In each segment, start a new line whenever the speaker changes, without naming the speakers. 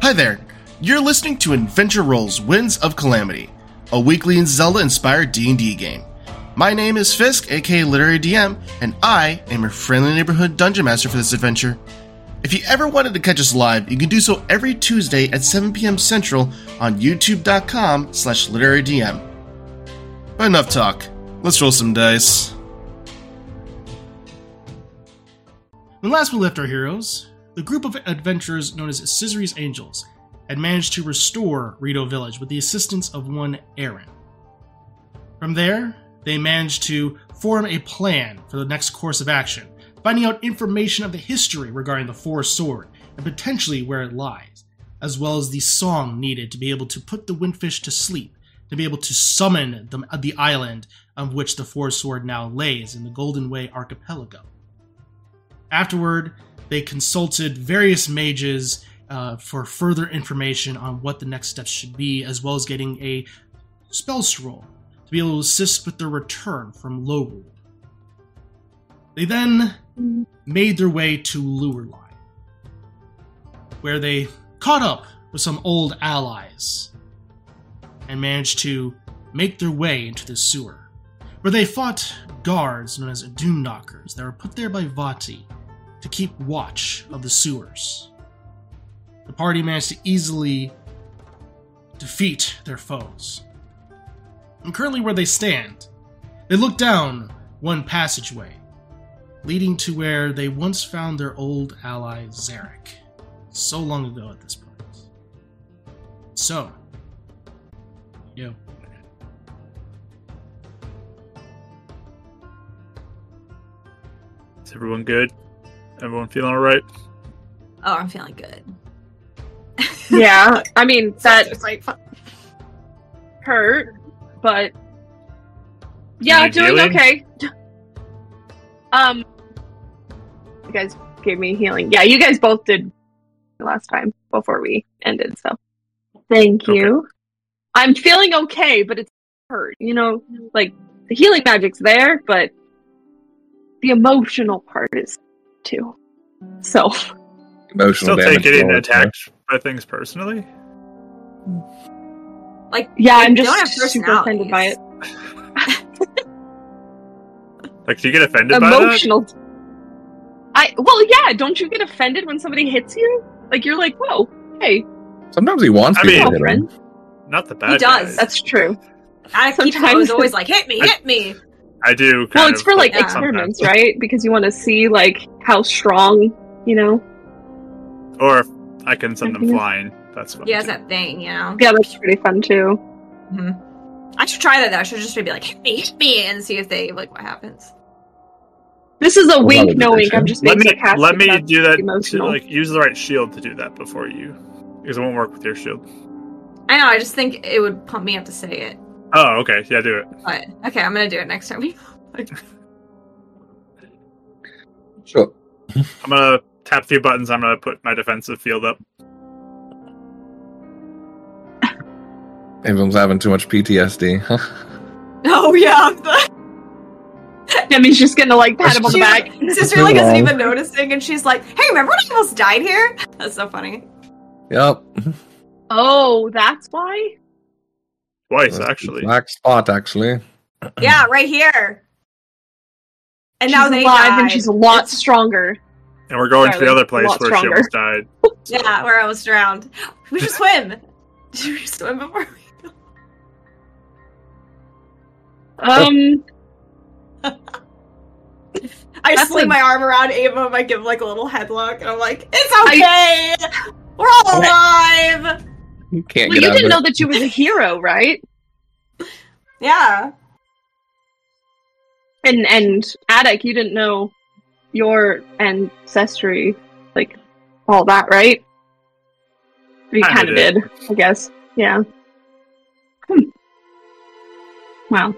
Hi there. You're listening to Adventure Roll's Winds of Calamity, a weekly Zelda-inspired D&D game. My name is Fisk, aka Literary DM, and I am your friendly neighborhood dungeon master for this adventure. If you ever wanted to catch us live, you can do so every Tuesday at 7 p.m. Central on youtube.com slash literary DM. But enough talk. Let's roll some dice. When last we left our heroes, the group of adventurers known as Scissory's Angels had managed to restore Rito Village with the assistance of one Aaron. From there, they managed to form a plan for the next course of action, finding out information of the history regarding the Four Sword and potentially where it lies, as well as the song needed to be able to put the Windfish to sleep, to be able to summon the, the island on which the Four Sword now lays in the Golden Way Archipelago. Afterward, they consulted various mages uh, for further information on what the next steps should be, as well as getting a spell scroll to be able to assist with their return from Lowrul. They then made their way to Lurline, where they caught up with some old allies and managed to make their way into the sewer, where they fought guards known as Doomknockers that were put there by Vati to keep watch of the sewers. The party managed to easily defeat their foes. And currently, where they stand, they look down one passageway, leading to where they once found their old ally Zarek, so long ago at this point. So, yo.
Is everyone good? Everyone feeling all right?
Oh, I'm feeling good.
yeah, I mean that like hurt, but yeah,
You
doing
healing?
okay. Um, you guys gave me healing. Yeah, you guys both did last time before we ended. So thank
Okay.
you. I'm feeling okay, but it's hurt. You know, like the healing magic's there, but the emotional part is too. So
Still
Emotional
take
damage.
getting
roll,
attacked by things personally.
Like,
yeah, I'm
you don't
just
have
super offended by it.
Like, do you get offended
emotional. I well, yeah. Don't you get offended when somebody hits you? Like you're like, whoa, hey,
huh? Sometimes he wants
I
people
mean-
to hit
friend.
him.
by that? Not the
does.
bad. guys.
That's true.
I keep I
Sometimes-
was always like, hit me,
I-
hit me.
I do. Kind
Well, it's
of,
for like
Yeah.
experiments, right? Because you want to see like how strong, you know.
sometimes. Or if I can send them
Mhm.
flying. That's fine.
He has that thing, you know.
Yeah, that's pretty fun too.
I should try that. Though. I should just be like, hit me, hit me, and see if they like what happens.
This is a
about
wink,
the
no wink.
detection?
I'm just
Let
being
me
sarcastic.
let me
about-
do that. To,
emotional.
like, use the right shield to do that before you, because it won't work with your shield.
I know. I just think it would pump me up to say it.
Oh, okay. Yeah, do it.
But okay, I'm gonna do it next time.
Sure.
I'm gonna tap a few buttons. I'm gonna put my defensive field up.
Everyone's having too much PTSD. huh?
oh yeah, the
Demi's just gonna like pat
That's
him on the
she-
back.
sister like
Too
isn't
long.
even noticing, and she's like, hey, remember when I almost died here? That's so funny.
yep.
Oh, that's why.
Twice, actually.
Black spot, actually.
yeah, right here. And
she's
now they
alive,
died.
and she's a lot stronger.
And we're going to the
Sorry,
other
that's a
place
lot
where she
stronger.
almost died.
Yeah, where I was drowned. We should swim. Should we swim before? we-
Oh,
Um,
I
That's
just sling my
like-
arm around Ava and I give like a little head look, and I'm like, "It's okay. We're all alive."
You can't
well,
get
you
out
didn't
of
know
it.
that you was a hero, right?
Yeah.
and and attic you didn't know your ancestry like all that right Or you
Kinda
kind of
did.
did i guess yeah hmm. wow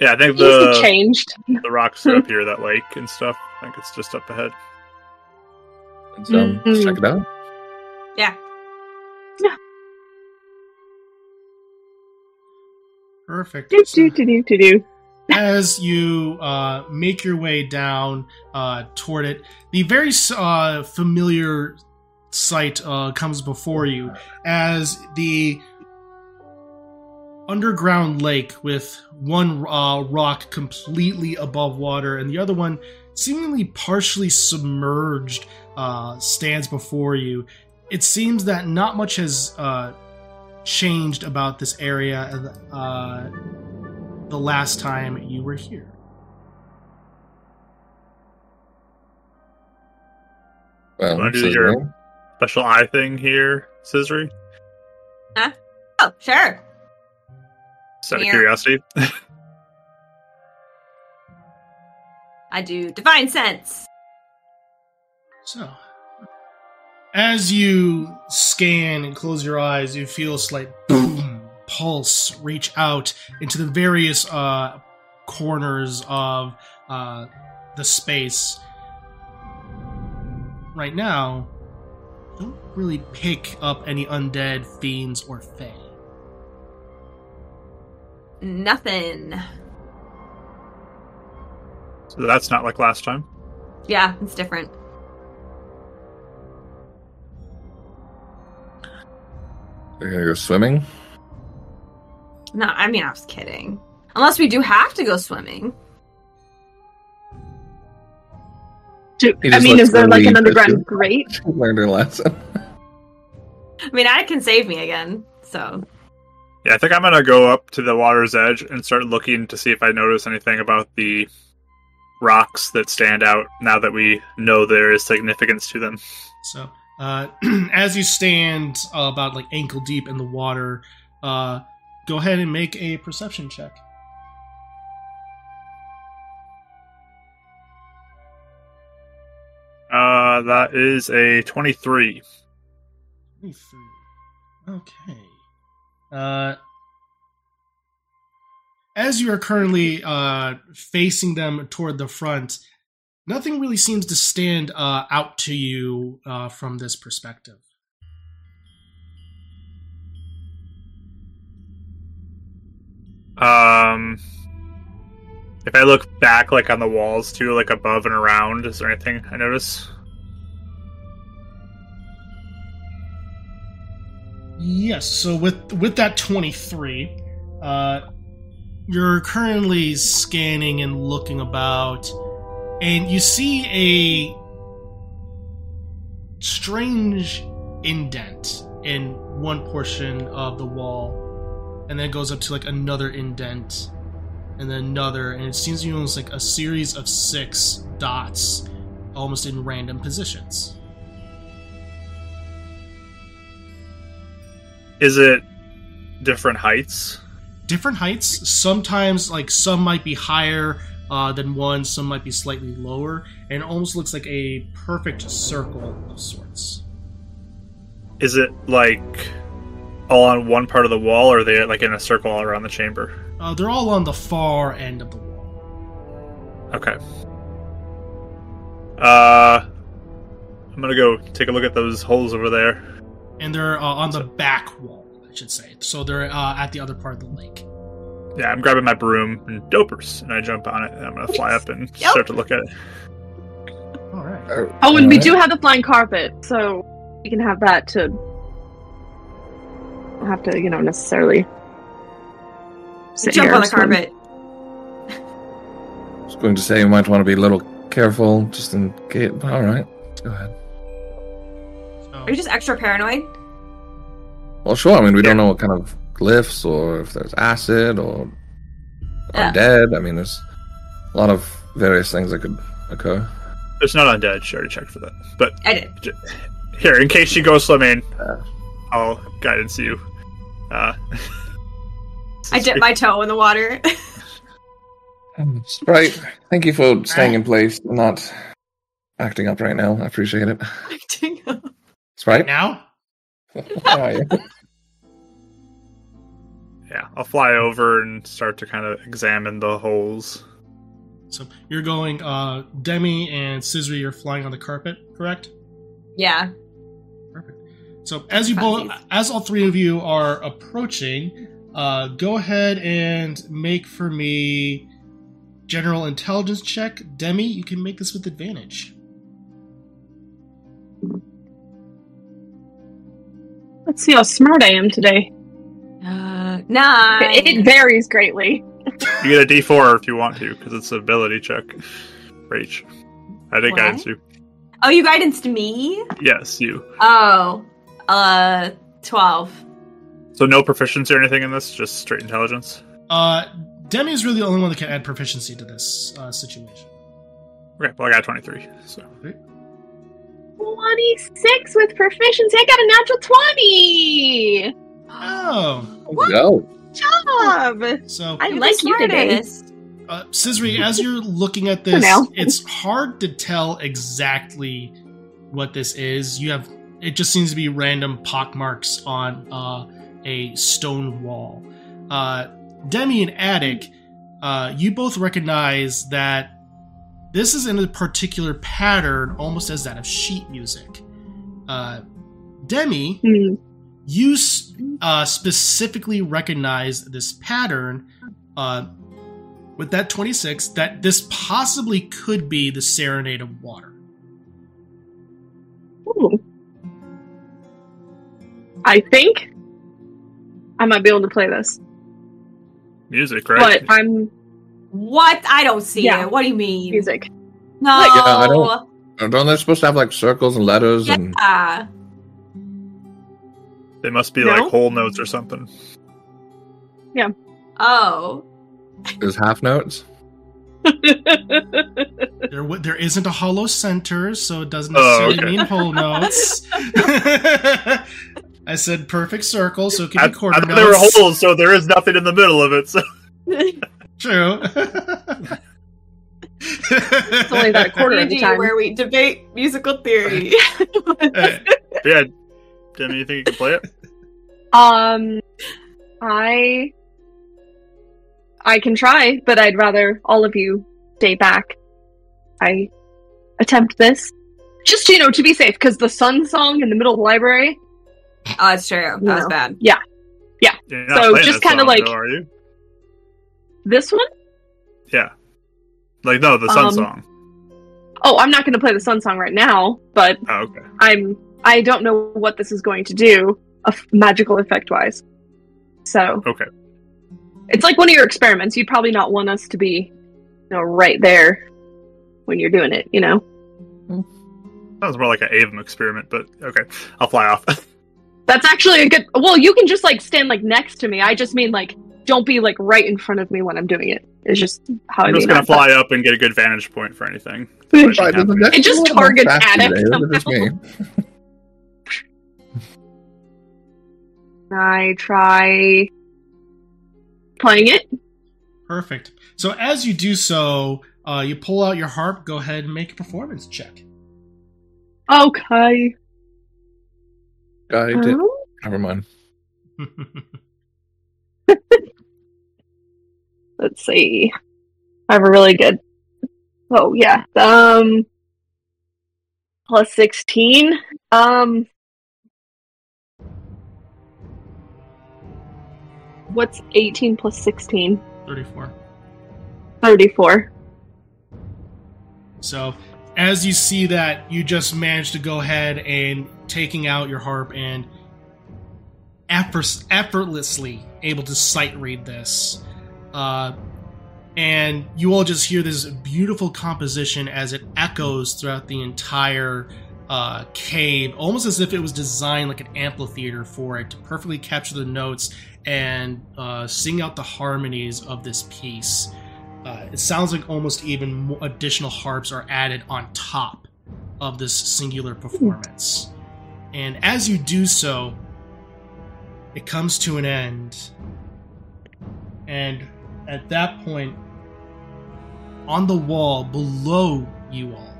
Yeah, I think
things have
the
changed
the rocks are up here, that lake and stuff. I think it's just up ahead.
So,
Mm-hmm.
let's check it out.
Perfect.
do
So-
do do do do do
as you uh, make your way down uh, toward it, the very uh, familiar sight uh, comes before you as the underground lake with one uh, rock completely above water and the other one seemingly partially submerged uh, stands before you. It seems that not much has uh, changed about this area uh, the last time you were here.
Well,
Wanna do
so-
your- Special eye thing here, Scissory.
Oh, sure.
Just out of
Yeah.
curiosity.
I do divine sense.
So, as you scan and close your eyes, you feel a slight boom pulse reach out into the various uh, corners of uh, the space. Right now, you don't really pick up any undead, fiends, or fae.
Nothing.
so that's not like last time.
Yeah, it's different.
We're gonna go swimming.
No, I mean I was kidding. Unless we do have to go swimming.
Do,
He
I
just
mean,
lets
is there
her
like
lead
an
us
underground
in.
grate?
She learned her lesson.
I mean, I can save me again. So
Yeah, I think I'm gonna go up to the water's edge and start looking to see if I notice anything about the rocks that stand out now that we know there is significance to them.
So, uh, as you stand uh, about like ankle deep in the water, uh, go ahead and make a perception check.
Uh, that is a 23.
23. Okay. Uh, as you are currently uh, facing them toward the front, nothing really seems to stand uh, out to you uh, from this perspective.
Um, if I look back, like on the walls too, like above and around, is there anything I notice?
Yes. So with with that twenty three, uh, you're currently scanning and looking about, and you see a strange indent in one portion of the wall, and then it goes up to like another indent, and then another, and it seems to be almost like a series of six dots, almost in random positions.
Is it different heights?
different heights. Sometimes, like some might be higher uh, than one, some might be slightly lower, and it almost looks like a perfect circle of sorts.
Is it like all on one part of the wall, or are they like in a circle all around the chamber?
Uh, they're all on the far end of the wall.
Okay. Uh, I'm gonna go take a look at those holes over there.
And they're uh, on the back wall, I should say. So they're uh, at the other part of the lake.
Yeah, I'm grabbing my broom and dopers, and I jump on it, and I'm gonna fly up and
Yep.
start to look at it.
All right.
Oh,
Oh, and we
alright.
do have the flying carpet, so we can have that to. don't have to, you know, necessarily. sit
jump
here
on
or
the
swim.
carpet.
I was going to say you might want to be a little careful, just in case. All right, go ahead.
So,
Are you just extra paranoid?
Well, sure. I mean, we don't know what kind of glyphs or if there's acid or
Yeah.
undead. I mean, there's a lot of various things that could occur.
It's not undead. She already checked for that. But
I did.
here, in case you go swimming,
Uh.
I'll guidance you. Uh,
I dipped my toe in the water.
Sprite, thank you for staying in place and not acting up right now. I appreciate it. Sprite,
now?
how are you?
yeah, I'll fly over and start to kind of examine the holes.
So you're going, uh, Demi and Scissory, you're flying on the carpet, correct?
yeah.
So as you both,
Funsies.
as all three of you are approaching, uh, go ahead and make for me General intelligence check. Demi, you can make this with advantage.
Let's see how smart I am today.
Uh, nine.
It, it varies greatly.
You get a D four if you want to, because it's an ability check for each. I did
What?
guidance you.
oh, you guidanced me?
Yes, you.
Oh, uh, 12.
So no proficiency or anything in this, just straight intelligence.
Uh, Demi is really the only one that can add proficiency to this uh, situation.
Okay, well I got twenty three. So
26 with proficiency. I got a natural 20.
Oh,
Go.
Job.
so
I
You're the
like you today.
smartest.
uh, Scissory, as you're looking at this,
now.
it's hard to tell exactly what this is. You have it just seems to be random pock marks on uh, a stone wall. Uh, Demi and Attic, uh, you both recognize that this is in a particular pattern, almost as that of sheet music. Uh, Demi,
Hmm.
you s- uh, specifically recognize this pattern uh, with that 26 that this possibly could be the serenade of water
Ooh. I think I might be able to play this,
music, right?
but I'm
What? I don't see
Yeah.
it. What do you mean?
music.
No.
Like-
Yeah, I don't- Aren't they supposed to have like circles and letters and
Yeah.
they must be
No?
like whole notes or something.
Oh.
there's half notes?
there, w- there isn't a hollow center so it doesn't
Oh,
necessarily
okay.
mean whole notes i said perfect circle so it could
I, I
be quarter
thought
notes
they were holes, so there is nothing in the middle of it. So
true
It's only about a quarter of the
PG,
time.
where we debate musical theory.
Oh,
Uh,
yeah, Demi, you think you can play it?
Um, I I can try, but I'd rather all of you stay back. I attempt this just you know to be safe because the sun song in the middle of the library.
Oh, that's true. That was
No.
bad.
You're not
So
playing
just
that
kinda
song,
like-
though, are you?
This one?
Yeah. Like no, the sun
Um,
song.
Oh, I'm not going to play the sun song right now, but
Oh, okay.
I'm I don't know what this is going to do of magical effect wise. So
Okay.
it's like one of your experiments. You'd probably not want us to be, you know, right there when you're doing it. You know.
Sounds more like an Avum experiment, but okay. I'll fly off.
Oh, That's actually a good. Well, you can just like stand like next to me. I just mean like don't be like right in front of me when I'm doing it. It's just how
I'm
I mean
just gonna
it.
fly up and get a good vantage point for anything.
But-
Right,
there's a
it
definitely
just
a lot of
targets
facts
Attic
today, isn't it just me?
I try playing it.
perfect so as you do so uh, you pull out your harp go ahead and make a performance check
Okay.
God, it did.
Um,
Never mind.
let's see. I have a really good. Oh yeah. Um. Plus sixteen. Um. What's eighteen plus sixteen?
34
Thirty-four.
So, as you see that, you just managed to go ahead and taking out your harp and effort- effortlessly able to sight read this. Uh, and you all just hear this beautiful composition as it echoes throughout the entire uh, cave, almost as if it was designed like an amphitheater for it to perfectly capture the notes and uh, sing out the harmonies of this piece. Uh, it sounds like almost even more additional harps are added on top of this singular performance. And as you do so, it comes to an end. And at that point, on the wall below you all,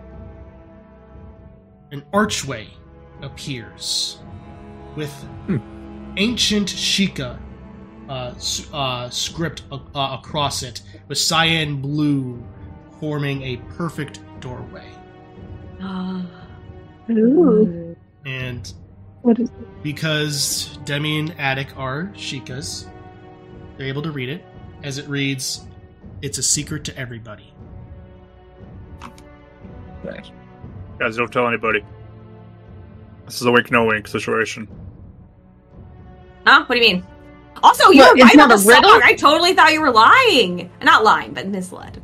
an archway appears with ancient Shika uh, s- uh, script uh, uh, across it with cyan blue forming a perfect doorway.
Ooh.
And
What is
because Demi and Attic are Shikas, they're able to read it as it reads It's a secret to everybody.
Nice.
Guys, don't tell anybody. This is a wink, no wink situation.
Huh? What do you mean? Also, you
What,
were
it's
right
not
on the
a riddle?
song. I totally thought you were lying. Not lying, but misled.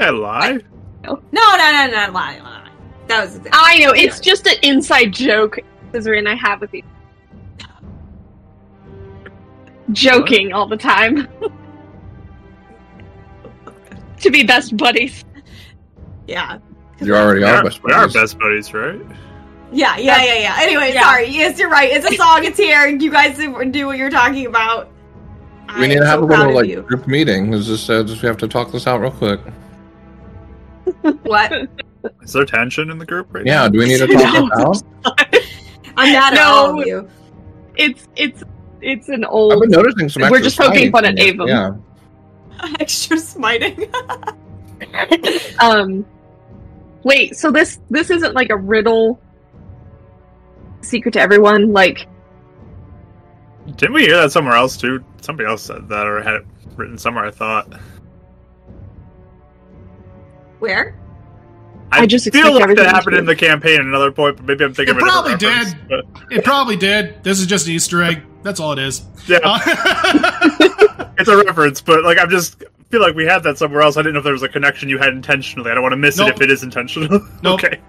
I lie.
No, no, no, no, lying, lying. That was exactly.
I know it's just an inside joke Scissory and I have with you. Joking all the time. to be best buddies.
yeah.
You already
we
are
are,
best
we are
buddies.
best buddies, right?
Yeah, yeah, yeah, yeah. Anyway,
Yeah.
sorry. Yes, you're right. It's a song. It's here. You guys do what you're talking about.
We need to have a little like
you.
group meeting. It's just, uh, just we have to talk this out real quick.
what?
Is there tension in the group right
Yeah, do we need to talk
No.
this out?
I'm not
No.
at all of you.
It's it's it's an
I've
old
been noticing some.
We're
extra
just poking
smileys.
fun at Avum.
Yeah,
Extra smiting.
um wait so this this isn't like a riddle secret to everyone like
now? Didn't we hear that somewhere else too? Somebody else said that or had it written somewhere. I thought.
Where?
I just
feel
expect
like
everything
that
to
happened
be-
in the campaign at another point, but maybe I'm thinking
It
of a different
probably
reference,
did.
but-
It probably did. This is just an Easter egg. That's all it is.
yeah,
Uh,
it's a reference, but like I'm just feel like we had that somewhere else. I didn't know if there was a connection you had intentionally. I don't want to miss it
Nope.
if it is intentional.
Nope.
okay.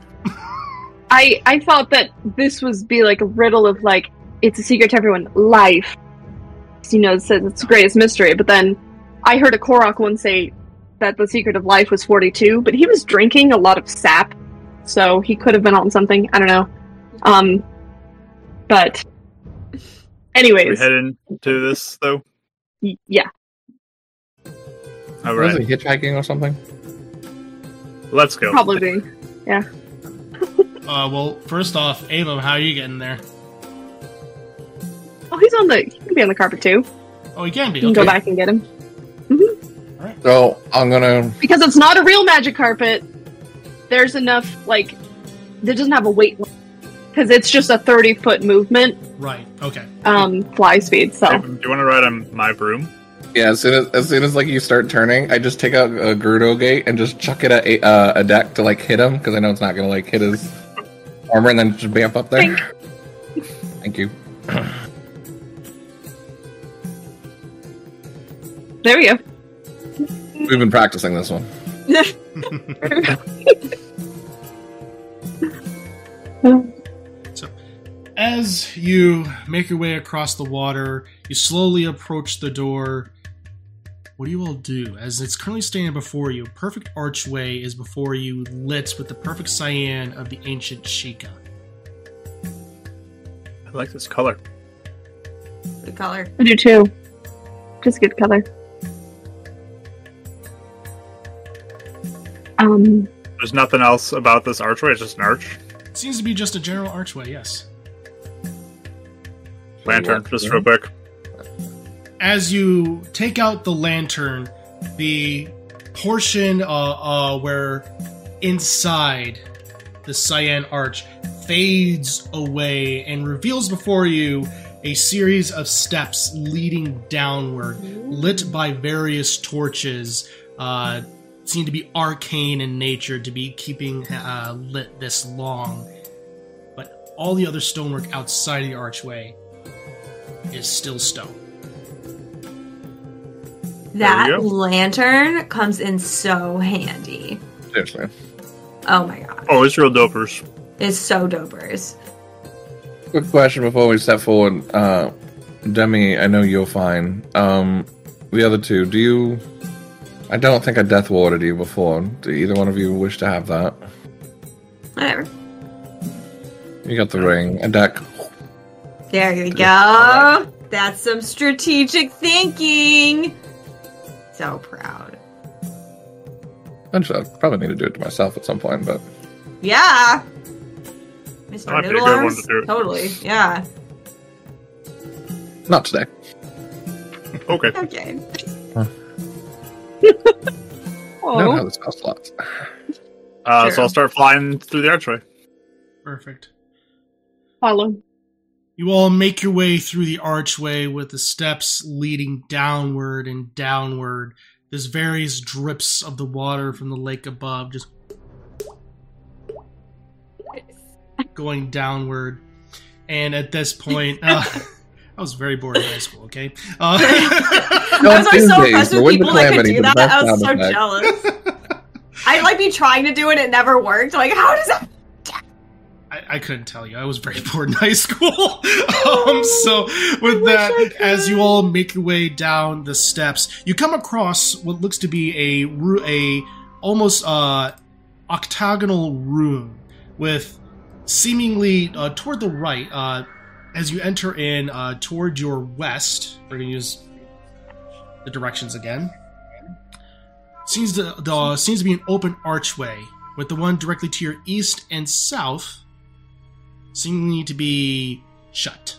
i i thought that this was be like a riddle of like it's a secret to everyone life you know it says it's the greatest mystery but then i heard a korok once say that the secret of life was 42 but he was drinking a lot of sap so he could have been on something i don't know um but
We
anyways
head into this though.
y- yeah
All
was
right,
it hitchhiking or something?
let's go.
probably
Uh, well, first off, Ava, how are you getting there?
oh he's on the he can be on the carpet too
Oh, you can be.
You can go
okay.
back and get him.
So I'm gonna.
Because it's not a real magic carpet, there's enough, like, it doesn't have a weight limit. Because it's just a 30 foot movement,
Right. Okay.
um, fly speed, so.
Hey, do you want to ride on my broom?
Yeah, as soon as, as soon as like you start turning, I just take out a Gerudo gate and just chuck it at a, uh, a deck to like hit him because I know it's not gonna like hit his armor and then just bamf up there. Thank you.
There we go.
We've been practicing this one.
As you make your way across the water, you slowly approach the door. What do you all do? As it's currently standing before you, a perfect archway is before you, lit with the perfect cyan of the ancient Sheikah.
I like this color.
The color.
I do too. Just good color. Um,
There's nothing else about this archway. It's just an arch
It seems to be just a general archway, yes.
lantern. Just real quick.
as you take out the lantern, the portion uh, uh, where inside the cyan arch fades away and reveals before you a series of steps leading downward, lit by various torches. Uh, seem to be arcane in nature to be keeping uh, lit this long, but all the other stonework outside of the archway is still stone.
go.
That lantern comes in so handy.
Seriously.
Oh my god.
Oh, it's real dopers.
It's so dopers.
Quick question before we step forward. Uh, Demi, I know you're fine. Um, the other two, do you? I don't think I death warded you before. Do either one of you wish to have that?
Whatever.
You got the ring, a deck.
There you go.
Alright.
That's some strategic thinking. So proud.
Actually, I uh, probably need to do it to myself at some point, but
That
Yeah. Mr.
might be a
Noodle
good one
Arms?
to do it.
Totally. Yeah.
not today.
Okay.
Okay.
I don't know how
oh,
this house lots.
Uh,
Sure.
So I'll start flying through the archway.
Perfect.
follow.
You all make your way through the archway with the steps leading downward and downward, There's various drips of the water from the lake above just going downward. And at this point, uh, I was very bored in high school, okay? Uh,
No,
I was always so
Tuesdays,
impressed
the
with
wind
people that could
calamity,
do
the
that.
best
I was so
sound effect.
jealous. I'd like be trying to do it, it never worked. Like, how does that?
I, I couldn't tell you. I was very bored in high school. um, so, with that, as you all make your way down the steps, you come across what looks to be a ru- a almost uh, octagonal room with seemingly uh, toward the right uh, as you enter in uh, toward your west. We're gonna use the directions again. Seems to, the seems to be an open archway with the one directly to your east and south seemingly to be shut.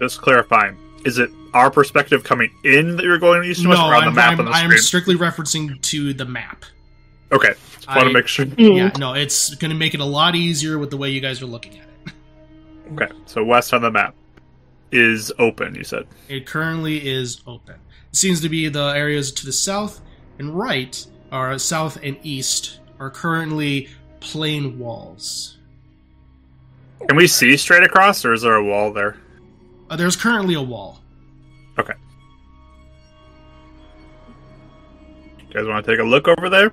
Just clarifying. Is it our perspective coming in that you're going east and
No,
west or on the
I'm,
map
I'm,
on the
I'm
screen?
strictly referencing to the map.
okay. Just want
I-
to make sure.
Hmm.
Yeah, no, it's going to make it a lot easier with the way you guys are looking at it.
Okay. So west on the map is open, you said.
It currently is open. It seems to be the areas to the south and right, or south and east, are currently plain walls.
Can we see straight across or is there a wall there?
Uh, there's currently a wall.
You guys want to take a look over there?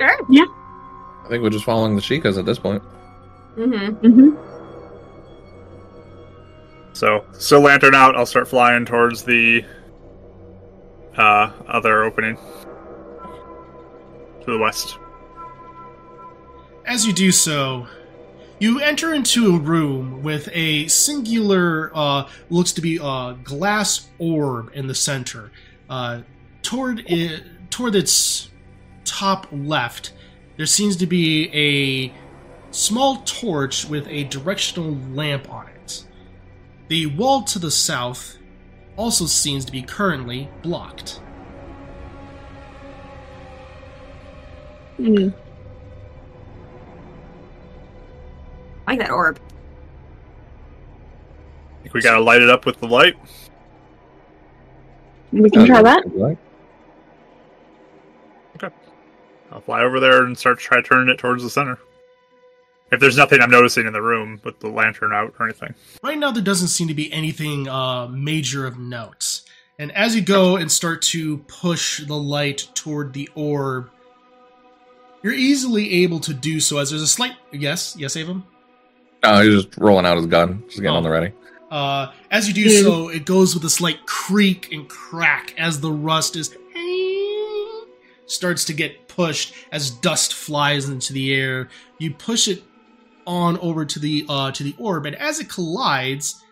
I think we're just following the Chicas at this point.
Mm-hmm.
Mm-hmm.
So, so lantern out. I'll start flying towards the uh, other opening to the west.
As you do so, you enter into a room with a singular, uh, looks to be a glass orb in the center. Uh, toward it, toward its top left, there seems to be a small torch with a directional lamp on it. The wall to the south also seems to be currently blocked.
Hmm.
like that orb.
Think we gotta light it up with the light.
We can try that.
I'll fly over there and start try turning it towards the center. If there's nothing I'm noticing in the room with the lantern out or anything.
Right now, there doesn't seem to be anything uh, major of note. And as you go and start to push the light toward the orb, you're easily able to do so as there's a slight. Yes, yes, Avum?
No, he's just rolling out his gun. Just getting
Oh.
on the ready.
Uh, as you do so, it goes with a slight creak and crack as the rust is starts to get pushed as dust flies into the air. You push it on over to the uh, to the orb, and as it collides,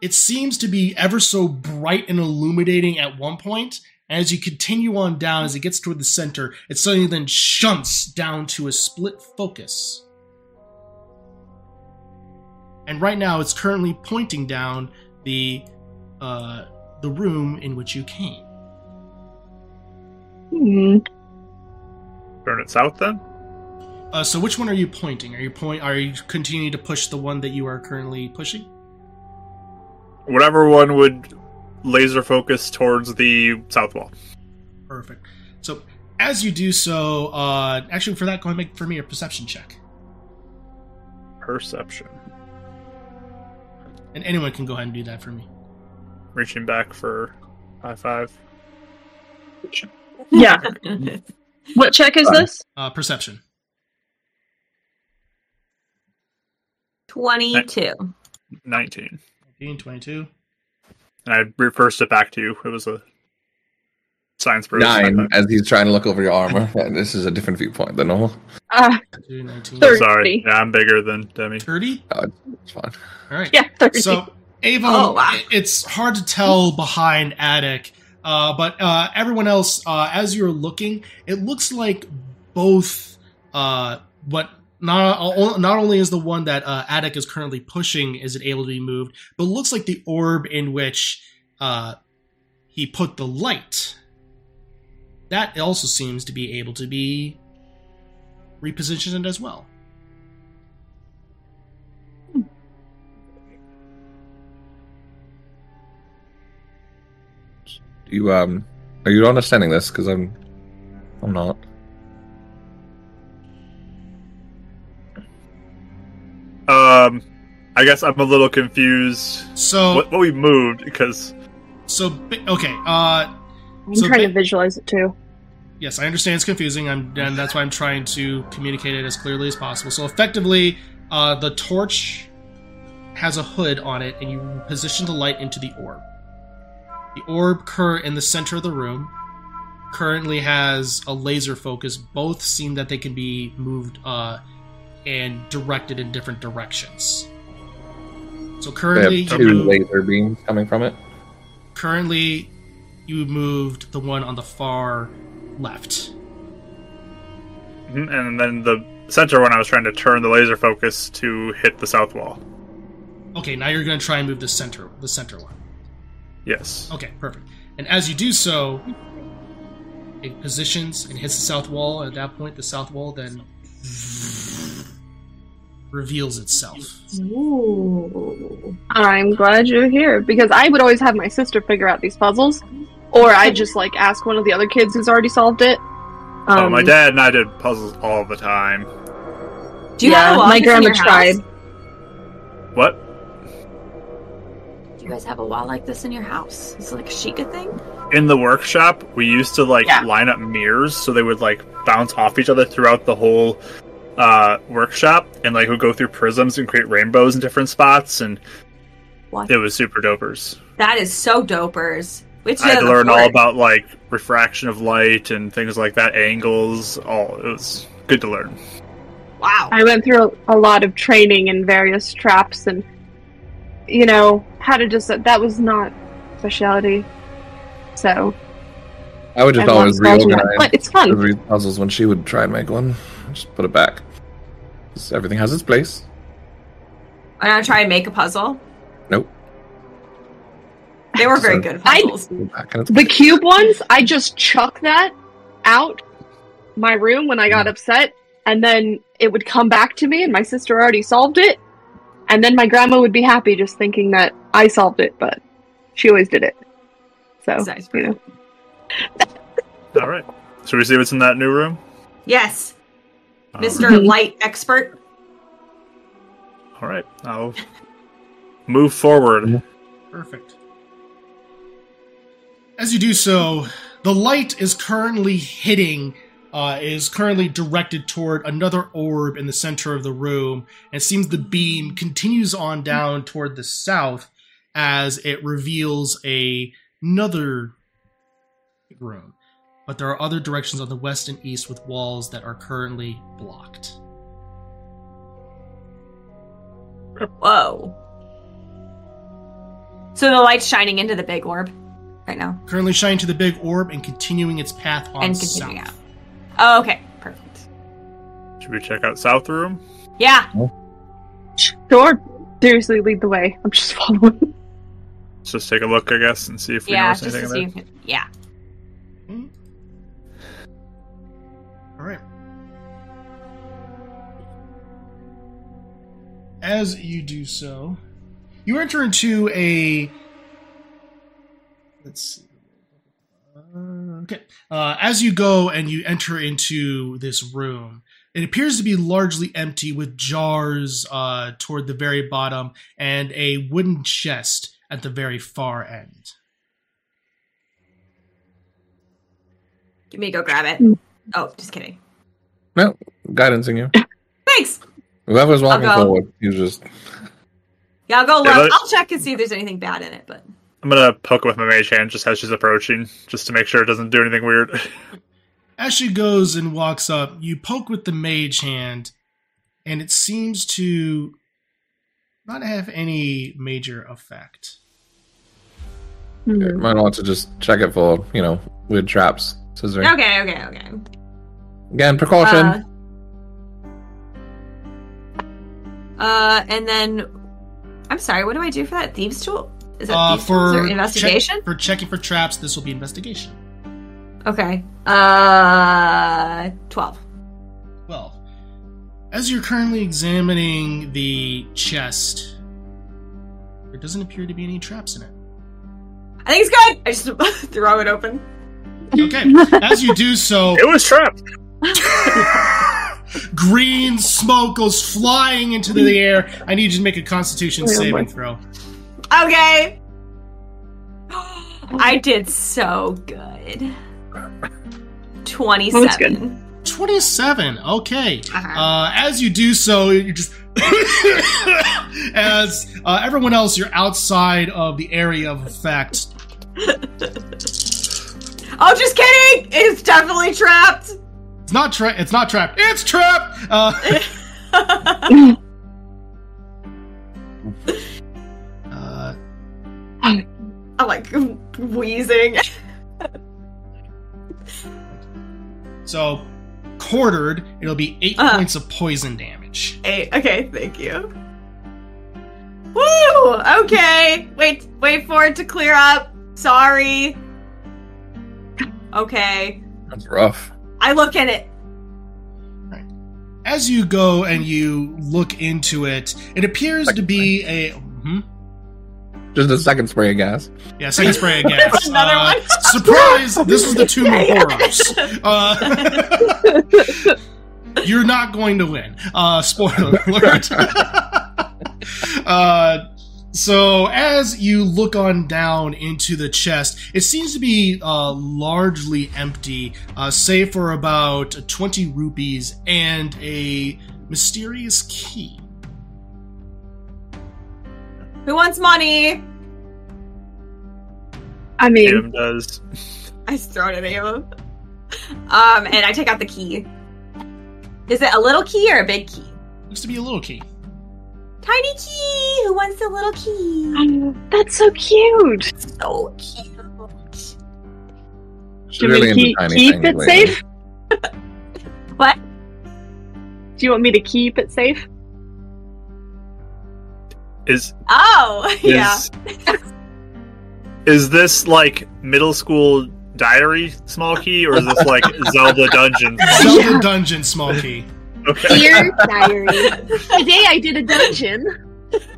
it seems to be ever so bright and illuminating at one point. As you continue on down, as it gets toward the center, it suddenly then shunts down to a split focus and right now it's currently pointing down the uh, the room in which you came.
Hmm.
Turn it south then?
Uh, so which one are you pointing? Are you point? Are you continuing to push the one that you are currently pushing?
Whatever one would laser focus towards the south wall.
Perfect. So as you do so, uh, actually for that, go ahead and make for me a perception check,
Perception.
and anyone can go ahead and do that for me.
Reaching back for high five.
Yeah. What check is this?
Uh, perception.
Twenty-two.
19.
19, 22.
And I reversed it back to you. It was a science bruise.
Nine, as he's trying to look over your armor. And this is a different viewpoint than normal.
Uh,
22, 19.
Thirty.
Sorry. Yeah, I'm bigger than Demi.
30?
It's fine.
All right.
yeah, thirty.
So, Ava,
Oh, wow.
i- it's hard to tell behind Attic, uh, but uh, everyone else, uh, as you're looking, it looks like both. Uh, what not uh, o- not only is the one that uh, Attic is currently pushing is it able to be moved, but it looks like the orb in which uh, he put the light that also seems to be able to be repositioned as well.
you um are you understanding this? Because I'm I'm not.
Um, I guess I'm a little confused.
So
What, what we moved because
so bi- okay. Uh,
I'm
So
trying
ba-
to visualize it too.
yes, I understand it's confusing. I'm and that's why I'm trying to communicate it as clearly as possible. So effectively, uh, the torch has a hood on it, and you position the light into the orb. The orb cur in the center of the room currently has a laser focus. Both seem that they can be moved uh, and directed in different directions. So
They
currently,
have
you
two
move-
laser beams coming from it.
currently you moved the one on the far left
hmm, and then the center one I was trying to turn the laser focus to hit the south wall.
okay now you're gonna try and move the center the center one
Yes.
okay perfect and as you do so it positions and hits the south wall at that point the south wall then reveals itself
Ooh.
I'm glad you're here because I would always have my sister figure out these puzzles, or I just like ask one of the other kids who's already solved it. Um,
oh, my dad and I did puzzles all the time.
Do you
yeah,
have a
my
lodge in
grandma
your
tried.
house?
What?
Do you guys have a wall like this in your house? Is it like a Sheikah thing?
in the workshop we used to like
Yeah.
line up mirrors so they would like bounce off each other throughout the whole uh workshop and like would go through prisms and create rainbows in different spots and
What?
it was super dopers
That is so dopers. Which
i had to learn all about like refraction of light and things like that angles all it was good to learn
Wow.
I went through a, a lot of training in various traps and, you know, how to just that was not speciality. So
I would just
everyone's
always
dodging that.
reorganize
But it's fun.
every puzzles when she would try and make one. Just put it back. 'Cause everything has its place.
I'm gonna try and make a puzzle.
Nope.
They were very
So-
good
I-
puzzles.
Put it back in its
The cube ones, I just chuck that out my room when I got upset, and then it would come back to me, and my sister already solved it, and then my grandma would be happy just thinking that I solved it, but she always did it. So
It's nice.
you know,
all right so we see what's in that new room
Yes,
Um,
Mr.
Mhm.
Light Expert.
all right i'll move forward
Perfect. As you do so, the light is currently hitting, uh, is currently directed toward another orb in the center of the room, and it seems the beam continues on down toward the south as it reveals a, another room. But there are other directions on the west and east with walls that are currently blocked.
Whoa. So the light's shining into the big orb right now.
Currently shining to the big orb and continuing its path on
And
south.
continuing out. Oh, okay. Perfect.
should we check out south room
Yeah.
sure, seriously, lead the way. I'm just following.
let's just take a look i guess and see if we
Yeah.
notice
Just
anything
to
in
see.
there.
If, yeah.
All right. As you do so, you enter into a. Let's see. Uh, okay. Uh, as you go and you enter into this room, it appears to be largely empty with jars uh, toward the very bottom and a wooden chest at the very far end.
Give me a go grab it.
Mm.
Oh, just kidding.
Guidance in you.
Thanks.
Whoever's walking
I'll go.
forward, you just
Yeah, I'll go
Yeah,
look.
but-
I'll check and see if there's anything bad in it, but
I'm gonna poke it with my mage hand just as she's approaching, just to make sure it doesn't do anything weird.
As she goes and walks up, you poke with the mage hand, and it seems to not have any major effect.
Hmm.
might want to just check it for you know weird traps. Scissoring
okay, okay, okay.
again. Precaution.
Uh, uh, and then I'm sorry. What do I do for that thieves tool? Is that
Uh,
thieves tools or
for
investigation?
check- for checking for traps, this will be investigation.
okay. Uh, twelve.
Well, as you're currently examining the chest, there doesn't appear to be any traps in it.
I think it's good. I just throw it open.
Okay. As you do so,
It was trapped.
green smoke goes flying into the air. I need you to make a Constitution
Oh,
saving
boy.
throw.
Okay. I did so good. Twenty-seven.
That's good.
Twenty-seven. Okay.
Uh-huh.
Uh, as you do so, you just as uh, everyone else, you're outside of the area of effect.
oh, just kidding. It's definitely trapped.
It's not tra- It's not trapped. It's trapped. Uh, uh,
I'm like wheezing.
so quartered, it'll be 8
Uh-huh.
points of poison damage.
Eight. Okay, thank you. Woo! Okay. Wait, wait for it to clear up. Sorry. Okay.
That's rough.
I look at it.
As you go and you look into it, it appears to be a. Hmm?
Just a second spray of gas.
Yeah, second spray again.
Another
Uh,
one.
surprise! This is the Tomb of Horrors. Uh, you're not going to win. Uh, spoiler alert. uh, so, as you look on down into the chest, it seems to be uh, largely empty, uh, save for about 20 rupees and a mysterious key.
Who wants money?
I mean,
Adam does.
I just throw it at him. Um, and I take out the key. Is it a little key or a big key?
Looks to be a little key.
Tiny key. Who wants the little key?
um, that's so cute.
So cute.
She's
Should we keep, keep it
lately.
safe?
What?
Do you want me to keep it safe?
Is
Oh,
is
yeah.
is this like middle school diary small key, or is this like Zelda dungeon?
Zelda dungeon, small key.
Okay.
Dear diary, today I did a dungeon.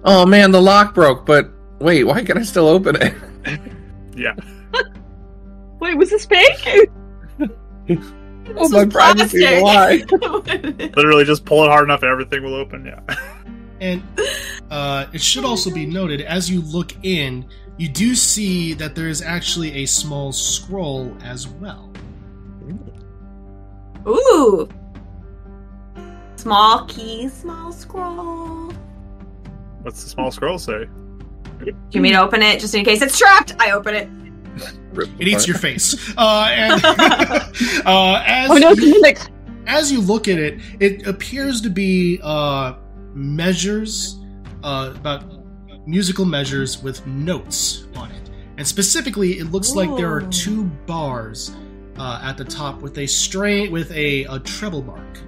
Oh man, the lock broke, but wait, why can I still open it?
Wait, was this fake?
Oh my privacy, why?
Literally, just pull it hard enough, and everything will open. Yeah.
And uh, it should also be noted as you look in, you do see that there is actually a small scroll as well.
Ooh. Small key, small scroll.
What's the small scroll say?
Do you mean to open it just in case it's trapped? I open it.
It eats your face. Uh, and uh, as,
Oh no, it's in the-
as you look at it, it appears to be uh, measures, uh, about musical measures with notes on it. And specifically, it looks like there are
Ooh.
two bars uh, at the top with a strain with a, a treble mark.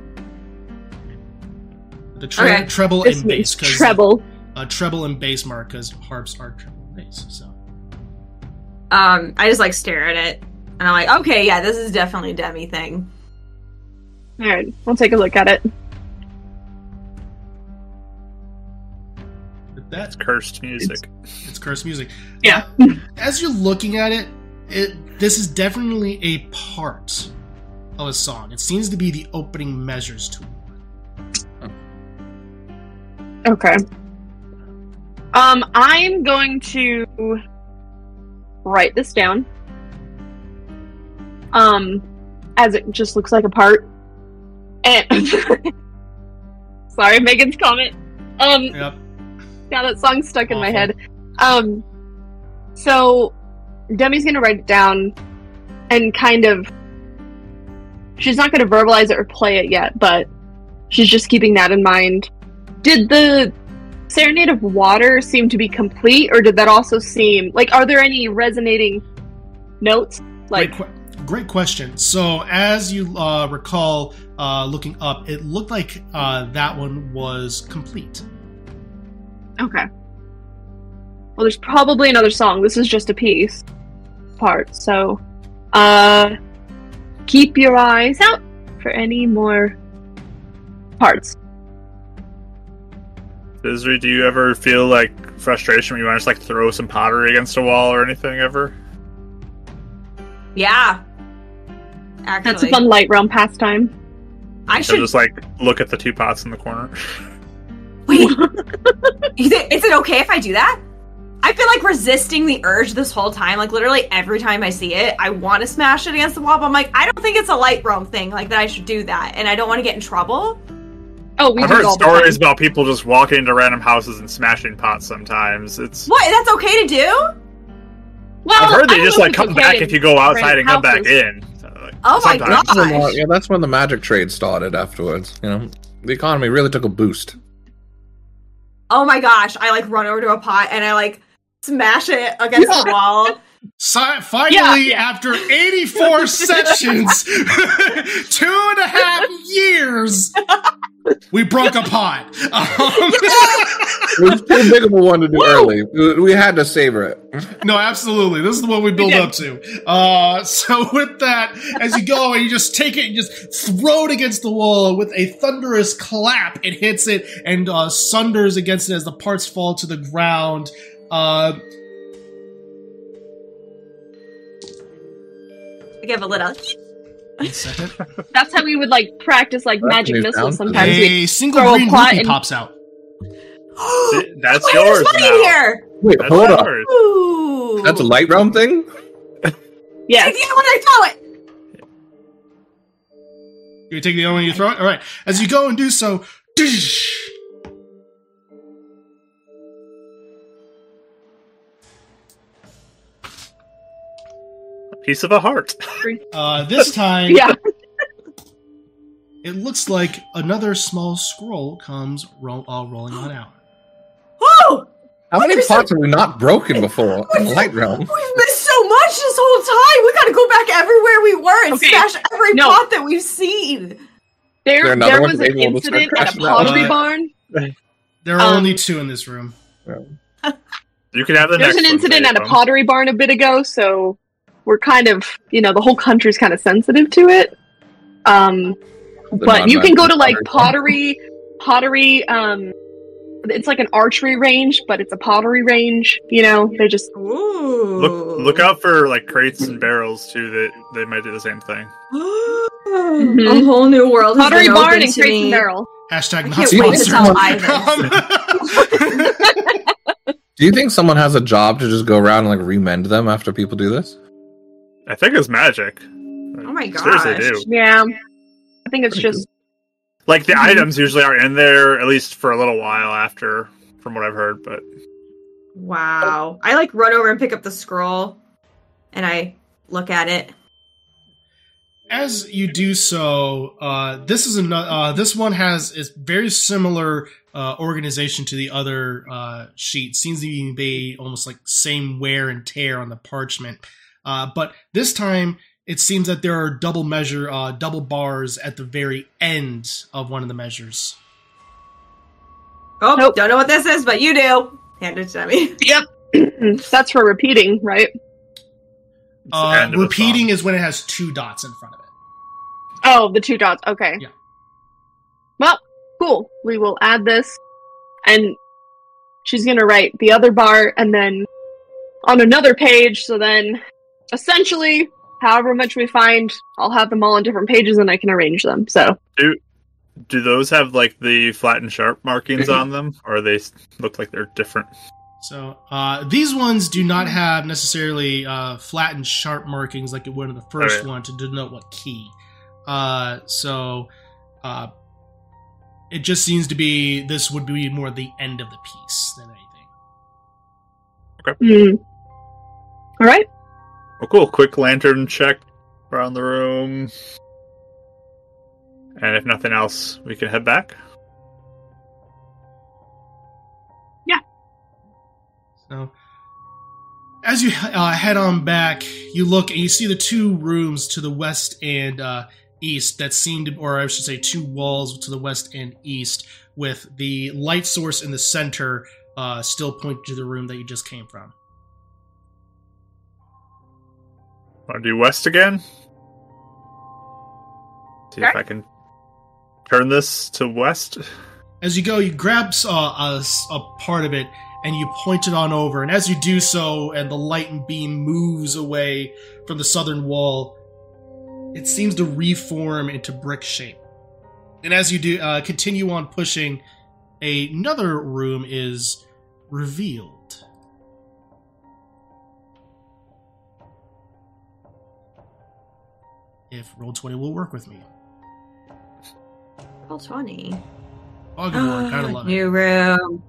The tre-
Okay.
treble
this
and bass.
means
'cause-
treble.
A treble and bass mark because harps are treble and bass. So
Um, I just like stare at it. And I'm like, okay, yeah, this is definitely a Demi thing.
All right, I'll take a look at it.
but that
It's cursed music.
It's cursed music.
Yeah.
Uh, as you're looking at it, it this is definitely a part of a song. It seems to be the opening measures to it.
Okay. Um, I'm going to write this down. Um, as it just looks like a part. And sorry, Megan's comment. Um,
Yep.
now that song's stuck in my
Awful.
head. Um, so Demi's gonna write it down and kind of. She's not gonna verbalize it or play it yet, but she's just keeping that in mind. Did the Serenade of Water seem to be complete, or did that also seem like are there any resonating notes? Like,
great, que- great question. So as you uh, recall, uh, looking up, it looked like uh, that one was complete.
okay. Well, there's probably another song. This is just a piece part, so uh, keep your eyes out for any more parts.
Desiree, do you ever feel like frustration when you want to just like throw some pottery against a wall or anything ever?
Yeah. Actually,
That's a fun light realm pastime.
I
Or
should.
just like look at the two pots in the corner?
Wait. is, it, is it okay if I do that? I've been like resisting the urge this whole time. Like literally every time I see it, I want to smash it against the wall. But I'm like, I don't think it's a light realm thing. Like that, I should do that, and I don't want to get in trouble.
Oh, we
I've
do it
heard
all the
stories
time.
about people just walking into random houses and smashing pots sometimes. It's
What? That's okay to do?
Well,
I've heard
I
they
don't
just
know
like
it's
come
okay
back
to-
if you go outside and
random
come back
houses.
in. So, like,
Oh my
sometimes.
That's when,
Gosh.
yeah, that's when the magic trade started afterwards. You know, the economy really took a boost.
Oh my gosh! I like run over to a pot and I like smash it against the wall.
Si- finally, after 84 sessions, two and a half years, we broke a pot. Um,
It was too big of a one to do early. We- We had to savor it.
no, absolutely. This is the one we build up to. Uh, so, with that, as you go and you just take it and just throw it against the wall with a thunderous clap, it hits it and uh, sunders against it as the parts fall to the ground. Uh,
I give a little.
one second.
That's how we would like practice like
That's
magic
new
missiles
sound.
sometimes. We-
a single
throw a
green
pot
rupee
and-
pops out.
See, That's
Wait,
yours
there's money
now.
here.
Wait,
That's
hold up.
yours.
Ooh.
That's a light realm thing?
Yeah,
Yes.
when I throw it.
You take the other one, you throw it? All right. As you go and do so,
A piece of a heart.
uh, this time,
Yeah.
it looks like another small scroll comes ro- uh, rolling on out.
Whoa!
How many
There's
pots have we not broken before in the light realm?
We've missed so much this whole time. We gotta go back everywhere we were and
Okay,
smash every
no.
pot that we've seen.
there
There,
another
there
one?
was
Maybe
an
we'll just start
incident at a
crashing out.
pottery
Uh,
barn.
There are
Um,
only two in this room.
You can have the
There
next
was an
one,
incident at a
Jacob.
pottery barn a bit ago, so we're kind of, you know, the whole country's kind of sensitive to it. Um, but you can go to like pottery, pottery. Um, it's like an archery range, but it's a pottery range. You know, they just
Ooh.
Look, look out for like crates and barrels too. That they might do the same thing.
A
Mhm.
whole new world. has
pottery
been opened
barn and
to
crates
me.
and barrel.
Hashtag
I
not
can't wait to
sponsored.
tell
Monster.
Ivan.
Um,
Do you think someone has a job to just go around and like remend them after people do this?
I think it's magic.
Oh my
Seriously,
gosh.
do
Yeah, I think it's just
like the items usually are in there at least for a little while after, from what I've heard. But
Wow. I like run over and pick up the scroll and I look at it.
As you do so, uh, this is another. Uh, this one has is very similar uh, organization to the other uh, sheet. Seems to be almost like same wear and tear on the parchment, uh, but this time it seems that there are double measure, uh, double bars at the very end of one of the measures.
Oh,
Nope.
don't know what this is, but you do. Hand it to me.
that's for repeating, right?
it's the
Uh,
end of the
repeating
song.
is when it has two dots in front of it.
Oh, the two dots. Okay.
Yeah.
Well, cool. We will add this, and she's gonna write the other bar, and then on another page. So then, essentially, however much we find, I'll have them all on different pages, and I can arrange them. So
Do those have like the flat and sharp markings on them, or they s- look like they're different?
So uh, these ones do not have necessarily uh, flat and sharp markings like it would in the first
Alright.
one to denote what key. Uh, so uh, it just seems to be this would be more the end of the piece than anything.
Hmm. all right.
Oh, cool. Quick lantern check around the room. And if nothing else, we can head back.
So as you uh, head on back, you look and you see the two rooms to the west and uh, east that seem to, or I should say, two walls to the west and east, with the light source in the center uh, still pointing to the room that you just came from.
Want to do west again? See if I can turn this to west.
As you go, you grab s- uh, a, s- a part of it and you point it on over. And as you do so, and the light and beam moves away from the southern wall, it seems to reform into brick shape. And as you do uh, continue on pushing, another room is revealed. If roll twenty will work with me,
Roll 20.
Ogdenborn, gotta love it.
Ah, New room.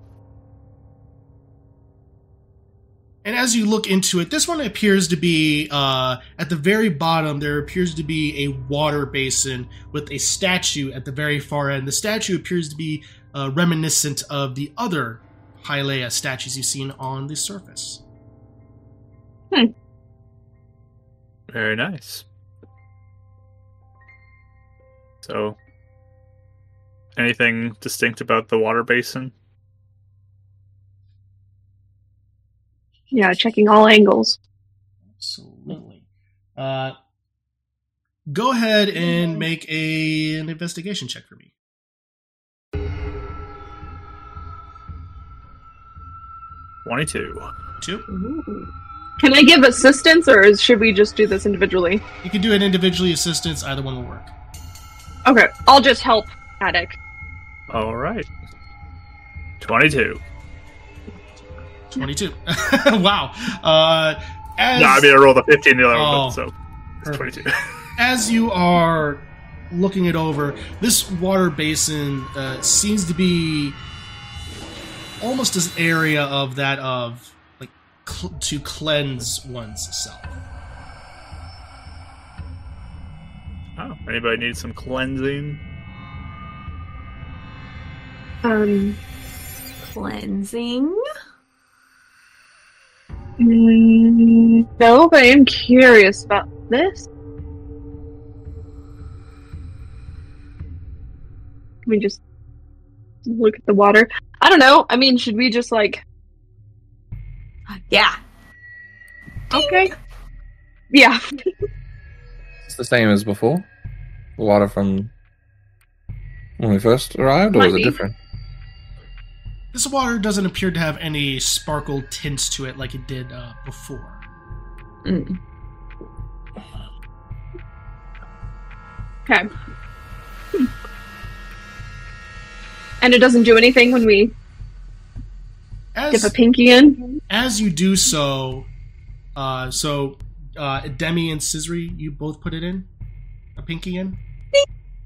And as you look into it, this one appears to be uh, at the very bottom. There appears to be a water basin with a statue at the very far end. The statue appears to be uh, reminiscent of the other Hylea statues you've seen on the surface.
Very nice. So, anything distinct about the water basin?
Yeah, checking all angles.
Absolutely. Uh, go ahead and make a, an investigation check for me.
Twenty-two.
Two.
Can I give assistance, or is, should we just do this individually?
You can do it individually, assistance. Either one will work.
Okay, I'll just help Attic.
All right. Twenty-two.
Twenty-two. wow. Uh, as-
No, I mean I rolled a fifteen the other
Oh.
one, so it's
Perfect.
twenty-two.
as you are looking it over, this water basin uh, seems to be almost an area of that of like cl- to cleanse one's self.
oh, anybody need some cleansing?
Um,
Cleansing.
mm, no, but I am curious about this. Can we just look at the water? I don't know. I mean, should we just like?
Yeah.
Okay. Yeah.
It's the same as before. The water from when we first arrived, or
Might
is it
be.
different?
This water doesn't appear to have any sparkle tints to it like it did uh, before.
Mm.
Okay. Hmm. And it doesn't do anything when we dip
As
a pinky in.
as you do so, uh, so uh, Demi and Scissory, you both put it in a pinky in.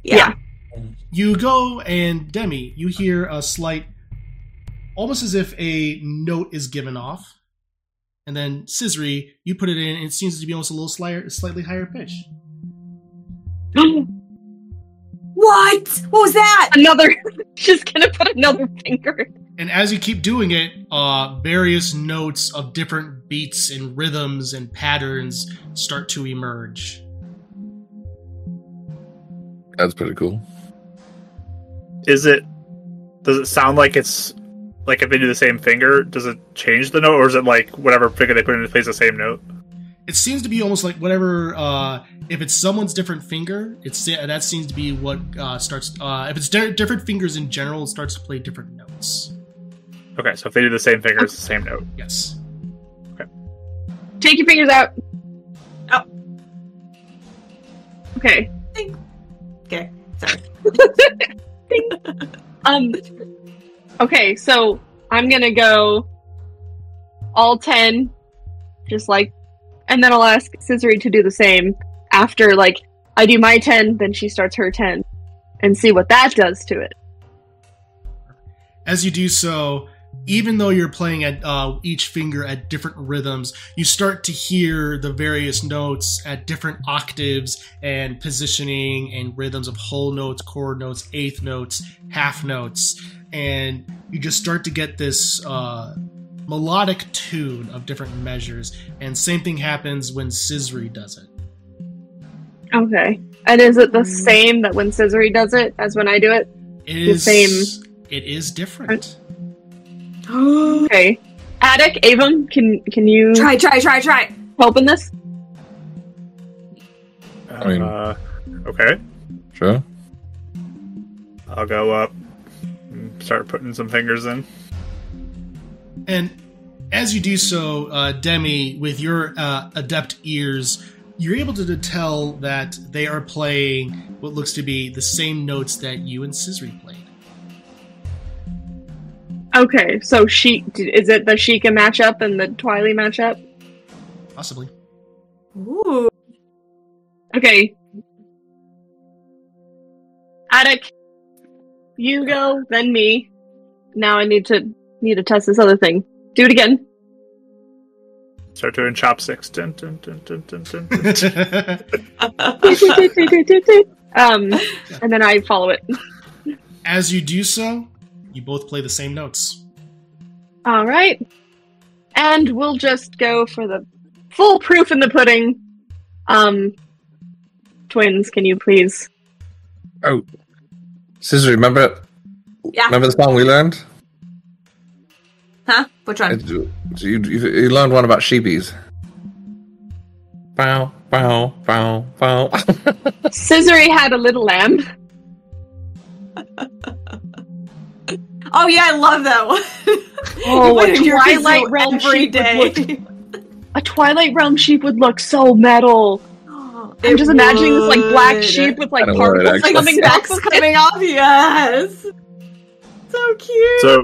Yeah.
You go and Demi, you hear a slight, almost as if a note is given off, and then Scissory, you put it in, and it seems to be almost a little slighter, slightly higher pitch.
What? What was that?
another. She's gonna put another finger.
And as you keep doing it, uh, various notes of different beats and rhythms and patterns start to emerge.
That's pretty cool.
Is it? Does it sound like it's like if they do the same finger? Does it change the note, or is it like whatever finger they put in plays the same note?
It seems to be almost like whatever. Uh, if it's someone's different finger, it's that seems to be what uh, starts. Uh, if it's di- different fingers in general, it starts to play different notes.
Okay, so if they do the same finger, it's the same note.
Yes.
Take your fingers out.
Oh.
Okay.
Okay. Sorry.
Um. Okay, so I'm gonna go all ten, just like, and then I'll ask Scissory to do the same after. Like, I do my ten, then she starts her ten, and see what that does to it.
As you do so, even though you're playing at uh, each finger at different rhythms, you start to hear the various notes at different octaves and positioning and rhythms of whole notes, chord notes, eighth notes, half notes, and you just start to get this uh, melodic tune of different measures. And same thing happens when Scissory does it.
Okay. And is it the same that when Scissory does it as when I do it?
It
The
is
same.
It is different.
Okay. Attic, Avon, can can you
Try, try, try, try.
help in this?
I mean-
Uh, okay,
Sure.
I'll go up. and start putting some fingers in.
And as you do so, uh, Demi, with your uh, adept ears, you're able to tell that they are playing what looks to be the same notes that you and Sisri played.
Okay, so she is it the Sheikah matchup and the Twily matchup?
Possibly.
Ooh.
Okay. Attic, you go, then me. Now I need to need to test this other thing. Do it again.
Start doing chopsticks. Dun, dun, dun, dun, dun, dun, dun.
um, and then I follow it.
as you do so, you both play the same notes.
All right, and we'll just go for the full proof in the pudding. Um, twins, can you please?
Oh, Scissor, remember?
Yeah.
Remember the song we learned?
Huh? Which one?
It- you, you, you learned one about sheepies. Bow, bow, bow, bow.
Scissory had a little lamb.
Oh yeah, I love that one.
Oh,
What
a
did your kids
Twilight
do
Realm
every
sheep would
day?
look- A Twilight Realm sheep would look so metal. I'm
It
just imagining this like black
would.
sheep with like
Kinda
particles
would, actually.
coming back.
Socks coming off. Yes. So cute.
So,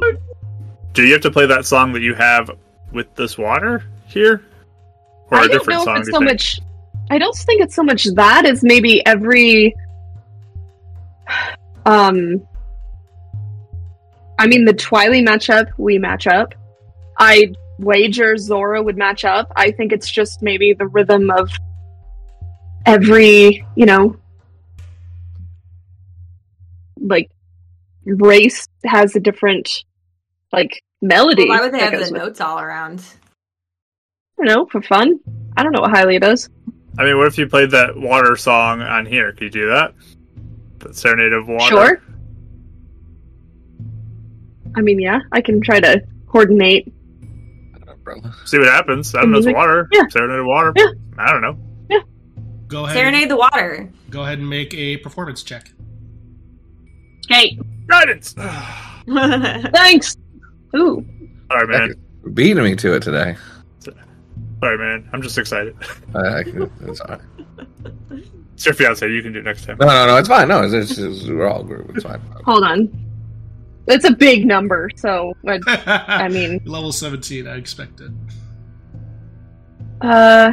do you have to play that song that you have with this water here, or a
I don't
different
know
song?
if it's
do you
so
think?
much. I don't think it's so much that as maybe every. Um. I mean, the Twily matchup, we match up. I wager Zora would match up. I think it's just maybe the rhythm of every, you know, like race has a different, like, melody.
why would they
that
have
goes
the
with-
notes all around?
I don't know, for fun. I don't know what Hylia does.
I mean, what if you played that water song on here? Could you do that? That serenade of water.
Sure. I mean, yeah, I can try to coordinate.
Umbrella.
See what happens. I don't know. It's
Mhm.
water.
Yeah.
Serenade of water.
Yeah.
I don't know.
Go ahead.
Serenade the water.
Go ahead and make a performance check.
Okay,
Guidance. All
thanks. Ooh,
right, man.
Beating me to it today.
Sorry, man. I'm just excited.
I, I can, it's all right.
It's your fiance. You can do it next time.
No, no, no. It's fine. No, it's, it's, it's we're all group. It's fine.
hold on. That's a big number, so I, I mean,
Level 17, I expected.
uh,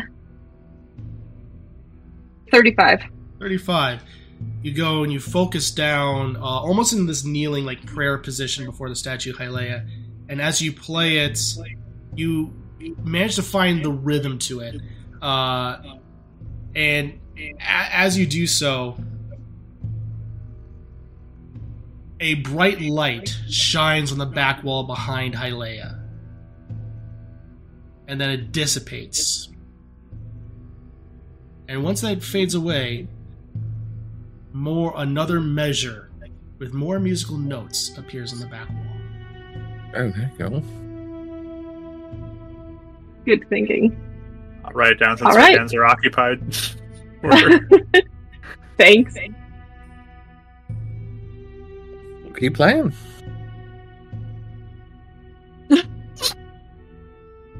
thirty-five.
35. You go and you focus down, uh, almost in this kneeling, like prayer position before the statue Hylea. And as you play it, you manage to find the rhythm to it. Uh, and a- as you do so, a bright light shines on the back wall behind Hylea. And then it dissipates. And once that fades away, more another measure with more musical notes appears on the back wall.
Oh, there you go.
Good thinking.
I'll write it down since
All right.
my hands are occupied. Or-
Thanks.
Keep playing.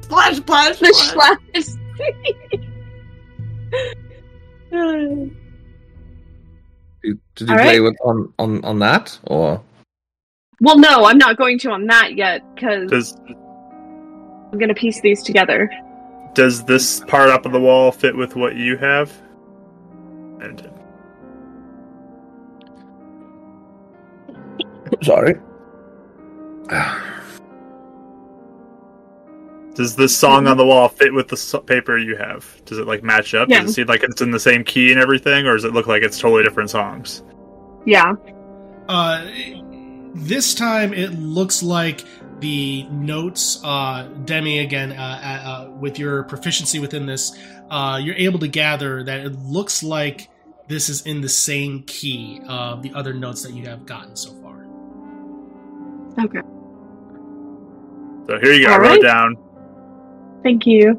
Splash, splash,
The
splash.
slash.
Did, did you
All
play
right.
with on, on on that or?
well, no, I'm not going to on that yet because
does
I'm gonna piece these together.
does this part up of the wall fit with what you have? And
Sorry.
Does this song on the wall fit with the s- paper you have? Does it like match up?
Yeah.
Does it seem like it's in the same key and everything, or does it look like it's totally different songs?
Yeah.
Uh, this time it looks like the notes, uh, Demi again, uh, uh, uh, with your proficiency within this, uh, you're able to gather that it looks like this is in the same key of the other notes that you have gotten so far.
Okay.
So here you go. I
All
wrote
right.
it down.
Thank you.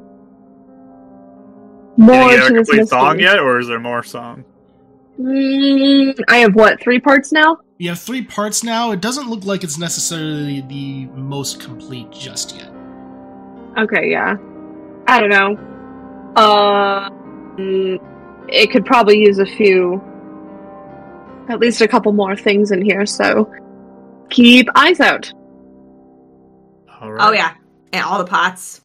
Did
More
you
to
get a
this
complete song
mystery.
yet, or is there more song?
Mm, I have what, three parts now?
You have three parts now. It doesn't look like it's necessarily the most complete just yet.
Okay, yeah. I don't know. Uh, mm, it could probably use a few, at least a couple more things in here. So keep eyes out,
All right.
Oh yeah, and all the pots.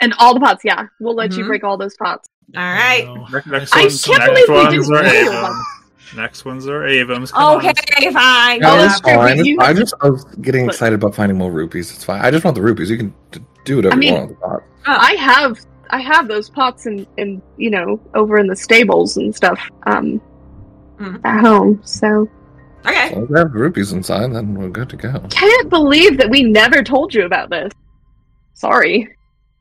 and all the pots. Yeah, we'll let you
Mhm.
break all those pots.
All right.
No.
Ne- next
I
one's,
can't
next
believe we
ones
didn't
are
do
Avums. Next ones are Avums. Come on.
Oh, Okay, fine.
No,
Oh,
it's
that's great,
fine.
but you-
I just I was getting
But-
excited about finding more rupees. It's fine. I just want the rupees. You can d- do whatever
I mean-
you want with the pot.
Uh, I have, I have those pots in, in you know, over in the stables and stuff, um,
Mhm.
at home. So
As
Okay.
long as we have the rupees inside, then we're good to go.
can't believe that we never told you about this. Sorry,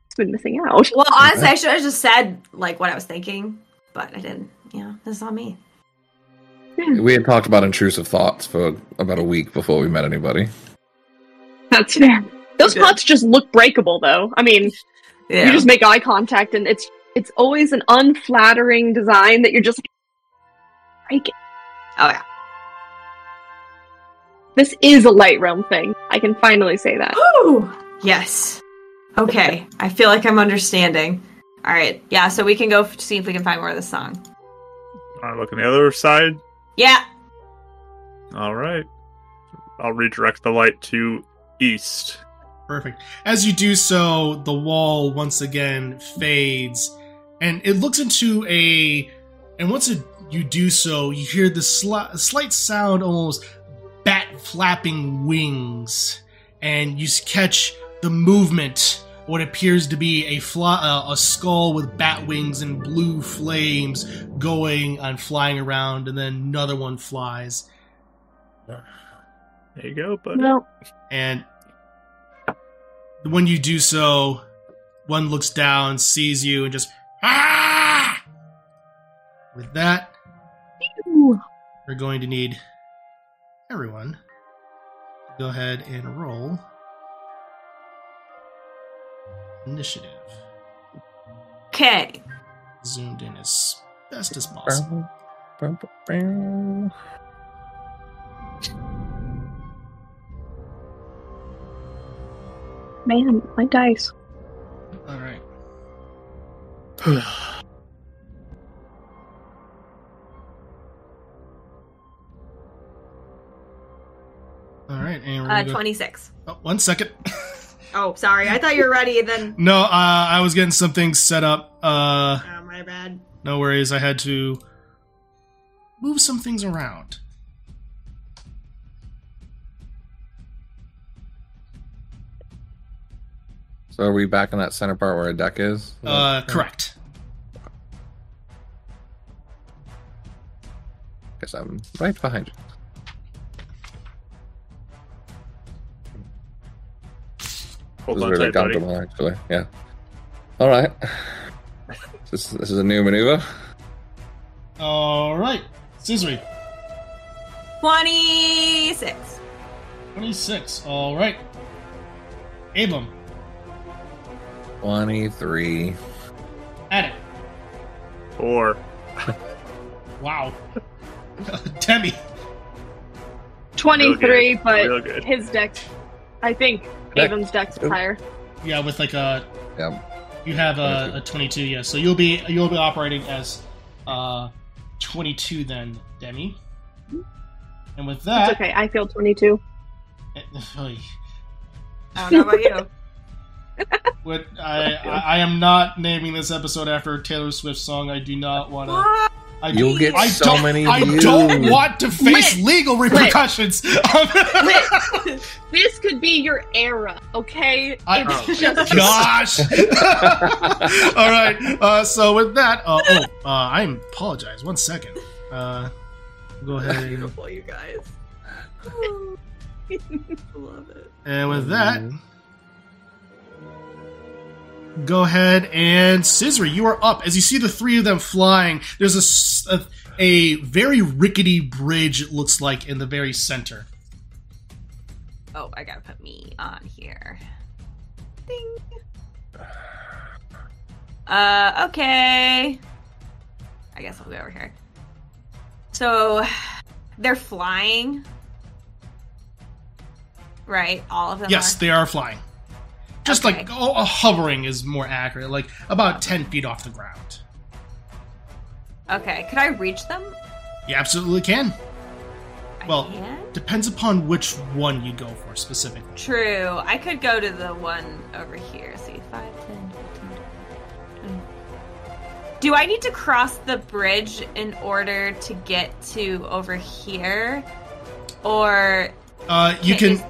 it's been missing out.
Well, honestly, I should have just said like what I was thinking, but I didn't. Yeah, this is on me.
We had talked about intrusive thoughts for about a week before we met anybody.
That's fair. Those
Yeah.
pots just look breakable, though. I mean,
Yeah.
you just make eye contact, and it's it's always an unflattering design that you're just like, break it.
oh yeah.
This is a light realm thing. I can finally say that.
Ooh. Yes. Okay. I feel like I'm understanding. All right. Yeah. So we can go f- see if we can find more of this song.
Wanna look on the other side.
Yeah.
All right. I'll redirect the light to east.
Perfect. As you do so, the wall once again fades, and it looks into a. And once it, you do so, you hear the sli- slight sound, almost bat flapping wings, and you s- catch the movement. of What appears to be a fly, uh, a skull with bat wings and blue flames going and flying around, and then another one flies,
There you go, buddy.
No,
and when you do so, one looks down, sees you, and just ah! With that,
Phew.
we're going to need everyone to go ahead and roll initiative.
Okay.
Zoomed in as best as possible.
man, my dice.
All right. All right, and we're
Uh,
gonna go-
twenty six.
Oh, one second.
Oh, sorry. I thought you were ready. and Then.
no, uh, I was getting some things set up. Uh,
Oh, my bad.
no worries. I had to move some things around.
So are we back in that center part where a deck is?
Uh, correct.
Guess I'm right behind you.
Hold
this
on
is really
tight, buddy.
comfortable, actually. Yeah. All right. this, this is a new maneuver.
All right, Scissory,
Twenty six.
twenty-six. All right, Abram,
Twenty-three.
at it.
Four.
Wow, Demi.
Real good.
23,
Real
but
good.
his dex, I think,
Dex.
Avon's dex is
Oop.
higher.
Yeah, with like a
Yeah.
you have a, a 22. Yeah, so you'll be you'll be operating as uh 22 then, Demi. And with
It's
that,
okay. I feel 22.
I don't know about you.
What I, I I am not naming this episode after a Taylor Swift song. I do not want to.
What?
I do,
You'll get
I
so
don't,
many
I
views.
don't want to face legal repercussions.
This could be your era, okay?
I-
it's just.
Gosh. All right. Uh, so with that, uh, oh, uh, I apologize. One second. Uh, go ahead. and-
Beautiful, you guys. Love it.
And with that, go ahead and Scissory, you are up. As you see the three of them flying, there's a s- a, a very rickety bridge, it looks like, in the very center.
Oh, I gotta put me on here. Ding. Uh, okay. I guess I'll go over here. So they're flying. Right? All of them
Yes,
are.
they are flying. Just
Uh-huh. Okay.
like oh, uh, hovering is more accurate, like about 10 feet off the ground.
Okay. Could I reach them?
You absolutely can.
I
Well-
can?
Depends upon which one you go for specifically.
True. I could go to the one over here. See, 5, 10, 15, 20. Do I need to cross the bridge in order to get to over here? Or
Uh, you can.
is,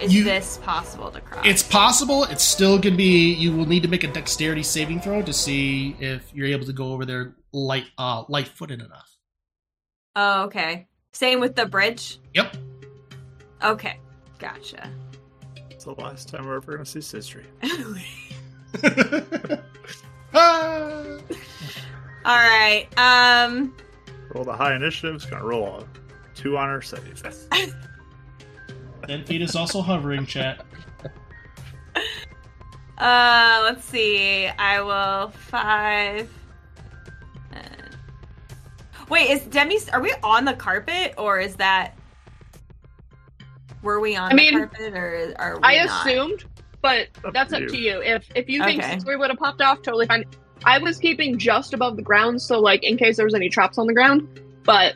is
you-
this possible to cross?
It's possible. It's still gonna be. You will need to make a dexterity saving throw to see if you're able to go over there light, uh, light-footed enough.
Oh, okay. Same with the bridge?
Yep.
Okay. Gotcha.
It's the last time we're ever going to see Sisri.
Ah!
All right. Um
Roll the high initiative. It's going to roll a two on her save.
Ten feet is also hovering. Chat.
uh let's see. I will 5 and- Wait, is Demi are we on the carpet or is that Were we on
I mean,
the carpet or are we
I
not?
assumed, but
Up
that's
to
up
you.
to you. If if you think
Okay.
we would have popped off, totally fine. I was keeping just above the ground, so like in case there was any traps on the ground. But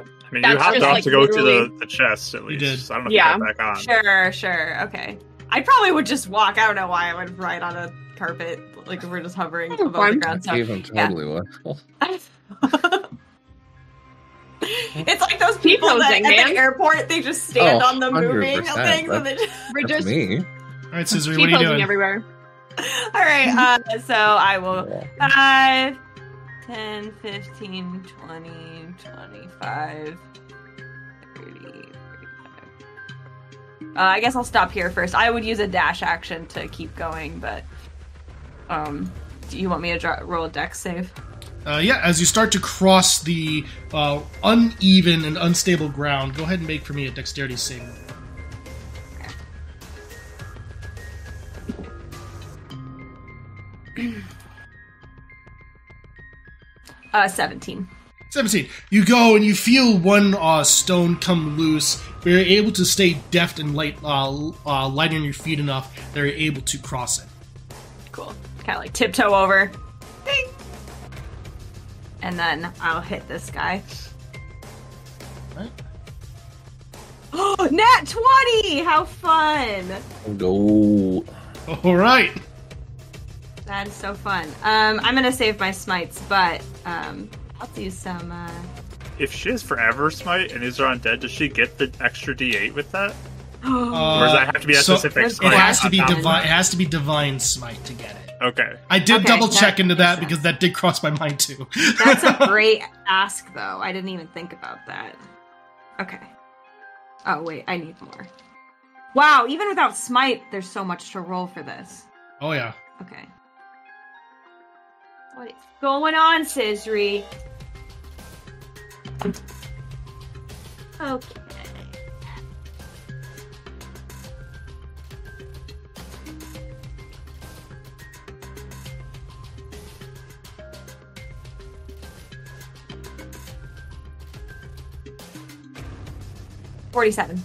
I mean, you
That's
hopped
just,
off
like,
to go to
literally-
the, the chest, at least.
did.
So I don't know
Yeah.
if you got back on.
Sure, sure. Okay. I probably would just walk. I don't know why I would ride on a carpet like if we're just hovering
That's
above the
fine.
ground. So
Even
yeah.
totally will.
it's like those people that
posing,
at
man.
the airport they just stand
Oh,
on the moving
100%,
things and they just
we're
That's
just
me.
All right, Scissory,
keep
what are you
posing
doing?
everywhere.
all right uh, so i will
Yeah.
5 10 15 20 25 30 35 uh, i guess i'll stop here first i would use a dash action to keep going but um do you want me to draw, roll a deck save
Uh, yeah, as you start to cross the uh, uneven and unstable ground, go ahead and make for me a dexterity saving.
uh 17
17. You go and you feel one uh, stone come loose. but You're able to stay deft and light, uh, uh, light on your feet enough that you're able to cross it.
Cool. Kind of like tiptoe over. Ding. And then I'll hit this guy.
Right.
Oh, nat 20! How fun!
Go.
All right.
That is so fun. Um, I'm gonna save my smites, but um, I'll do some. Uh...
If she has forever smite and is undead, does she get the extra D8 with that?
Uh,
Or does that have to be a
so-
specific
There's
it
smite?
Like,
has to
on
be
top of
divine. It has to be divine smite to get it.
that? Okay.
I did
Okay,
double check
that
into that
makes
because that did cross my mind too.
That's a great ask, though. I didn't even think about that. Okay. Oh, wait, I need more. Wow, even without smite, there's so much to roll for this.
oh yeah.
Okay. What is going on, Sisri? Okay. Forty-seven.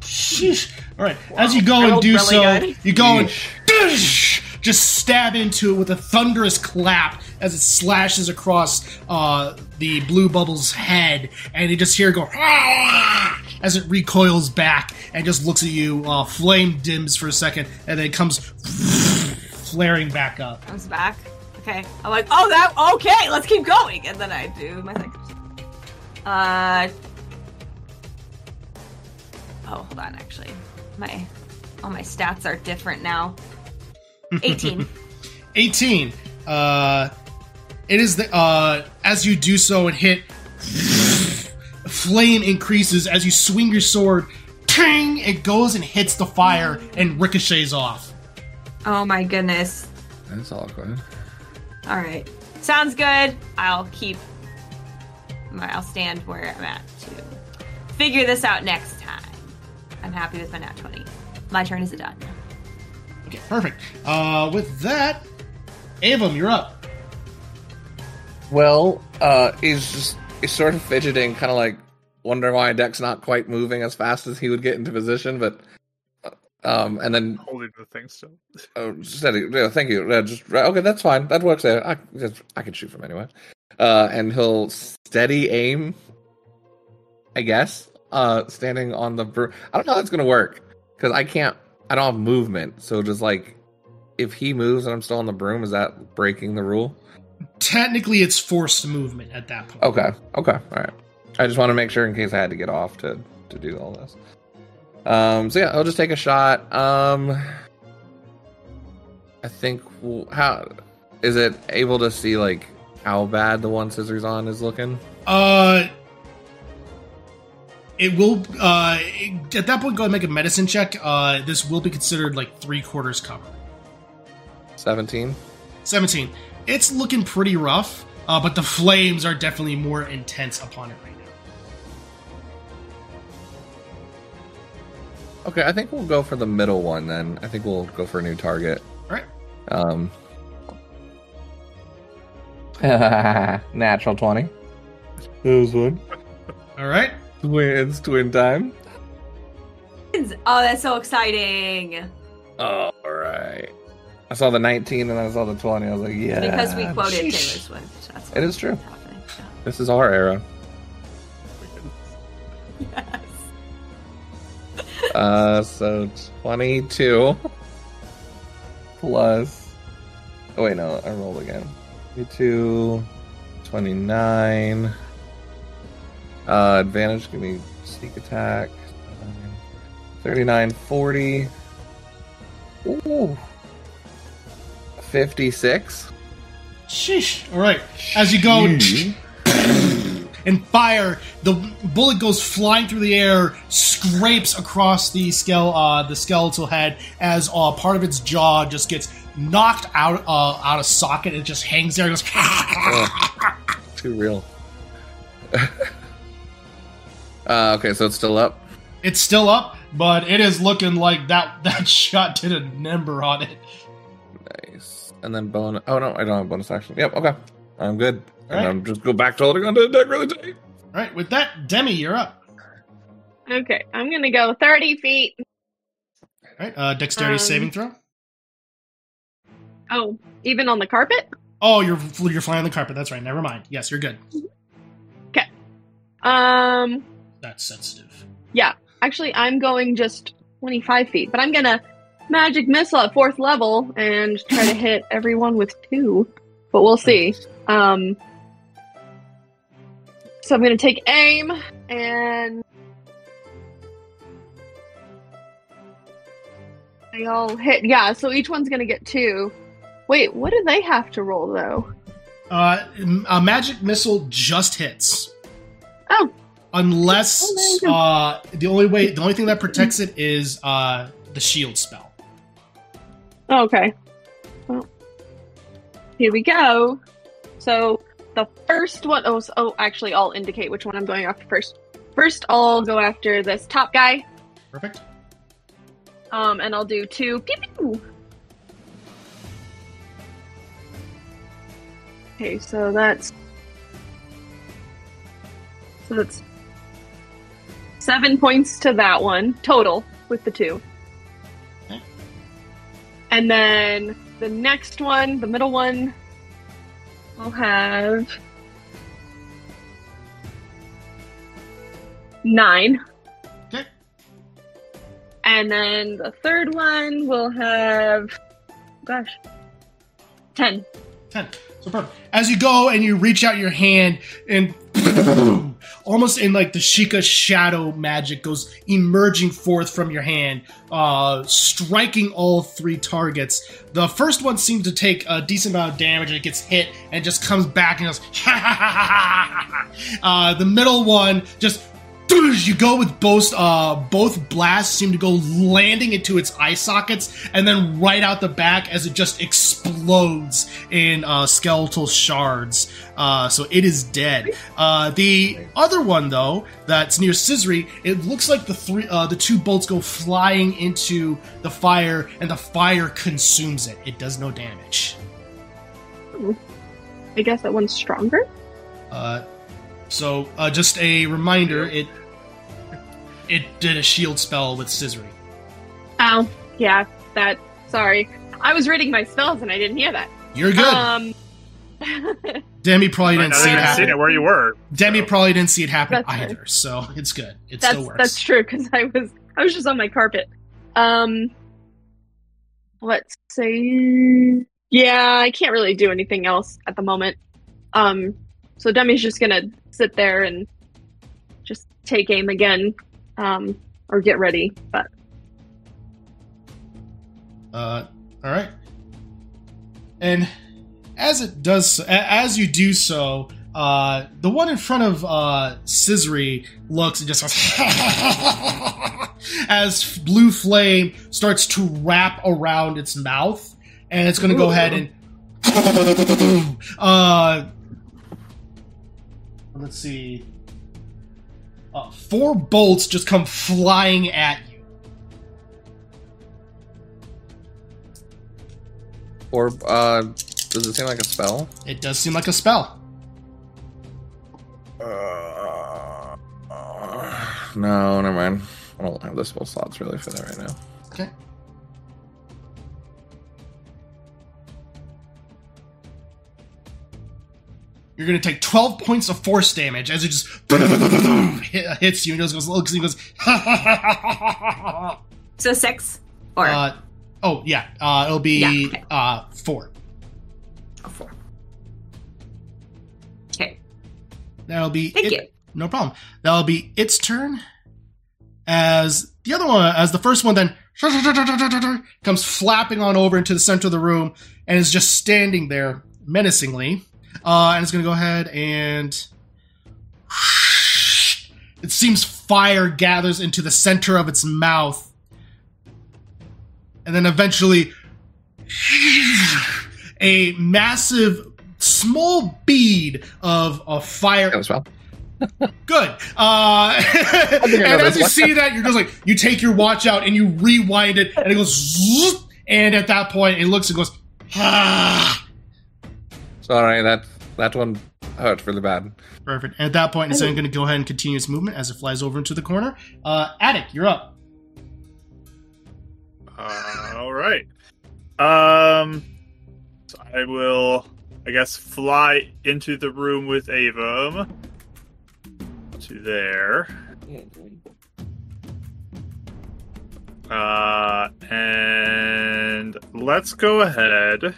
Sheesh. All right. As you go and do
Rolled
so,
really good.
you go and
Yeesh.
just stab into it with a thunderous clap as it slashes across uh, the blue bubble's head, and you just hear it go "Ah!" as it recoils back and just looks at you. Uh, flame dims for a second, and then it comes flaring back up.
comes back. Okay. I'm like, oh, that, okay, let's keep going. And then I do my thing. Uh. Oh, hold on, actually. My, all my stats are different now. 18.
18. Uh, it is the uh, as you do so and hit, flame increases as you swing your sword. Ting! It goes and hits the fire and ricochets off.
oh my goodness.
That's awkward.
All right. Sounds good. I'll keep, my, I'll stand where I'm at to figure this out next time. I'm happy with my nat 20. My turn is done.
Okay, perfect. Uh, with that, Avum, you're up.
Well, uh, he's just he's sort of fidgeting, kind of like wondering why Deck's not quite moving as fast as he would get into position. But um, and then
Holding the thing still.
Oh, steady. Yeah, thank you. Uh, just right. okay. That's fine. That works there. I that's- I can shoot from anywhere. Uh, and he'll steady aim. I guess. Uh, standing on the. Br- I don't know how that's gonna work because I can't. I don't have movement. So just like, if he moves and I'm still on the broom, is that breaking the rule?
Technically, it's forced movement at that point.
Okay. Okay. All right. I just want to make sure in case I had to get off to to do all this. Um. So yeah, I'll just take a shot. Um. I think w- how is it able to see like how bad the one scissors on is looking?
Uh, it will. Uh, it- at that point, go ahead and make a medicine check. Uh, this will be considered like three quarters cover.
Seventeen.
17. It's looking pretty rough, uh, but the flames are definitely more intense upon it right now.
Okay. I think we'll go for the middle one then. I think we'll go for a new target.
All right.
Um. Natural twenty. That was one.
All right.
Twin, it's twin time.
Oh, that's so exciting.
All Oh, right. I saw the 19 and I saw the 20. I was like, yeah.
Because we quoted Taylor
Uh, Sheesh.
Swift. That's
It is true.
what's happening.
This is our era.
Yes.
Uh, so 22 plus. Oh, wait, no. I rolled again. 22, 29. Uh, advantage, give me sneak attack. 39, 40. Ooh. 56.
Sheesh. All right. As you go and fire, the bullet goes flying through the air, scrapes across the skele, uh, the skeletal head as uh, part of its jaw just gets knocked out uh, out of socket. It just hangs there. And goes.
Too real. uh, okay, so it's still up.
it's still up, but it is looking like that that shot did a number on it.
Nice. And then bonus. Oh no, I don't have bonus action. Yep. Okay, I'm good. and
Alright.
I'm just go back to holding onto the deck really tight.
All right. With that, Demi, you're up.
Okay, I'm gonna go 30 feet.
All right. Uh, dexterity
Um,
saving throw.
Oh, even on the carpet?
Oh, you're you're flying on the carpet. That's right. Never mind. Yes, you're good.
Um,
That's sensitive.
actually, I'm going just 25 feet, but I'm gonna magic missile at fourth level and try to hit everyone with two, but we'll see. Um, so I'm gonna take aim and they all hit. Yeah, so each one's gonna get two. Wait, what do they have to roll though?
Uh, m- a magic missile just hits.
Oh.
Unless
Oh, there you go.
uh, the only way, the only thing that protects it is uh, the shield spell.
Oh, okay. Well, here we go. So the first one oh, so, oh, actually, I'll indicate which one I'm going after first. First, I'll go after this top guy,
Perfect.
um, and I'll do two pew pew. Okay, so that's so that's seven points to that one total with the two.
Okay.
And then the next one, the middle one, I'll have nine.
Okay.
And then the third one will have, gosh, ten.
Ten. So perfect. As you go and you reach out your hand and almost in like the Sheikah shadow magic goes emerging forth from your hand, uh, striking all three targets. The first one seems to take a decent amount of damage and it gets hit and just comes back and goes. uh, the middle one just. You go with both. Uh, both blasts seem to go landing into its eye sockets, and then right out the back as it just explodes in uh, skeletal shards. Uh, so it is dead. Uh, the other one, though, that's near Scissory, it looks like the three, uh, the two bolts go flying into the fire, and the fire consumes it. It does no damage.
I guess that one's stronger.
Uh, So, uh, just a reminder, it it did a shield spell with Scissory.
Oh, yeah, that. Sorry. I was reading my spells and I didn't hear that.
You're good.
Um,
Demi probably
Right,
didn't
now
see
that
it
I've seen
happen.
it where you were.
Demi
so-
probably didn't see it happen
That's fair.
either, so it's good. It
that's
still works.
that's true because I was I was just on my carpet. Um, let's see. Yeah, I can't really do anything else at the moment. Um, so Demi's just gonna sit there and just take aim again, um, or get ready. But
Uh, all right. And as it does, so, a- as you do so, uh, the one in front of uh, Scissory looks and just goes as blue flame starts to wrap around its mouth, and it's going to go ahead and uh, let's see, uh, four bolts just come flying at you.
Or uh, does it seem like a spell?
It does seem like a spell.
Uh, no, never mind. I don't have the spell slots really for that right now.
Okay. You're gonna take 12 points of force damage as it just hit- hits you and just goes looks and goes.
So six or
uh, oh yeah, uh, it'll be
Yeah.
uh, four.
a four. Okay.
That'll be
Thank
it-
you.
No problem. That'll be its turn. As the other one, as the first one, then comes flapping on over into the center of the room and is just standing there menacingly. Uh, and it's going to go ahead and. It seems fire gathers into the center of its mouth. And then eventually, a massive, small bead of, of fire
That was well.
Good. Uh,
think I know
and as
this
you
one.
see that, you're just like, you take your watch out and you rewind it, and it goes, zoop, and at that point, it looks and goes, ah.
Sorry, that that one hurt really bad.
Perfect. And at that point, it's then going to go ahead and continue its movement as it flies over into the corner. Uh, Attic, you're up.
Uh, all right. Um, so I will, I guess, fly into the room with Avum. To there. Uh, and let's go ahead. Uh,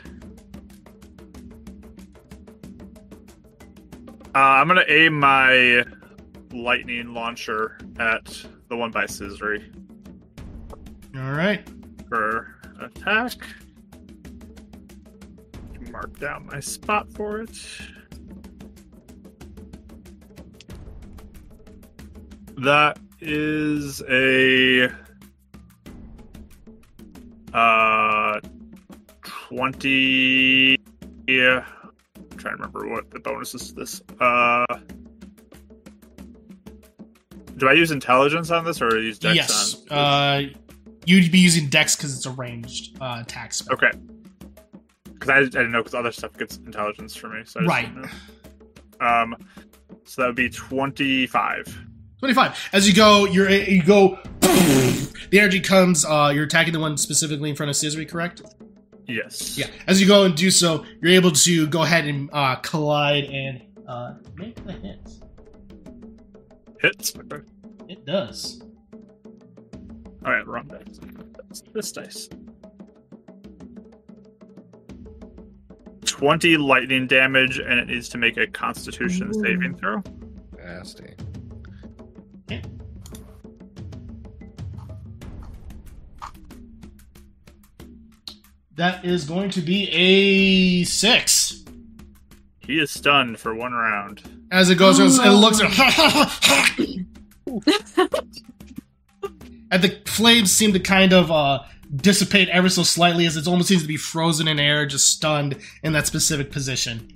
I'm gonna aim my lightning launcher at the one by Scissory
All right.
for attack. Mark down my spot for it. That is a uh twenty. Yeah, I'm trying to remember what the bonus is. To this uh, do I use intelligence on this or do I use dex
yes.
on?
Uh, you'd be using Dex because it's a ranged uh, attack spell.
Okay. Because I, I didn't know because other stuff gets intelligence for me. So I just
Right.
didn't know. Um, so that would be twenty-five.
25. As you go, you're, you go, the energy comes, uh, you're attacking the one specifically in front of Scissory, correct?
Yes.
Yeah, as you go and do so, you're able to go ahead and uh, collide and uh, make the hit.
Hits. Okay.
It does.
All right. Wrong dice. That's this dice. Twenty lightning damage, and it needs to make a Constitution saving throw.
Nasty.
That is going to be a six.
He is stunned for one round.
As it goes, it looks and the flames seem to kind of uh, dissipate ever so slightly, as it almost seems to be frozen in air, just stunned in that specific position.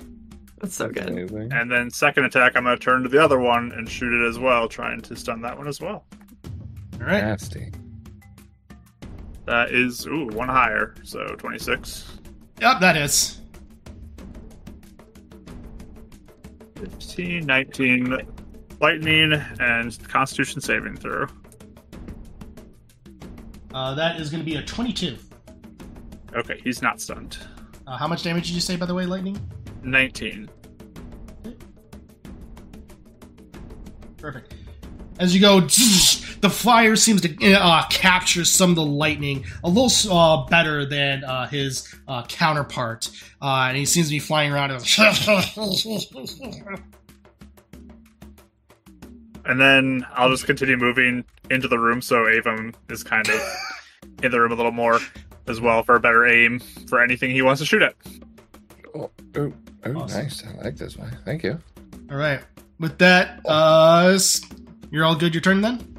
That's so good.
Amazing.
And then second attack, I'm going to turn to the other one and shoot it as well, trying to stun that one as well.
All right,
Nasty.
That is ooh one higher, so twenty-six.
yep, that is.
15, 19, lightning, and constitution saving throw.
Uh, that is going to be a 22.
Okay, he's not stunned.
Uh, how much damage did you say, by the way, Lightning?
19.
Perfect. As you go, the flyer seems to uh, capture some of the lightning a little uh, better than uh, his uh, counterpart, uh, and he seems to be flying around. and-
And then I'll just continue moving into the room so Avum is kind of in the room a little more as well for a better aim for anything he wants to shoot at.
Oh, oh, oh,
Awesome.
nice. I like this one. Thank you.
all right. With that, uh, s- you're all good. Your turn then.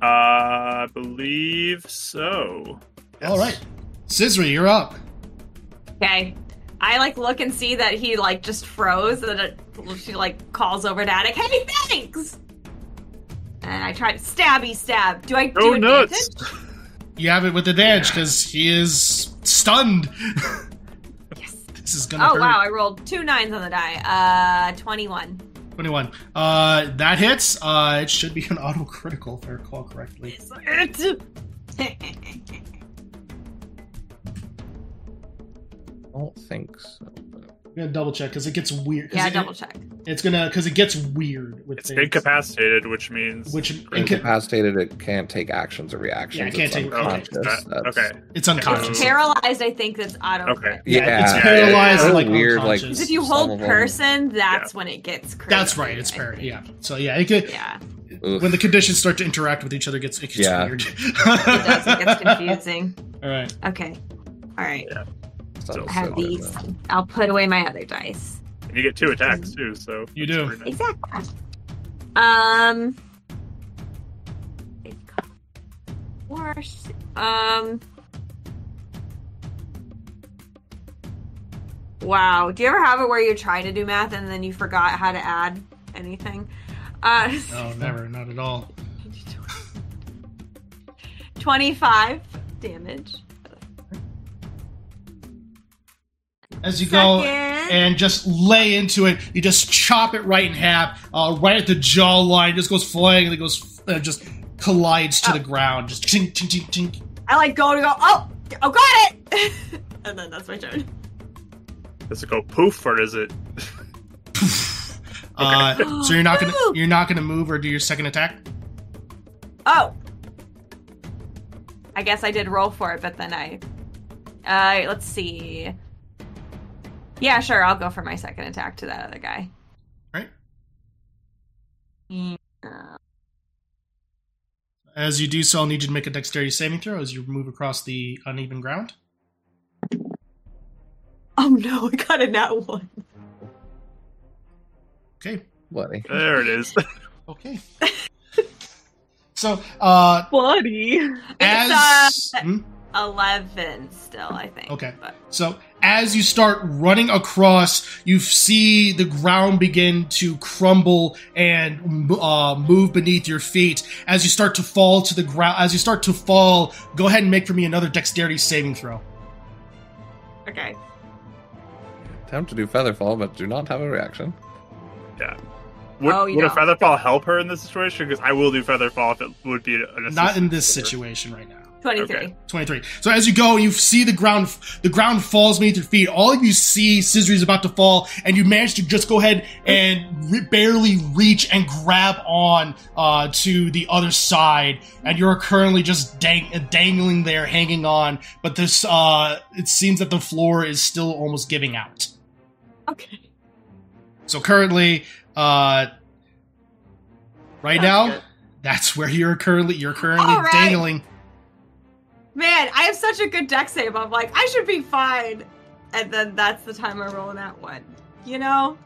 Uh, I believe so.
All right, Scissory, you're up.
Okay. I like look and see that he like just froze and then it- she like calls over to Attic, hey thanks! And I try to stabby stab. Do I do
Go
advantage?
nuts!
You have it with advantage because he is stunned.
Yes.
This is gonna
Oh
hurt.
wow, I rolled two nines on the die. Uh twenty-one.
21. Uh, that hits. Uh, it should be an auto critical if I recall correctly.
I don't think so. but-
I'm gonna double check because it gets weird. 'Cause
yeah,
it-
double check.
It's gonna because it gets weird with
It's
things,
incapacitated, which means
which inca-
Incapacitated, it can't take actions or reactions.
Yeah, it can't
It's
take-
unconscious.
Oh, okay, that-
That's-
okay,
it's unconscious.
So- Yeah.
Paralyzed, I think that's auto.
Okay.
Yeah, it's
it-
paralyzed and,
it's
like,
weird, like
unconscious.
Because if you
some
hold
of 'em-
person, that's when it gets crazy.
That's right. It's
I
parry.
think.
Yeah. So yeah, it could,
Yeah.
Oof.
when the conditions start to interact with each other, it gets it gets
Yeah.
weird.
It does, it gets confusing.
All right.
Okay. All right.
It's not
I have
so
these.
good,
I'll put away my other dice.
and you get two attacks too. So
You
that's
do.
pretty nice.
Exactly. Um. Worse. Um. Wow. Do you ever have it where you're trying to do math and then you forgot how to add anything? Uh,
No, Oh, never. Not at all.
25 damage.
As you go
Second.
and just lay into it, you just chop it right in half, uh, right at the jawline. Just goes flying and it goes uh, just collides to
Oh.
the ground. Just chink chink chink chink.
I like go to go. Oh, oh, got it! and then that's my turn.
Does it go poof or is it?
Uh, so you're not gonna
Woo!
you're not gonna move or do your second attack.
Oh. I guess I did roll for it, but then I. Uh, let's see. Yeah, sure. I'll go for my second attack to that other guy.
Right.
Mm, uh,
As you do so, I'll need you to make a dexterity saving throw as you move across the uneven ground.
Oh no! I got a nat one.
Okay.
Bloody.
There it is.
Okay. so, uh,
Bloody.
as
It's, uh,
Hmm?
Eleven, still, I think.
Okay.
But
so as you start running across, you see the ground begin to crumble and uh, move beneath your feet. As you start to fall to the ground, as you start to fall, go ahead and make for me another dexterity saving throw.
okay.
Attempt to do feather fall, but do not have a reaction.
Would,
Oh, you
would a
don't.
feather fall help her in this situation? Because I will do feather fall if it would be an assist.
Not in this situation right now.
Twenty-three.
Okay.
23. So as you go, you see the ground, the ground falls beneath your feet. All of you see Scissory is about to fall, and you manage to just go ahead and re- barely reach and grab on uh, to the other side. And you're currently just dang- dangling there, hanging on. But this, uh, it seems that the floor is still almost giving out.
Okay.
So currently, uh, right
Sounds
now,
good.
that's where you're currently, you're currently
All right.
dangling.
Man, I have such a good deck save. I'm like, I should be fine. And then that's the time I roll that one. You know?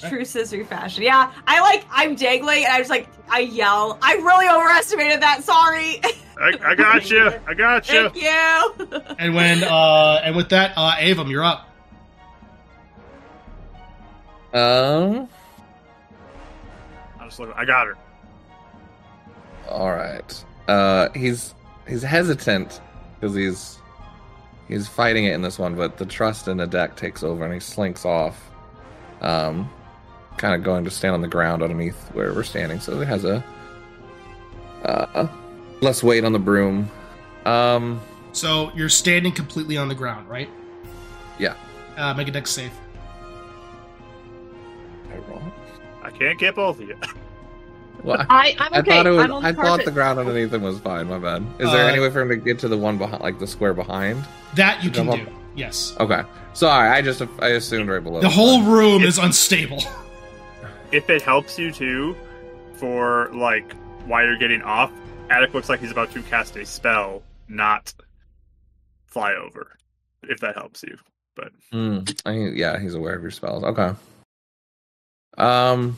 True scissory fashion. Yeah, I like, I'm dangling and I just like, I yell. I really overestimated that. Sorry.
I, I got you. I got you.
Thank you.
And when, uh, and with that, uh, Avum, you're up.
Um.
I'm just looking. I got her.
All right. Uh, he's he's hesitant because he's he's fighting it in this one, but the trust in the deck takes over and he slinks off. um, kind of going to stand on the ground underneath where we're standing, so it has a uh, less weight on the broom. Um,
So you're standing completely on the ground, right?
Yeah.
Uh, make a deck safe.
I roll.
I can't get both of you.
Well, I,
I, I'm
I
okay.
thought it was.
I'm on
I thought
carpet.
the ground underneath him was fine. My bad. Is there
Uh,
any way for him to get to the one behind, like the square behind?
That you can
Jump
do.
up.
Yes.
Okay. Sorry, I just I assumed right below.
The whole room is unstable.
If it helps you too, for like while you're getting off, Attic looks like he's about to cast a spell, not fly over. If that helps you.
Mm, I, yeah, he's aware of your spells. Okay. Um.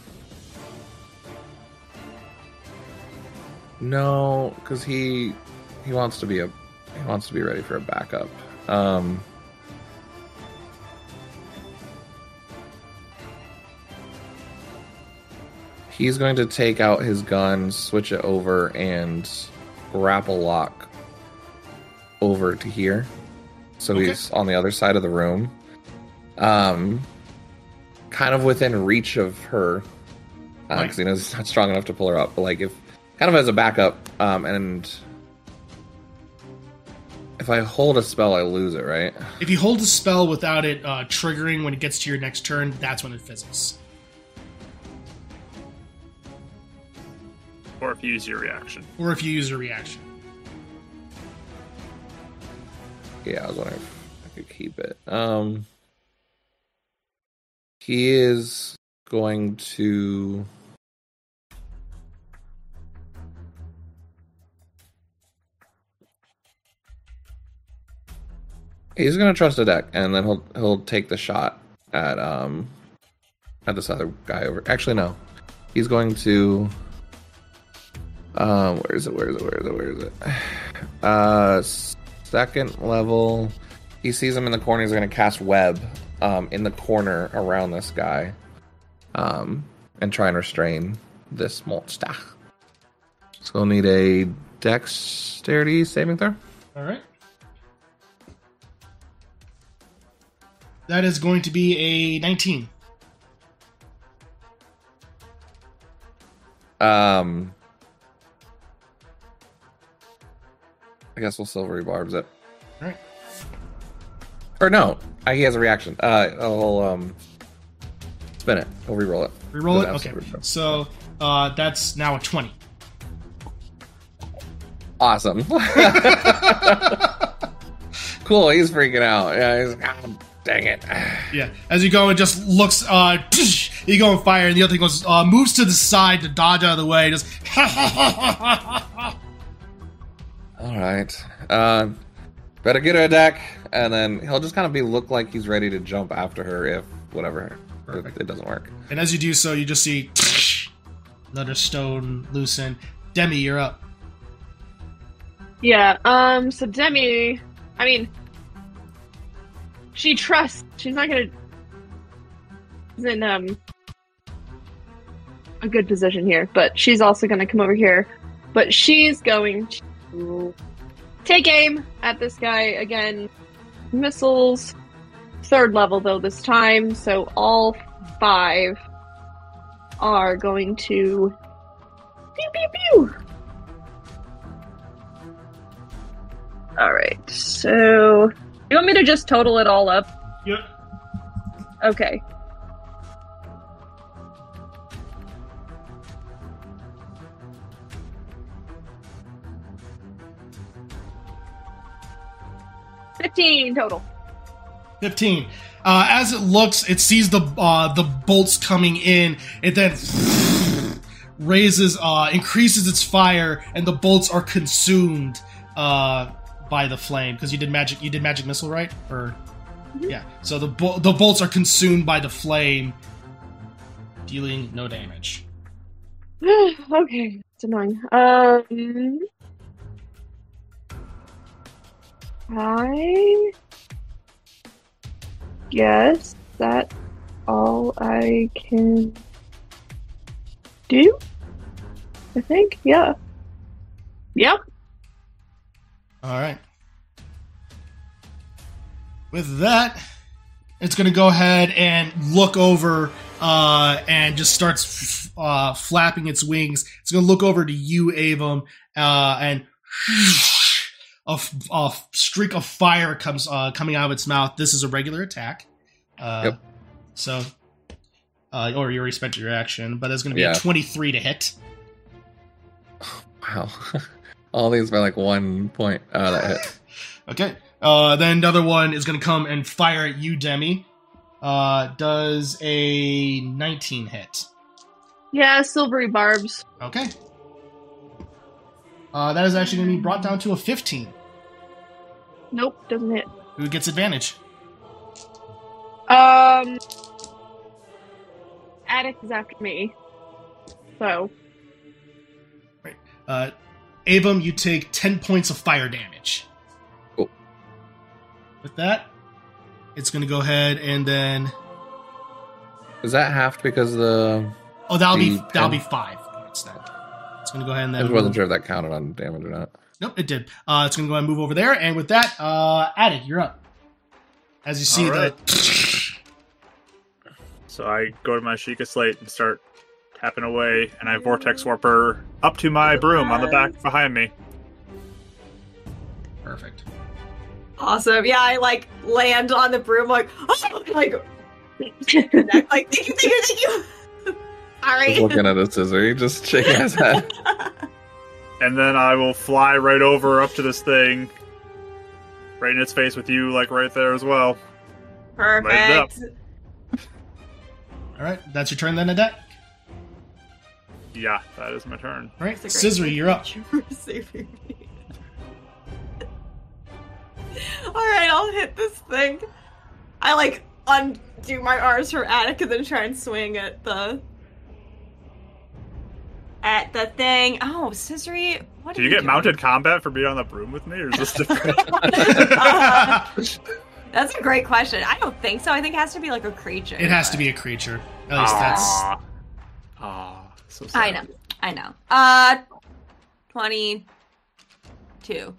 No, because he he wants to be a he wants to be ready for a backup. Um. He's going to take out his gun, switch it over, and grapple lock over to here. So
Okay.
he's on the other side of the room. Um, kind of within reach of her. Because
Right.
he knows he's not strong enough to pull her up. But, like, if kind of as a backup, um, and if I hold a spell, I lose it, right?
If you hold a spell without it uh, triggering when it gets to your next turn, that's when it fizzles.
Or if you use your reaction.
Or if you use a reaction.
Yeah, I was wondering if I could keep it. Um, he is going to. He's gonna trust the deck, and then he'll he'll take the shot at um at this other guy over. Actually, no, he's going to. Um, where is it? Where is it? Where is it? Where is it? Uh, second level. He sees him in the corner. He's going to cast web um, in the corner around this guy, um, and try and restrain this monster. So he'll need a dexterity saving throw.
All right. That is going to be a 19.
Um, I guess we'll silvery barbs it.
All right.
Or no, uh, he has a reaction. Uh, I'll um, spin it. I'll re-roll it.
Reroll it?
Doesn't have
Okay.
silvery barbs.
So uh, that's now a 20.
Awesome. cool. He's freaking out. Yeah, he's "Ah, dang it.
Yeah. As you go and just looks, uh, you go on fire, and the other thing goes, uh, moves to the side to dodge out of the way. Just.
All right. Uh, better get her a deck, and then he'll just kind of be look like he's ready to jump after her if whatever if
Perfect.
it doesn't work.
and as you do so, you just see another stone loosen. Demi, you're up.
Yeah. Um. So Demi, I mean, she trusts. She's not gonna. Is in um a good position here, but she's also gonna come over here. But she's going to take aim at this guy again. Missiles, third level though this time. So all five are going to. Pew pew pew. All right. So, you want me to just total it all up?
Yep.
Okay. Fifteen total.
15. Uh, as it looks, it sees the uh, the bolts coming in. It then raises, uh, increases its fire, and the bolts are consumed uh, by the flame. Because you did magic, you did magic missile, right? Or yeah. So the bol- the bolts are consumed by the flame, dealing no damage.
okay, it's annoying. Um, I guess that's all I can do. I think, yeah. Yep.
All right. With that, It's going to go ahead and look over uh, and just starts f- uh, flapping its wings. It's going to look over to you, Avum, uh, and a, f- a f- streak of fire comes uh, coming out of its mouth. This is a regular attack. Uh,
Yep.
So, uh, or you already spent your action, but it's going to be
Yeah.
a 23 to hit.
Wow. All these by like one point. Oh, that hit.
Okay. Uh, then another one is going to come and fire at you, Demi. Uh, does a 19 hit.
Yeah, silvery barbs.
Okay. Uh, that is actually going to be brought down to a 15.
Nope, doesn't hit.
Who gets advantage?
Um, Attic is after me. So
Uh, Abum, you take 10 points of fire damage.
Cool.
With that, it's going to go ahead and then.
Is that half because of the?
Oh, that'll be
The
that'll
ten.
be five points then. It's going to go ahead and
I
then.
just wasn't sure if that counted on damage or not.
Nope, it did. Uh, it's going to go ahead and move over there. And with that, uh, Attic, you're up. As you see,
All right.
the.
So I go to my Sheikah slate and start tapping away, and I vortex warp her up to my broom on the back behind me.
Perfect.
Awesome. Yeah, I like land on the broom, like, oh, like, neck, like, thank you, thank you, thank you. All
Just
right.
looking at a scissor, he just shaking his head.
And then I will fly right over up to this thing, right in its face with you, like right there as well. up.
Perfect.
All right, that's your turn then, Adet.
Yeah, that is my turn.
All right,
It's a great
Scissory, you're up.
Thank you for saving me. All right, I'll hit this thing. I like undo my arms from Attic and then try and swing at the at the thing. Oh, Scissory, what
Do
are
you get
doing?
mounted combat for being on the broom with me, or is this different?
Uh, that's a great question. I don't think so. I think it has to be like a creature.
it has
but-
to be a creature. At least that's.
Aw. Aw, so
I
sad.
know. I know. Uh, twenty-two.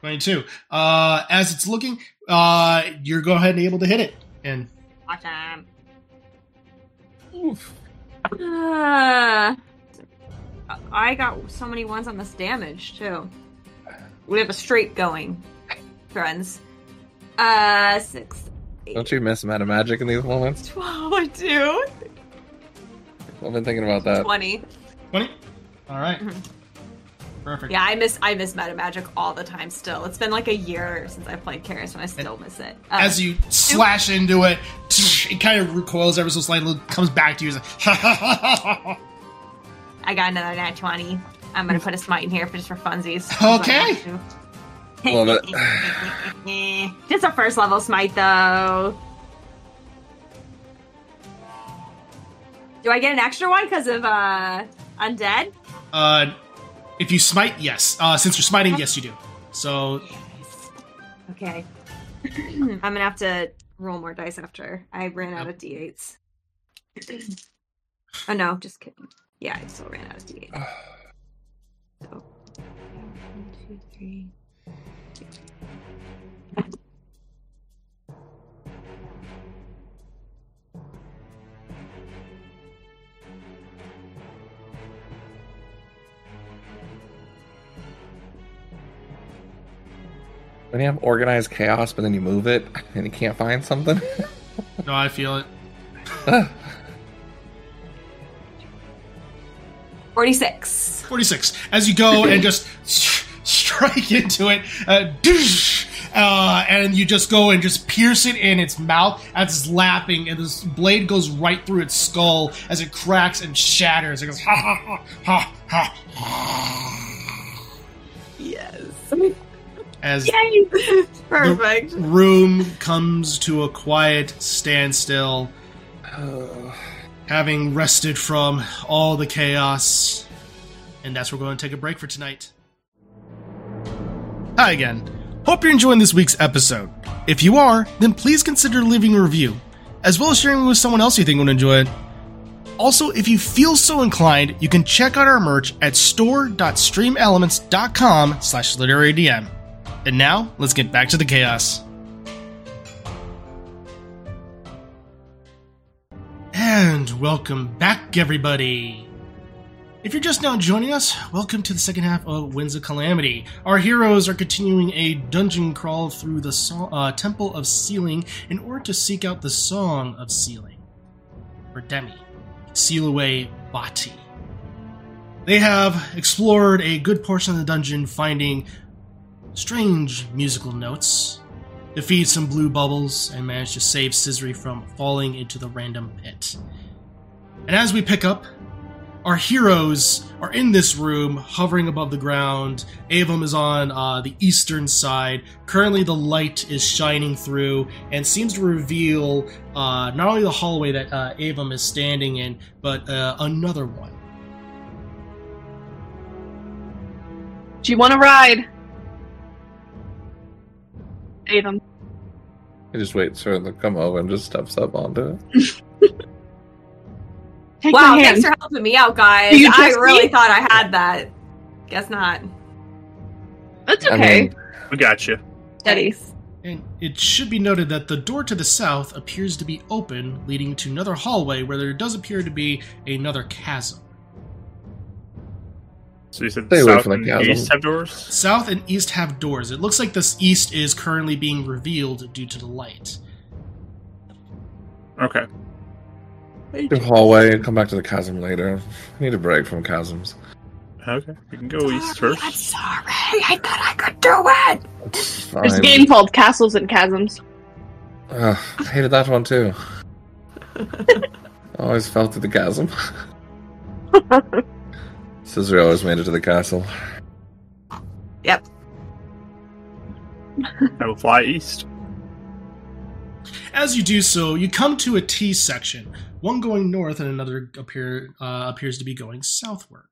22. Uh, as it's looking, uh, you're go ahead and able to hit it. And
Awesome.
Oof.
Uh, I got so many ones on this damage too. We have a streak going, friends. Uh, six,
Don't you miss meta magic in these moments?
twelve, I do.
I've been thinking about
Uh,
that.
Twenty.
20. All right.
Mhm.
Perfect.
Yeah, I miss I miss meta magic all the time. Still, it's been like a year since I played Karis, and I still miss it. Uh,
As you slash into it, it kind of recoils ever so slightly, comes back to you. As a
I got another nat twenty. I'm gonna put a smite in here for just for funsies. 'cause
Okay.
I
Love
want
it.
to. Eh, just a first level smite though. Do I get an extra one because of uh undead?
uh, if you smite, yes. Uh, since you're smiting, yes, you do. So
Okay. I'm gonna have to roll more dice after I ran out of d8s. oh no, just kidding. Yeah, I still ran out of d8. So, one, two, three.
When you have organized chaos, but then you move it and you can't find something.
No, I feel it.
Forty-six.
46. As you go and just strike into it, uh, doosh, uh, and you just go and just pierce it in its mouth as it's lapping, and this blade goes right through its skull as it cracks and shatters. It goes, ha ha ha ha ha. Yes. As
Perfect.
room comes to a quiet standstill, having rested from all the chaos. And that's where we're going to take a break for tonight. Hi again. Hope you're enjoying this week's episode. If you are, then please consider leaving a review, as well as sharing it with someone else you think would enjoy it. Also, if you feel so inclined, you can check out our merch at store.streamelements.com slash literary DM. And now, let's get back to the chaos. And welcome back, everybody. If you're just now joining us, welcome to the second half of Winds of Calamity. Our heroes are continuing a dungeon crawl through the so- uh, Temple of Sealing in order to seek out the Song of Sealing, or Demi, seal away Bati. They have explored a good portion of the dungeon, finding strange musical notes, defeat some blue bubbles, and manage to save Scissory from falling into the random pit. And as we pick up, our heroes are in this room, hovering above the ground. Avum is on uh, the eastern side. Currently, the light is shining through and seems to reveal uh, not only the hallway that uh, Avum is standing in, but uh, another one.
Do you want to ride? Avon.
He just waits for him to come over and just steps up onto it.
Take
wow,
my hand.
thanks for helping me out, guys.
Do you
I
trust
really
me?
thought I had that. Guess not.
That's
I
okay.
mean,
We got you.
Steady.
Thanks.
And it should be noted that the door to the south appears to be open, leading to another hallway where there does appear to be another chasm.
So you said
Stay away
south
from
and
the chasm.
east have doors.
South and east have doors. It looks like this east is currently being revealed due to the light.
Okay.
do hallway, come back to the chasm later. I need a break from chasms.
Okay. We can go east
Sorry, I'm
Oh, first.
sorry. I thought I could do it.
It's
There's a
fine.
game called Castles and Chasms.
Ugh, I hated that one too. I always fell through the chasm. Scissor always made it to the castle.
I will fly east.
As you do so, you come to a T section, one going north and another appear, uh, appears to be going southward.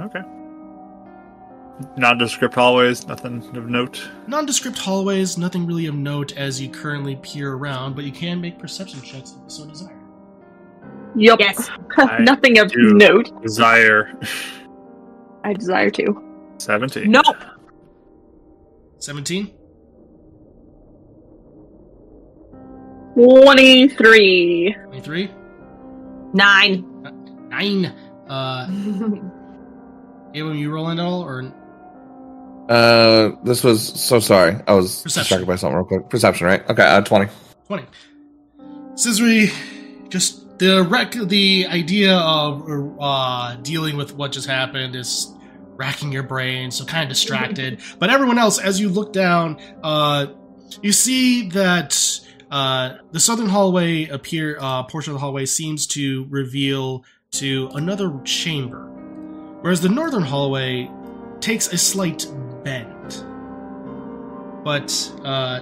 Okay. Nondescript hallways, nothing of note.
Nondescript hallways, nothing really of note as you currently peer around, but you can make perception checks if you so desire.
Yup.
Yes.
Nothing of
do.
note.
Desire
I desire to.
17.
No.
17?
23.
23?
Nine.
9? Uh, Abram, you rolling at all? Or
Uh, this was so sorry. I was
Perception.
distracted by something real quick. Perception, right? Okay, uh, twenty.
20. Scissory, just the rec- the idea of uh, dealing with what just happened is racking your brain, so kind of distracted. but everyone else, as you look down, uh, you see that uh, the southern hallway appear uh, portion of the hallway seems to reveal to another chamber, whereas the northern hallway takes a slight bend. But uh,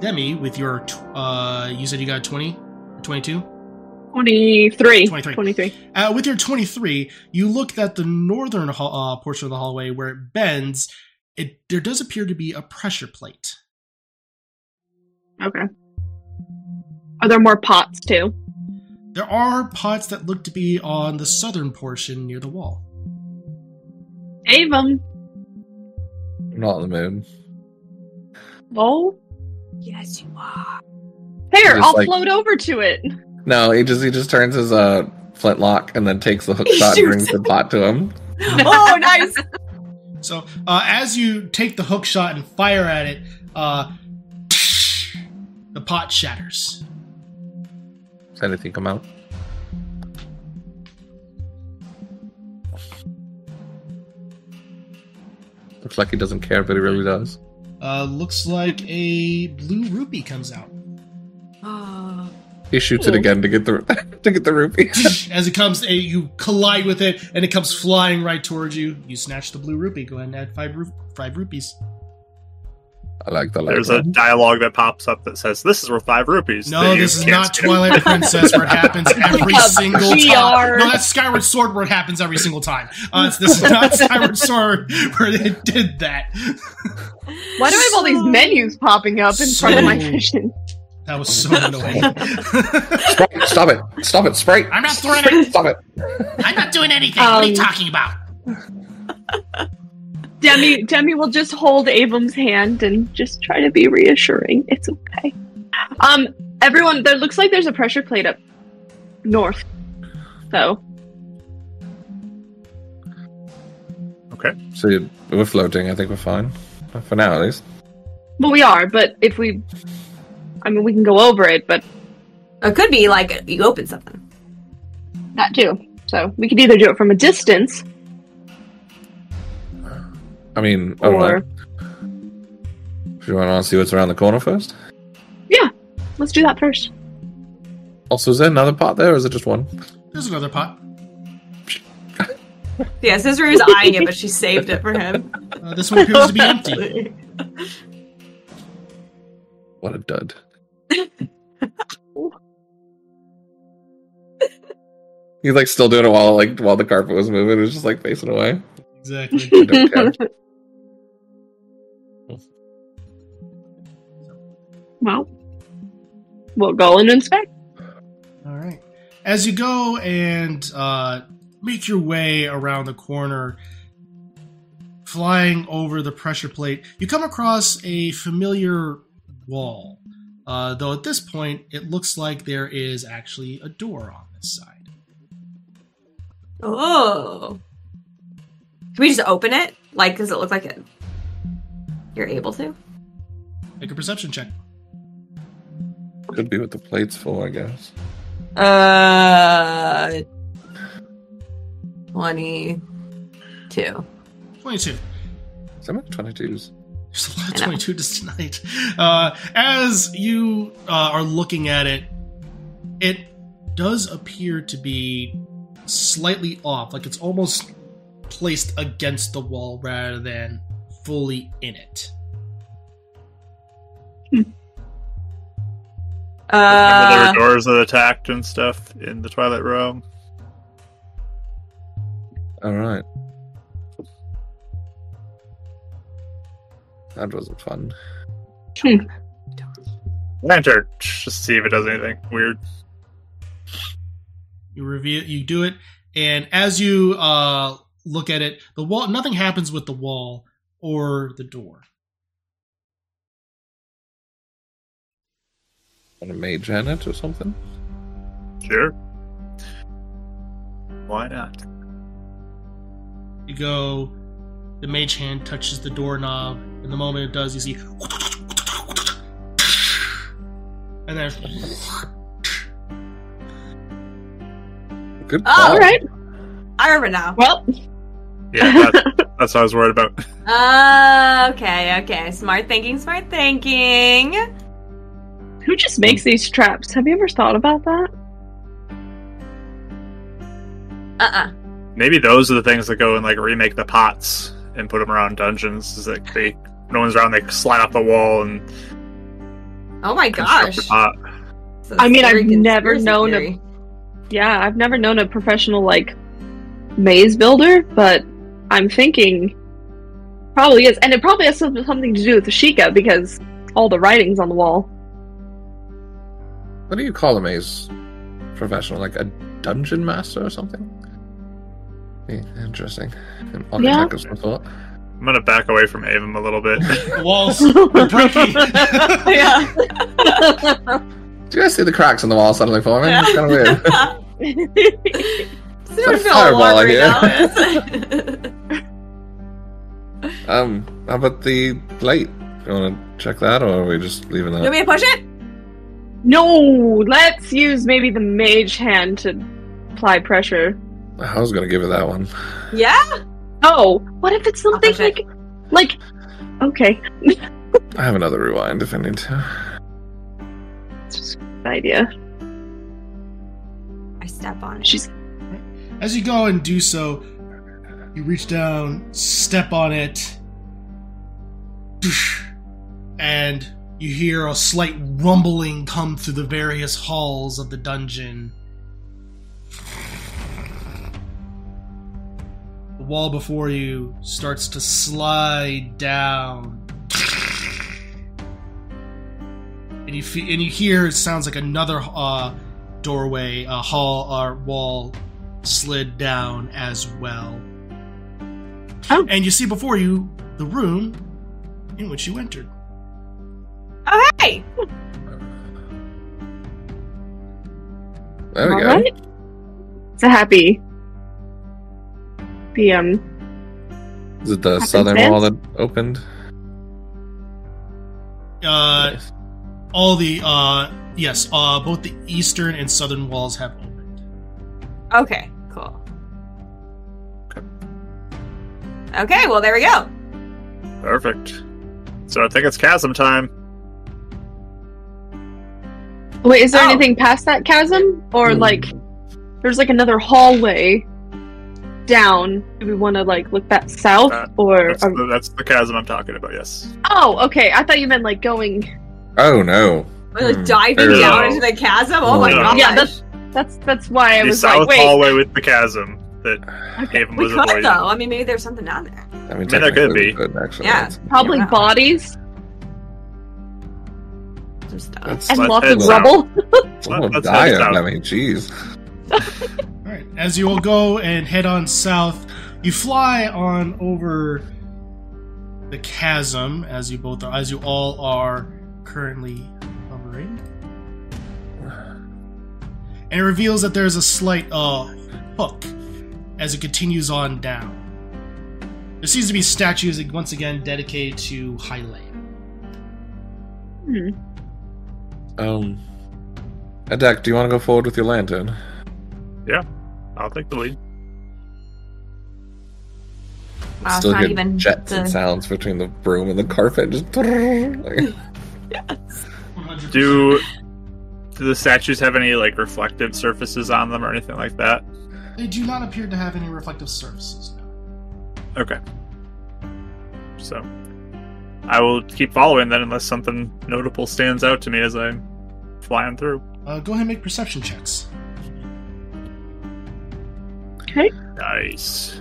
Demi, with your, tw- uh, you said you got 20 or 22?
23.
23.
23.
Uh, with your 23, you look at the northern hall- uh, portion of the hallway where it bends. It There does appear to be a pressure plate.
Okay. Are there more pots too?
There are pots that look to be on the southern portion near the wall.
Avum.
I'm not in the mood.
Oh.
Yes, you are.
Here,
Just
I'll
like-
float over to it.
No, he just he just turns his uh flintlock and then takes the hook
He
shot and
shoots
brings the pot to him.
oh, nice.
So, uh, as you take the hook shot and fire at it, uh, the pot shatters.
Does anything come out? Looks like he doesn't care, but he really does.
Uh, looks like a blue rupee comes out.
Oh.
He shoots it
Cool.
again to get the to get the rupee.
as it comes, eh, you collide with it, and it comes flying right towards you. You snatch the blue rupee. Go ahead and add five, ru- five rupees.
I like the
There's a
light.
dialogue that pops up that says, This is worth five rupees.
No,
that you
this is
can't
not
skip.
Twilight Princess where it happens every
Like a
single
PR.
time. No, that's Skyward Sword where it happens every single time. Uh, it's- this is not Skyward Sword where it did that.
Why do I have all these menus popping up in front of my
So-
vision?
That was so annoying.
Sprite, stop it! Stop it! Sprite!
I'm not throwing it.
Stop it!
I'm not doing anything. what are you
Um,
talking about?
Demi Demi will just hold Avum's hand and just try to be reassuring. It's okay.
Um, everyone, there looks like there's a pressure plate up north. So
So you- we're floating. I think we're fine for now, at least.
Well, we are, but if we, I mean, we can go over it, but
It could be like you open something.
that too. So we could either do it from a distance,
I mean, I
or
don't know. If you want to see what's around the corner first.
let's do that first.
Also, is there another part there, or is it just one?
There's another pot.
Yeah, Cicero was eyeing it, but she saved it for him.
Uh, this one appears to be empty.
What a dud. He's like still doing it while like while the carpet was moving. It was just like facing away.
Exactly.
I don't care.
Well, we'll go and inspect.
All right. As you go and uh, make your way around the corner, flying over the pressure plate, you come across a familiar wall. Uh, though at this point, it looks like there is actually a door on this side.
oh. Can we just open it? Like, does it look like it? You're able to?
Make a perception check.
Could be what the plate's for, I guess.
Uh. 22.
22.
So much twenty twos.
There's a lot of
I know.
22 just tonight. Uh, as you uh, are looking at it, it does appear to be slightly off. Like it's almost placed against the wall rather than fully in it.
Remember there
Uh.
were doors that attacked and stuff in the Twilight Realm.
All right. That wasn't fun.
Lantern, just see if it does anything weird.
You reveal, you do it, and as you uh, look at it, the wall. Nothing happens with the wall or the door.
Want a mage hand it or something?
Sure. Why not?
You go. The mage hand touches the doorknob, and the moment it does, you see, and then
Good.
Oh,
call.
All right.
I remember now.
Well,
Yeah, that's, that's what I was worried about.
Uh, okay, okay. Smart thinking, smart thinking.
who just makes these traps? Have you ever thought about that?
Uh uh
Maybe those are the things that go and like remake the pots and put them around dungeons. Is like they no one's around, they slide off the wall and
Oh my
construct
gosh.
the pot.
It's a
I mean, I've
scary
never
conspiracy
known a-
theory.
Yeah, I've never known a professional like maze builder, but I'm thinking probably is, and it probably has some- something to do with the Sheikah because all the writings on the wall.
What do you call a maze professional? Like a dungeon master or something? Hmm, Interesting. An odd
Yeah.
attack of some sort.
I'm gonna back away from Avon a little bit.
the walls are breaking.
yeah.
Do you guys see the cracks in the wall suddenly forming? It's kind of weird.
It's gonna
a
feel
fireball
warm right
idea.
now.
um, how about the plate? You want to check that, or are we just leaving
you want
that?
me to push it?
no, let's use maybe the mage hand to apply pressure.
I was going to give it that one.
Yeah?
Oh, what if it's something
push
like,
it.
like, okay,
I have another rewind if I need to.
it's just an idea.
I step on it.
She's
As you go and do so, you reach down, step on it, and you hear a slight rumbling come through the various halls of the dungeon. The wall before you starts to slide down. And you, fe- and you hear it sounds like another uh, doorway, uh, hall, or wall slid down as well.
Oh.
And you see before you the room in which you entered.
Oh, hey!
There we
All
go.
right. It's a happy. The um,
Is it the
Happy
southern
dance?
wall that opened?
Uh,
Yes.
all the uh, yes, uh, both the eastern and southern walls have opened.
Okay, cool. Okay, well, there we go.
Perfect. So I think it's chasm time.
wait, is there
Oh.
anything past that chasm, or
Hmm.
like, there's like another hallway down? Do we want to like look that south,
That-
or
That's, the, that's the chasm I'm talking about. Yes.
oh, okay, I thought you meant like going.
Oh no.
We're
Hmm.
like diving
There
down
we go.
into the chasm. Oh my
Yeah.
gosh.
Yeah, that's- That's that's why I
the
was
south
like, wait,
hallway with the chasm that Haven
we
was
could
avoiding.
though. I mean, maybe there's something down there.
I
I
mean,
mean, there could
technically we
be.
could, actually.
Yeah.
That's-
probably
Yeah.
bodies
Some stuff.
That's,
and
Let's
lots
head
of
south.
rubble.
someone
let's
die
head
of it.
south.
I mean, jeez.
All right, as you all go and head on south, you fly on over the chasm as you both are, as you all are currently hovering, and it reveals that there is a slight uh, hook as it continues on down. There seems to be statues once again dedicated to Hylian.
Hmm,
Um, Adek, do you want to go forward with your lantern?
I'll take the lead.
Wow, it's
Still
not
hear
even
jets and
the-
sounds between the broom and the carpet. Just
Do do the statues have any like reflective surfaces on them or anything like that?
They do not appear to have any reflective surfaces. No.
Okay. So I will keep following then unless something notable stands out to me as I'm flying through.
Uh, go ahead and make perception checks.
Nice.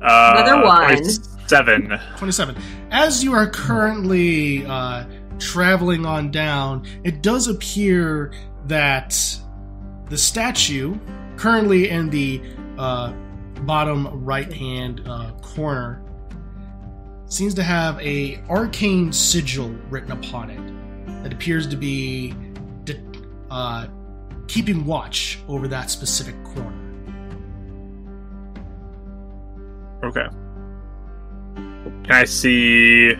Uh,
Another one.
Seven.
27. As you are currently uh, traveling on down, it does appear that the statue, currently in the uh, bottom right hand uh, corner, seems to have a arcane sigil written upon it that appears to be de- uh, keeping watch over that specific corner.
Okay. Can I see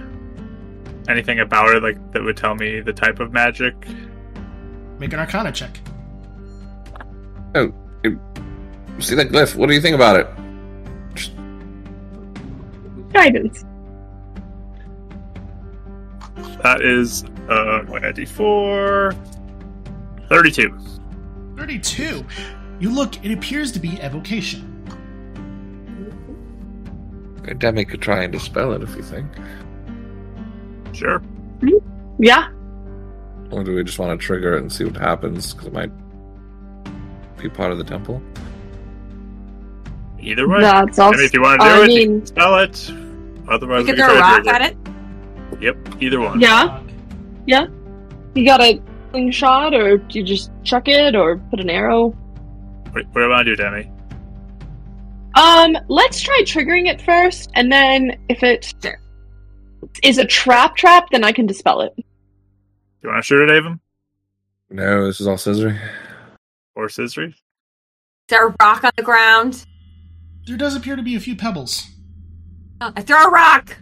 anything about it like that would tell me the type of magic?
Make an arcana check.
See that glyph? What do you think about it?
Guidance.
That is uh d4 32.
32. You look, it appears to be evocation.
Demi could try and dispel it if you think.
Sure.
Yeah,
Or do we just want to trigger it and see what happens? Because it might be part of the temple.
Either way.
that's also.
I mean, if you want to do
I
it, you
mean-
can spell it. Otherwise,
We
we
could
can
throw a
try
rock
to
at it.
do it. Yep, either one.
Yeah.
Uh,
You got a slingshot, or do you just chuck it, or put an arrow?
What, what do you want to do, Demi?
Um, let's try triggering it first, and then if it is
Sure.
a trap trap, then I can dispel it.
Do you want to shoot at Avon
No, this is all scissory.
or Sisri?
Is there a rock on the ground?
There does appear to be a few pebbles.
Oh, I throw a rock.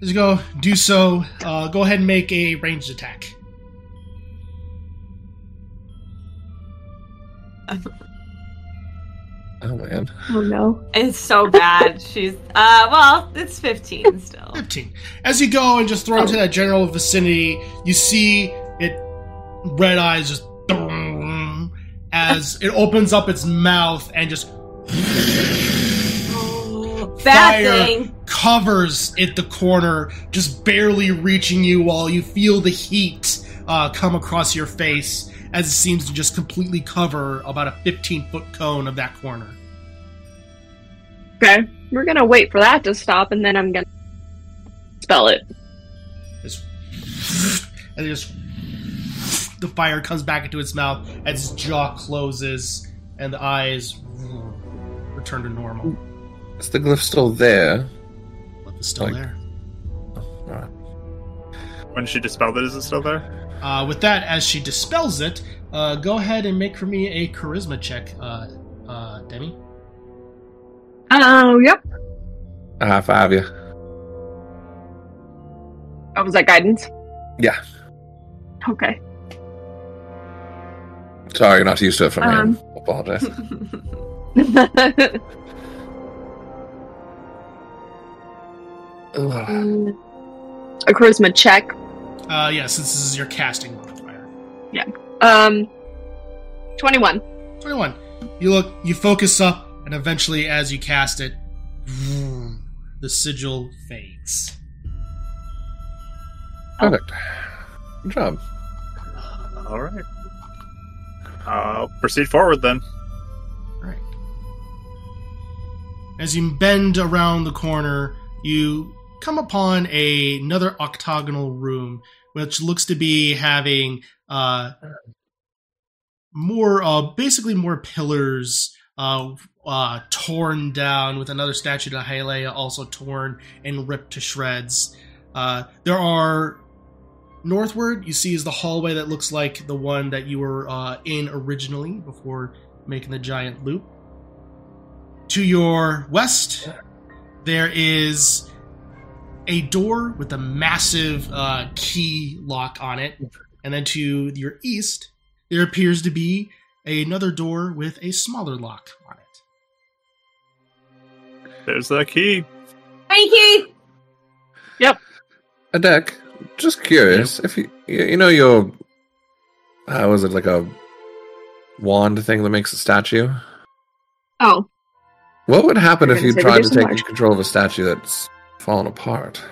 As you go, do so. Uh, go ahead and make a ranged attack.
Oh man.
Oh no.
It's so bad. She's uh well, it's fifteen still.
15. As you go and just throw into that general vicinity, you see it, red eyes just as it opens up its mouth and just
Bad
Fire.
thing.
covers it the corner, just barely reaching you while you feel the heat uh, come across your face as it seems to just completely cover about a 15 foot cone of that corner.
Okay, we're gonna wait for that to stop, and then I'm gonna spell it.
It's and it just the fire comes back into its mouth as its jaw closes and the eyes return to normal.
Is the glyph still there?
But it's still
Like-
there.
Alright.
When she dispelled it, is it still there?
Uh, with that, as she dispels it, Uh, go ahead and make for me a charisma check, uh, uh, Demi.
Oh, yep.
I high Ah, five you.
Oh, was that guidance?
Yeah.
Okay.
Sorry, you're not used to it from
Um.
him. I apologize. Ugh.
a charisma check.
Uh, yeah, since this is your casting modifier.
Um, 21.
21. You look, you focus up, and eventually, as you cast it, the sigil fades.
Perfect. Good job.
All right. Uh, proceed forward then.
Right. As you bend around the corner, you come upon a, another octagonal room, which looks to be having uh, more, uh, basically more pillars uh, uh, torn down, with another statue to Hailea also torn and ripped to shreds. Uh, there are northward you see is the hallway that looks like the one that you were uh, in originally before making the giant loop. To your west, there is a door with a massive uh, key lock on it. And then to your east, there appears to be another door with a smaller lock on it.
There's that key.
Thank you.
Adek, just curious if you you you know your uh, was it like a wand thing that makes a statue?
Oh,
What would happen
I
if you
didn't say we
tried
do so
to take
much.
control of a statue that's fallen apart?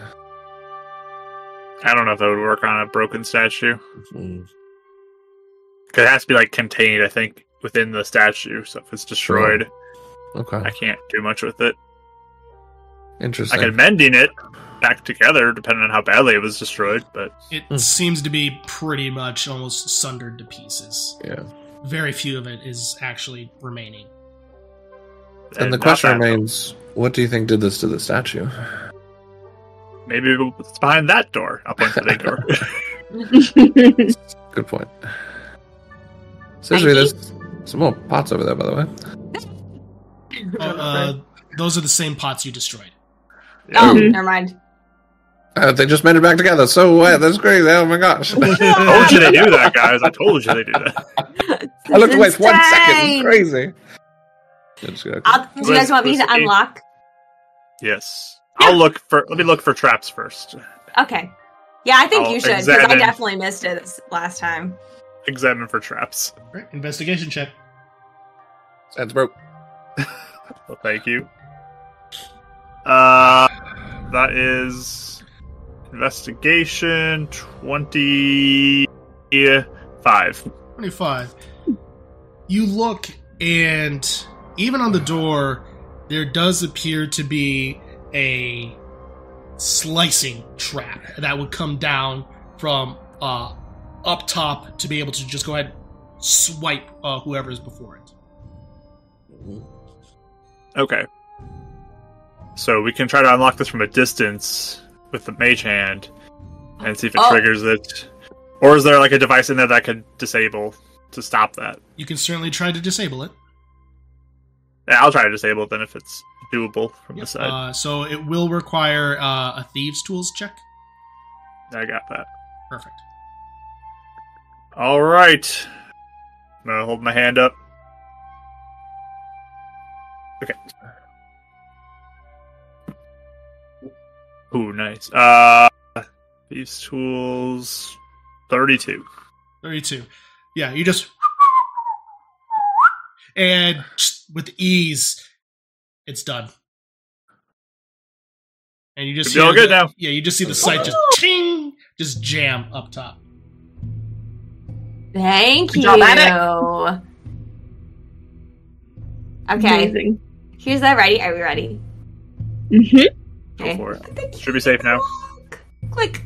I don't know if that would work on a broken statue. Hmm. Cause it has to be like contained, I think, within the statue. So if it's destroyed, I
Okay,
can't do much with it. I
interesting.
could mending it back together, depending on how badly it was destroyed. But
It
Hmm.
seems to be pretty much almost sundered to pieces.
Yeah.
Very few of it is actually remaining.
And the
not
question
bad.
remains: What do you think did this to the statue?
maybe it's behind that door. I'll point to the big door.
Good point. Seriously, there's some more pots over there, by the way.
Uh, uh, those are the same pots you destroyed.
Oh,
Mhm.
never mind.
Uh, they just made it back together. So
Hmm.
wet. That's crazy. Oh my gosh.
I told you they do that, guys. I told you they do that.
I looked away for one second.
Insane.
It's crazy. I'm just gonna-
I'll, do you guys want me to
Where's the key?
unlock?
Yes. I'll look for. Let me look for traps first.
Okay. Yeah, I think
I'll
you should because I
examine.
definitely missed it this last time.
Examine for traps.
Right, investigation check.
That's broke.
Well, thank you. Uh, that is investigation twenty-five.
25. You look, and even on the door, there does appear to be a slicing trap that would come down from uh, up top to be able to just go ahead and swipe uh, whoever is before it.
Okay. So we can try to unlock this from a distance with the mage hand and see if it
Oh.
triggers it. Or is there like a device in there that I could disable to stop that?
You can certainly try to disable it.
Yeah, I'll try to disable it then if it's doable from the side.
Uh, so it will require uh, a thieves' tools check.
I got that.
Perfect.
All right. I'm gonna hold my hand up. Okay. Ooh, nice. Uh, these tools, thirty-two.
32. Oh, Yeah, you just. And with ease, it's done. And you just
Should be all
hear
good
the-
now.
Yeah, you just see the site just ting, just jam up top.
Thank you.
Good job,
Okay.
amazing.
Here's that ready. Are we ready?
hmm
Go
Okay.
for it. Should be safe now.
Click.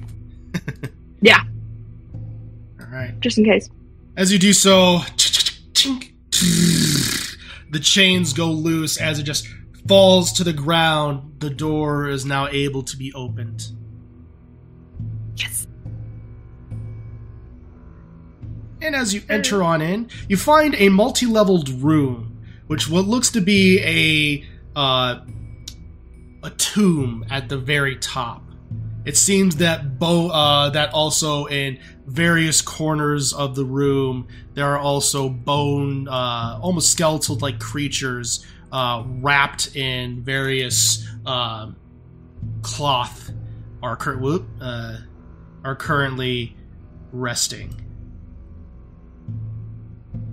All right.
Just in case.
As you do so, tink, the chains go loose as it just falls to the ground. The door is now able to be opened.
Yes.
And as you enter on in, you find a multi-leveled room, which what looks to be a uh, a tomb at the very top. It seems that bo- uh, that also in various corners of the room there are also bone, uh, almost skeletal like creatures uh, wrapped in various um cloth are cur- whoop, uh, are currently resting.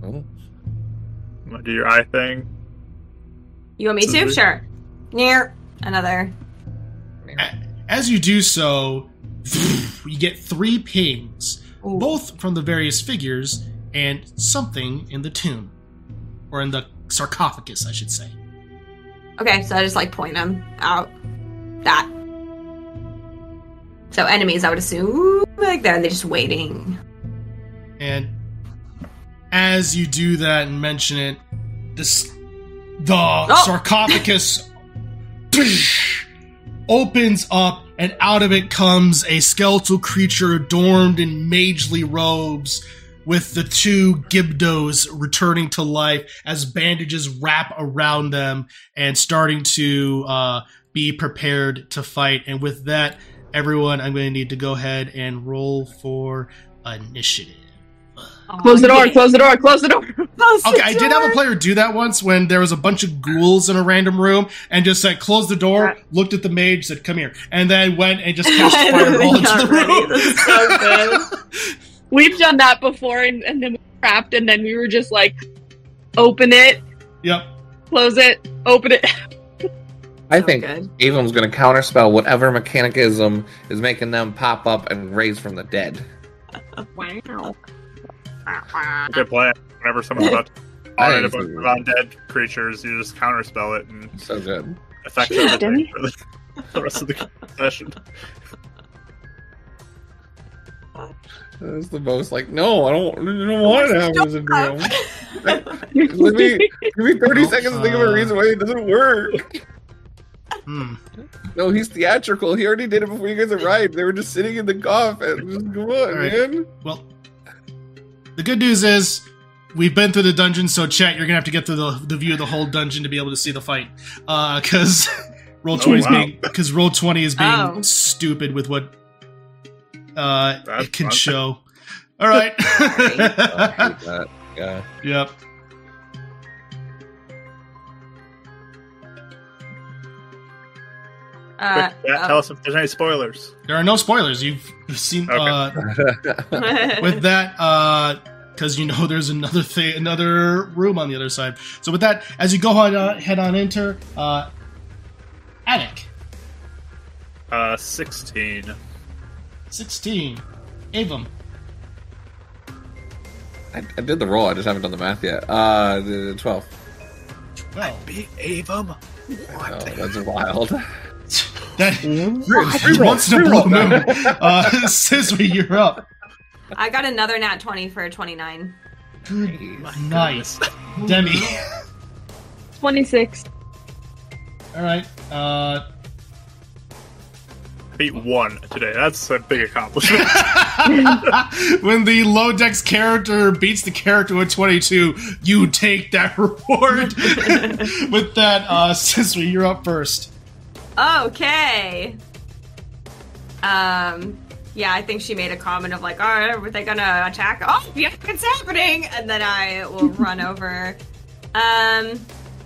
Oh.
I'm gonna do your eye thing.
You want me to?
Absolutely.
Sure. Near another.
As you do so, you get three pings,
Ooh.
both from the various figures and something in the tomb, or in the sarcophagus, I should say.
Okay, so I just like point them out. That. So enemies, I would assume, like they're they're just waiting.
And as you do that and mention it, this the sarcophagus opens up and out of it comes a skeletal creature adorned in magely robes with the two gibdos returning to life as bandages wrap around them and starting to uh, be prepared to fight and with that everyone i'm going to need to go ahead and roll for initiative
Close the door, close the door, Oh, close the door.
Okay, I did have a player do that once when there was a bunch of ghouls in a random room and just like closed the door, looked at the mage, said "Come here," and then went and just cast
I
fireball
really
into the
got ready.
room.
This is so good.
We've done that before, and, and then we were trapped, and then we were just like, open it,
yep.
close it, open it.
I
So
think
good.
Avum's gonna counterspell whatever mechanicism is making them pop up and raise from the dead.
Wow.
Good plan. Whenever someone's about to
I
fight a
think
bunch
so.
of undead creatures, you just counterspell it and
So good.
affect
Jeez,
everything
Demi.
for the, the rest of the session.
That's the most like, no, I don't, I don't want to have this in real. Let me
Wait,
give me thirty
Nope.
seconds to think of a
Uh,
reason why it doesn't work.
Hmm.
No, he's theatrical. He already did it before you guys arrived. They were just sitting in the coffin. Just, come on,
right.
man.
Well, the good news is we've been through the dungeon, so chat, you're gonna have to get through the, the view of the whole dungeon to be able to see the fight. Because roll
Oh,
twenty is
wow.
being because roll twenty is being
Oh.
stupid with what uh,
That's
it can
fun.
show. All right.
I hate that. Yeah.
Yep.
Uh,
Quick, yeah, tell us if there's any spoilers.
There are no spoilers. You've seen
Okay.
uh, with that because you know there's another thing, another room on the other side. So with that, as you go on, uh, head on enter uh, attic
Uh, 16.
sixteen, Avum.
I, I did the roll. I just haven't done the math yet. Uh, the twelve.
Well,
Big Avum.
Oh, that's wild.
that
Reroll,
once in a blue
reroll.
moon. Uh, Sisri, you're up.
I got another nat twenty for a twenty-nine.
Good night, Demi.
26.
All right. Uh,
Beat one today. That's a big accomplishment.
when the low dex character beats the character with 22, you take that reward. with that, uh, Sisri, you're up first.
Okay. Um. Yeah, I think she made a comment of like, "All right, were they gonna attack?" Oh, yeah, it's happening! And then I will run over. Um,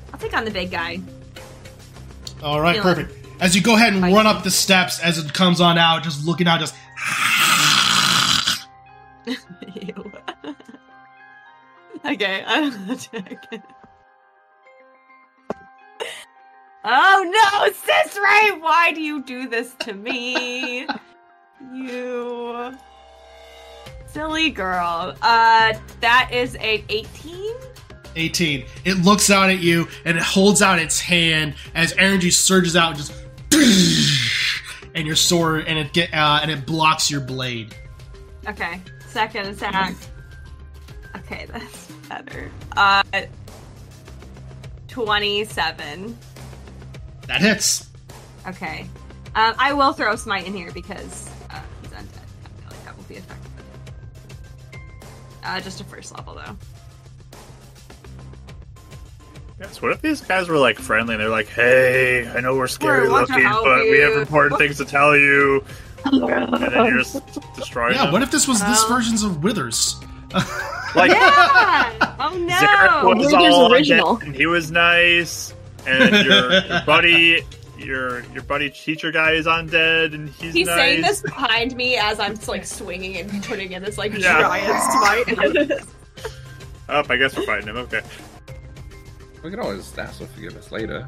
I'll take on the big guy.
All right,
Feel it.
perfect. As you go ahead and
Bye.
run up the steps as it comes on out, just looking out, just
Ew. okay, I'm gonna check. Oh no, sis Ray, why do you do this to me? you silly girl. Uh that is a 18?
18. It looks out at you and it holds out its hand as energy surges out, just and your sword and it get uh, and it blocks your blade.
Okay. Second attack. Okay, that's better. Uh 27.
That hits.
Okay. Um, I will throw Smite in here because uh, he's undead. I feel like that will be effective. Uh, just a first level though.
Yes, what if these guys were like friendly and they're like, hey, I know we're scary
want to
looking,
help
but we have
you."
important things to tell you. And then you're just destroying
Yeah,
them.
what if this was this
Um,
versions of Withers?
like,
Yeah. oh
Zarek
no.
was
Withers
all on
original.
it, and he was nice, and your, your buddy, your your buddy teacher guy is undead, and he's,
He's
nice.
saying this behind me as I'm like swinging and putting in this like
Yeah.
giant smite.
Oh, I guess we're fighting him. Okay.
We can always ask for forgiveness later.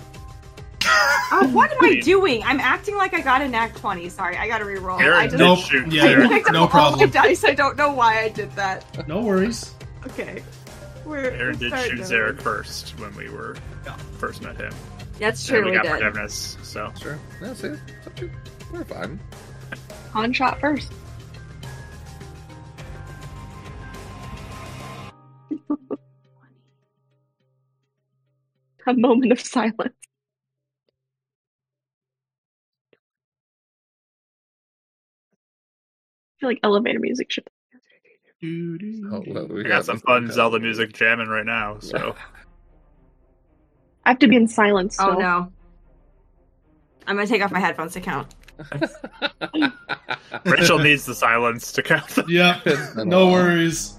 Uh, what am I doing? I'm acting like I got a nat twenty. Sorry, I got to reroll. I
Aaron
just
did
Nope.
shoot.
Yeah,
I
Aaron.
Aaron,
picked up
No
all
problem.
my dice. I don't know why I did that.
No worries.
Okay. We're,
Aaron did shoot Zarek first when we were
Yeah.
first met him.
That's
and
true.
we
We
got
did.
forgiveness. So
Sure. Yeah, see, it's up to you. we're fine.
On shot first.
A moment of silence.
I feel like elevator music should.
Oh, well, we
we got some
this
fun
thing
Zelda
going.
music jamming right now. So
I have to be in silence.
Oh
so-
no. I'm gonna take off my headphones to count.
Rachel needs the silence to count. The-
Yeah,
It's been a
no
while.
worries.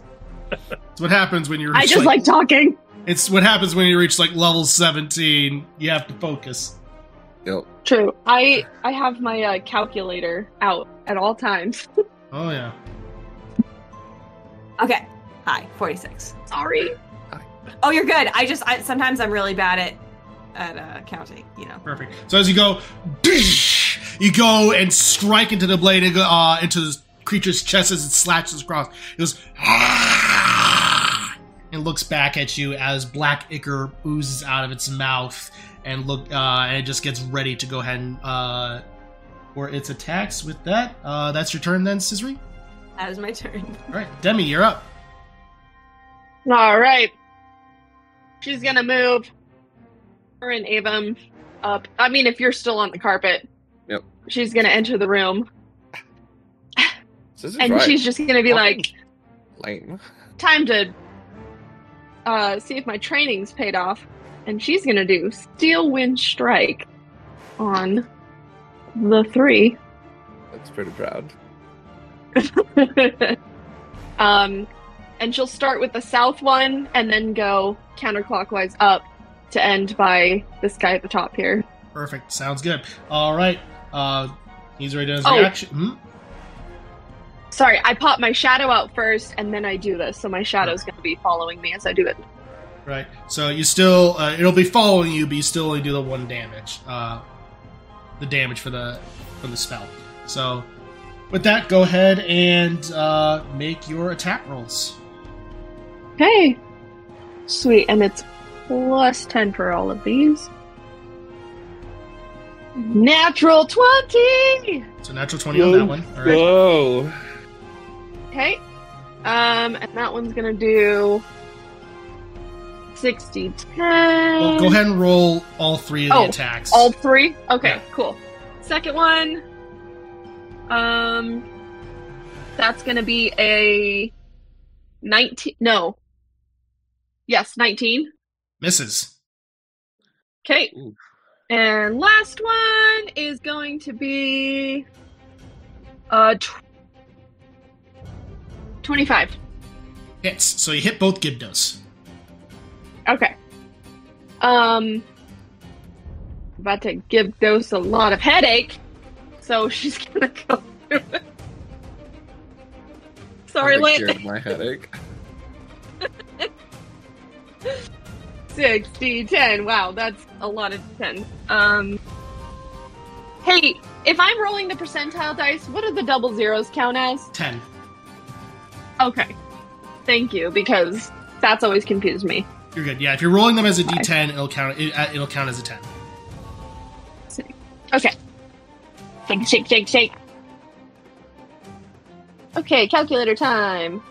It's what happens when you reach.
I just like talking.
it's what happens when you reach like level seventeen. You have to focus.
Yep.
True. I I have my uh, calculator out at all times.
Oh yeah.
Okay. Hi. Forty six.
Sorry.
Oh, you're good. I just I, sometimes I'm really bad at at uh, counting. You know.
Perfect. So as you go, you go and strike into the blade and go, uh, into the creature's chest as it slashes across. It goes "Ah!" and looks back at you as black ichor oozes out of its mouth and look uh, and it just gets ready to go ahead and uh, for its attacks. With that, uh, that's your turn then, Scissory.
That is my turn.
All right, Demi, you're up.
All right. She's gonna move her and Avum up. I mean, if you're still on the carpet.
Yep.
She's gonna enter the room,
This is
and
right.
she's just gonna be like,
lame.
"Time to uh, see if my training's paid off." And she's gonna do steel wind strike on the three.
That's pretty proud.
um, and she'll start with the south one and then go counterclockwise up to end by this guy at the top here.
Perfect. Sounds good. All right. Uh, he's ready to his
Oh.
reaction. Hmm?
Sorry, I pop my shadow out first and then I do this, so my shadow's going to be following me as I do it.
Right. So you still uh, it'll be following you, but you still only do the one damage. Uh, the damage for the for the spell. So with that, go ahead and uh, make your attack rolls.
Hey! Sweet, and it's plus 10 for all of these. Natural 20!
So natural twenty on that one. All right.
Whoa.
Okay. Um, and that one's gonna do 60, 10.
Well, go ahead and roll all three of the
Oh,
attacks.
All three? Okay,
Yeah.
cool. Second one. Um, that's gonna be a 19. No. Yes, 19.
misses.
Okay.
Ooh.
And last one is going to be uh tw- 25.
Hits. So you hit both Gibdos.
Okay. Um, about to give Dose a lot of headache, so she's gonna go through it. Sorry,
I'm gonna
Lynn.
cure My headache.
60, 10. Wow, that's a lot of 10. Um, hey, if I'm rolling the percentile dice, what do the double zeros count as?
Ten.
Okay. Thank you, because that's always confused me.
You're good. Yeah. If you're rolling them as a D10, it'll count. It, uh, it'll count as a ten.
Shake, shake, shake, shake. Okay, calculator time.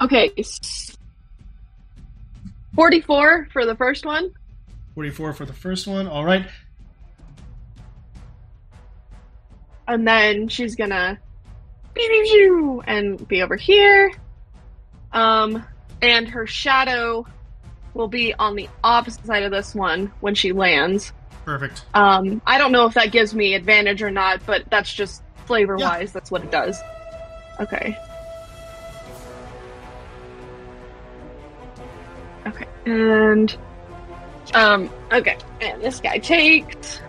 Okay. s- 44 for the first one.
44 for the first one. All right.
And then she's gonna and be over here. Um, and her shadow will be on the opposite side of this one when she lands.
Perfect.
Um, I don't know if that gives me advantage or not, but that's just flavor wise, that's what it does. Okay. Okay, and um, okay, and this guy takes.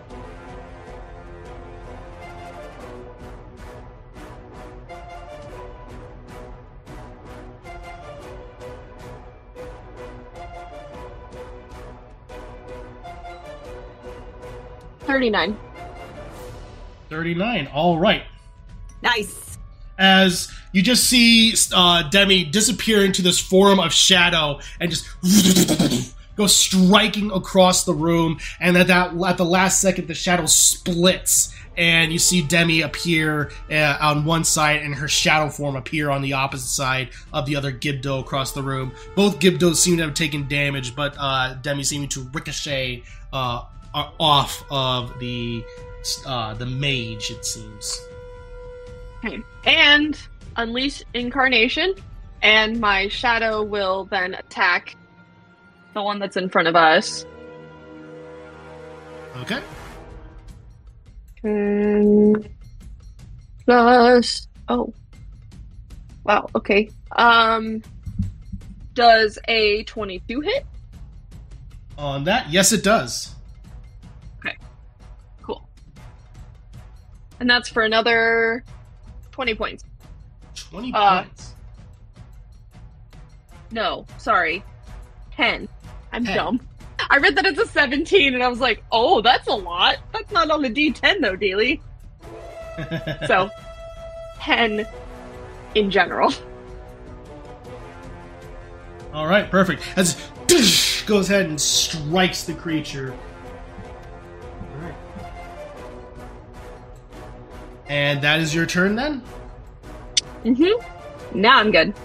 Thirty-nine.
39. All right.
Nice.
As you just see uh, Demi disappear into this form of shadow and just go striking across the room. And at that, at the last second, the shadow splits, and you see Demi appear uh, on one side and her shadow form appear on the opposite side of the other Gibdo across the room. Both Gibdos seem to have taken damage, but uh, Demi seeming to ricochet uh, o- off of the uh, the mage. It seems.
and unleash incarnation and my shadow will then attack the one that's in front of us
Okay.
and Mm. plus oh wow okay um does a 22 hit
On that, yes, it does.
cool and that's for another 20 points
20
Uh,
points.
no sorry 10 i'm
10.
dumb i read that it's a 17 and i was like oh that's a lot that's not on the d10 though daily So, 10 in general.
All right, perfect. As it goes ahead and strikes the creature. All right. And that is your turn then?
Mm-hmm. Now I'm good.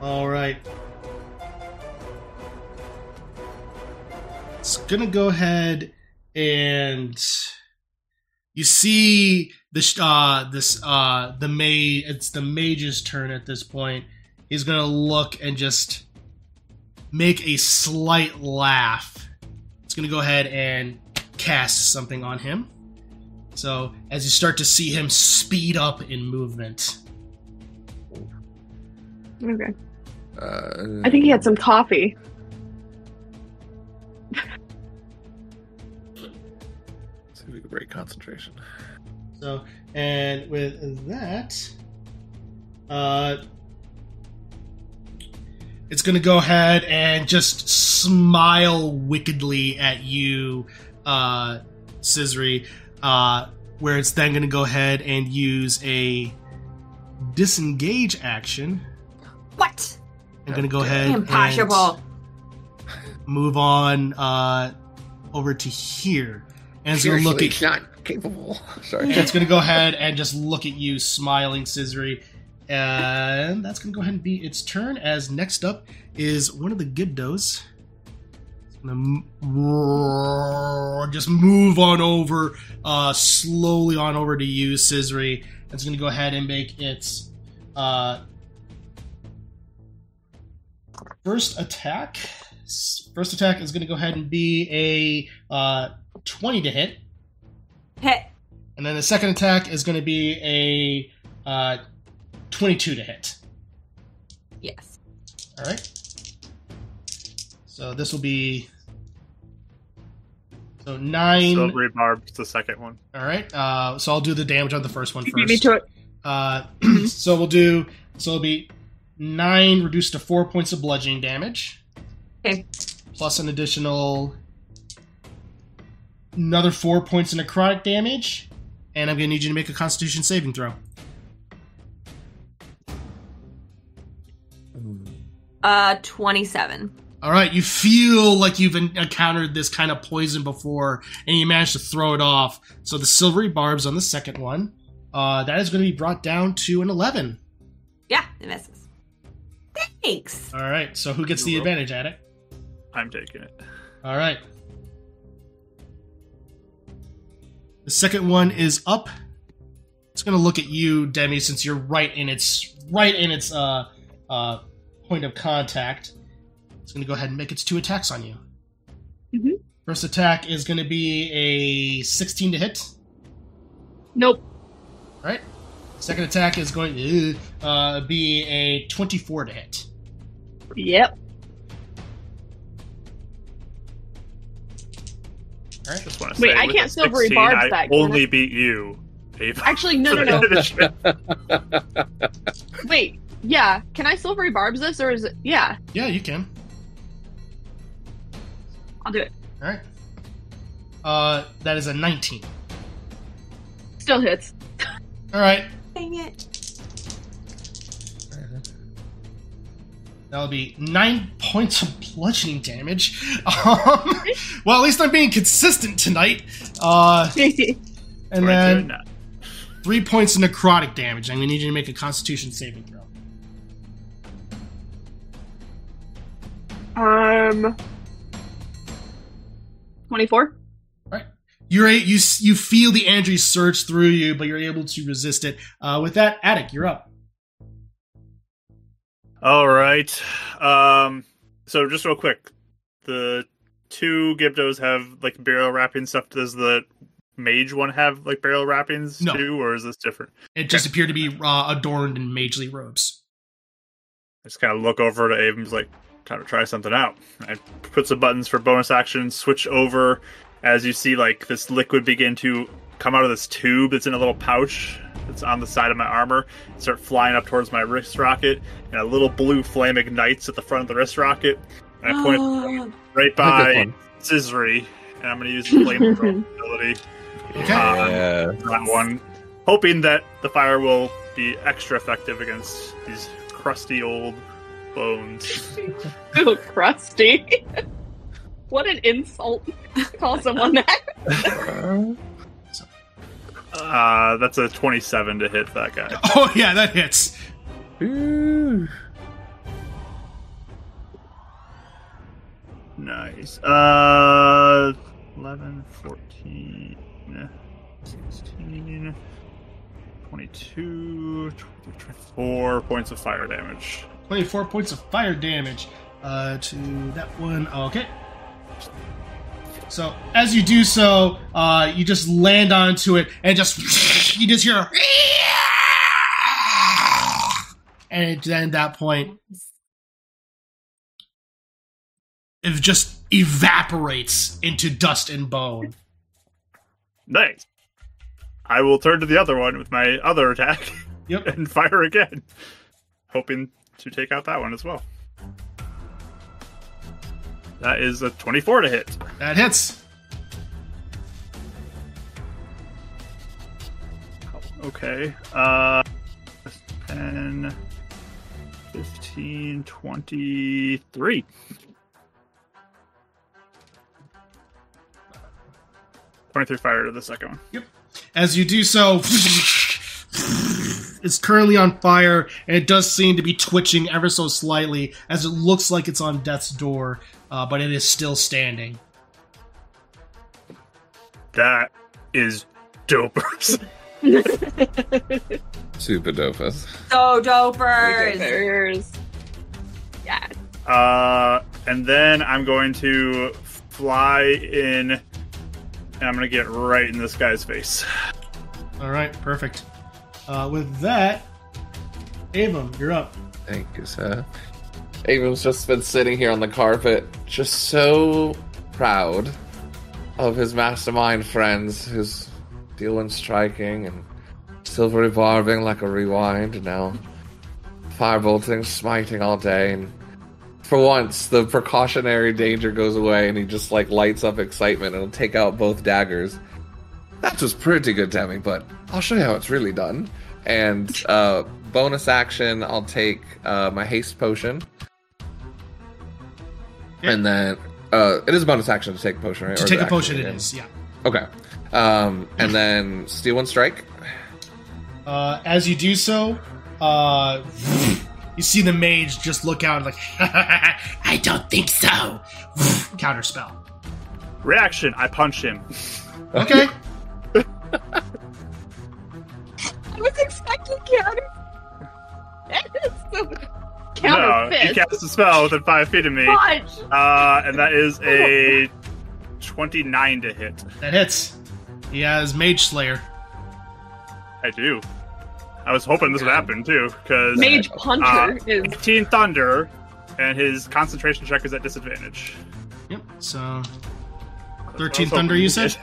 All right. It's gonna go ahead and you see this uh this uh the mage it's the mage's turn at this point. He's gonna look and just make a slight laugh. It's gonna go ahead and cast something on him. So as you start to see him speed up in movement.
Okay.
Uh,
I think he had some coffee.
see if we can break concentration.
So, and with that, uh, it's going to go ahead and just smile wickedly at you, uh, Scissory, uh, where it's then going to go ahead and use a disengage action.
What?
I'm going to go ahead
Impossible.
and move on uh, over to here. And it's going to look
Seriously,
at
he's not capable. Sorry.
It's gonna go ahead and just look at you, smiling, scissory. And that's gonna go ahead and be its turn. As next up is one of the Gibdos. It's gonna m- roar, just move on over, uh, slowly on over to you, scissory. It's gonna go ahead and make its uh, first attack. S- First attack is gonna go ahead and be a uh, twenty to hit.
Hit.
And then the second attack is going to be a uh, 22 to hit.
Yes.
All right. So this will be so nine.
Silvery Barb's the second one.
All right. Uh, so I'll do the damage on the first one
You beat me
first.
to it.
Uh, so we'll do so it'll be nine reduced to four points of bludgeoning damage.
Okay.
Plus an additional another four points of necrotic damage, and I'm gonna need you to make a Constitution saving throw.
Uh, 27.
All right, you feel like you've en- encountered this kind of poison before, and you managed to throw it off. So the silvery barbs on the second one, uh, that is going to be brought down to an eleven.
Yeah, it misses. Thanks.
All right. So who gets the
You're welcome.
advantage at it?
I'm taking it.
All right. The second one is up. It's gonna look at you, Demi, since you're right in its right in its uh, uh, point of contact. It's gonna go ahead and make its two attacks on you.
Mhm.
First attack is gonna be a 16 to hit.
Nope.
All right. Second attack is going to uh, be a 24 to hit.
Yep.
Just want to
Wait,
say,
I
with
can't
a
silvery
16,
barbs
I
that, can
only
I?
beat you. Ava.
Actually, no, no, no.
That's
Wait. Yeah. Can I silvery barbs this, or is it? Yeah,
Yeah, you can.
I'll do it.
All right. Uh, that is a 19.
Still hits.
All right.
Dang it.
That'll be nine points of bludgeoning damage. Um, well, at least I'm being consistent tonight. Uh, and
Or I could
then
not.
three points of necrotic damage. I'm gonna need you to make a Constitution saving throw.
um. Twenty-four.
You're a, you s- you feel the energy surge through you, but you're able to resist it. Uh, with that, Attic, you're up.
All right. Um. So just real quick, the two Gibdos have like barrel wrapping stuff. Does the mage one have like barrel wrappings
No.
too, or is this different?
It just appeared to be uh, adorned in magely robes.
I just kind of look over to Ava and be like, time to try something out. I put some buttons for bonus action, switch over as you see like this liquid begin to come out of this tube that's in a little pouch that's on the side of my armor, start flying up towards my wrist rocket, and a little blue flame ignites at the front of the wrist rocket. And I point
Oh.
right by
one.
Scissory, and I'm going to use the flame throw ability
Okay.
Uh,
Yeah.
for that one, hoping that the fire will be extra effective against these crusty old bones.
Ooh, crusty. what an insult! to Call someone that.
Uh, that's a 27 to hit that guy.
Oh yeah, that hits.
Ooh.
Nice. Uh, 11, 14, 16, 22, 24 points of fire damage.
24 points of fire damage uh, to that one. Okay. So as you do so, uh, you just land onto it and just you just hear, a and then at that point, it just evaporates into dust and bone.
Nice. I will turn to the other one with my other attack
Yep.
and fire again, hoping to take out that one as well. That is a 24 to hit.
That hits.
Okay. Uh, 10, 15, 23. Twenty-three fire to the second one.
As you do so, it's currently on fire, and it does seem to be twitching ever so slightly as it looks like it's on death's door, uh, but it is still standing.
That is dopers.
Super dopus.
So dopers.
There's-
Yeah.
Uh, and then I'm going to fly in, and I'm going to get right in this guy's face.
All right, perfect. Uh, with that, Abram, you're up.
Thank you, sir. Avon's just been sitting here on the carpet, just so proud of his mastermind friends who's dealing striking and silver revolving like a rewind and now firebolting, smiting all day and for once the precautionary danger goes away and he just like lights up excitement and will take out both daggers. That was pretty good, Demi, but I'll show you how it's really done. And uh, bonus action, I'll take uh, my haste potion. And then uh, it is a bonus action to take a potion, right?
To
Or
take a
it
potion, it
actually-
is, yeah.
Okay. Um, and then steal one strike.
Uh, as you do so, Uh, you see the mage just look out like, I don't think so. Counterspell.
Reaction, I punch him.
Okay.
I was expecting counter. That is so
No,
counter
he
fist.
casts a spell within five feet of me.
Punch!
Uh, and that is a 29 to hit.
That hits. He has Mage Slayer.
I do. I was hoping this would happen too, because
Mage
Uh,
puncher is
18 thunder, and his concentration check is at disadvantage.
Yep. So
That's what I
13
was
thunder, you
hoping he
said?
did.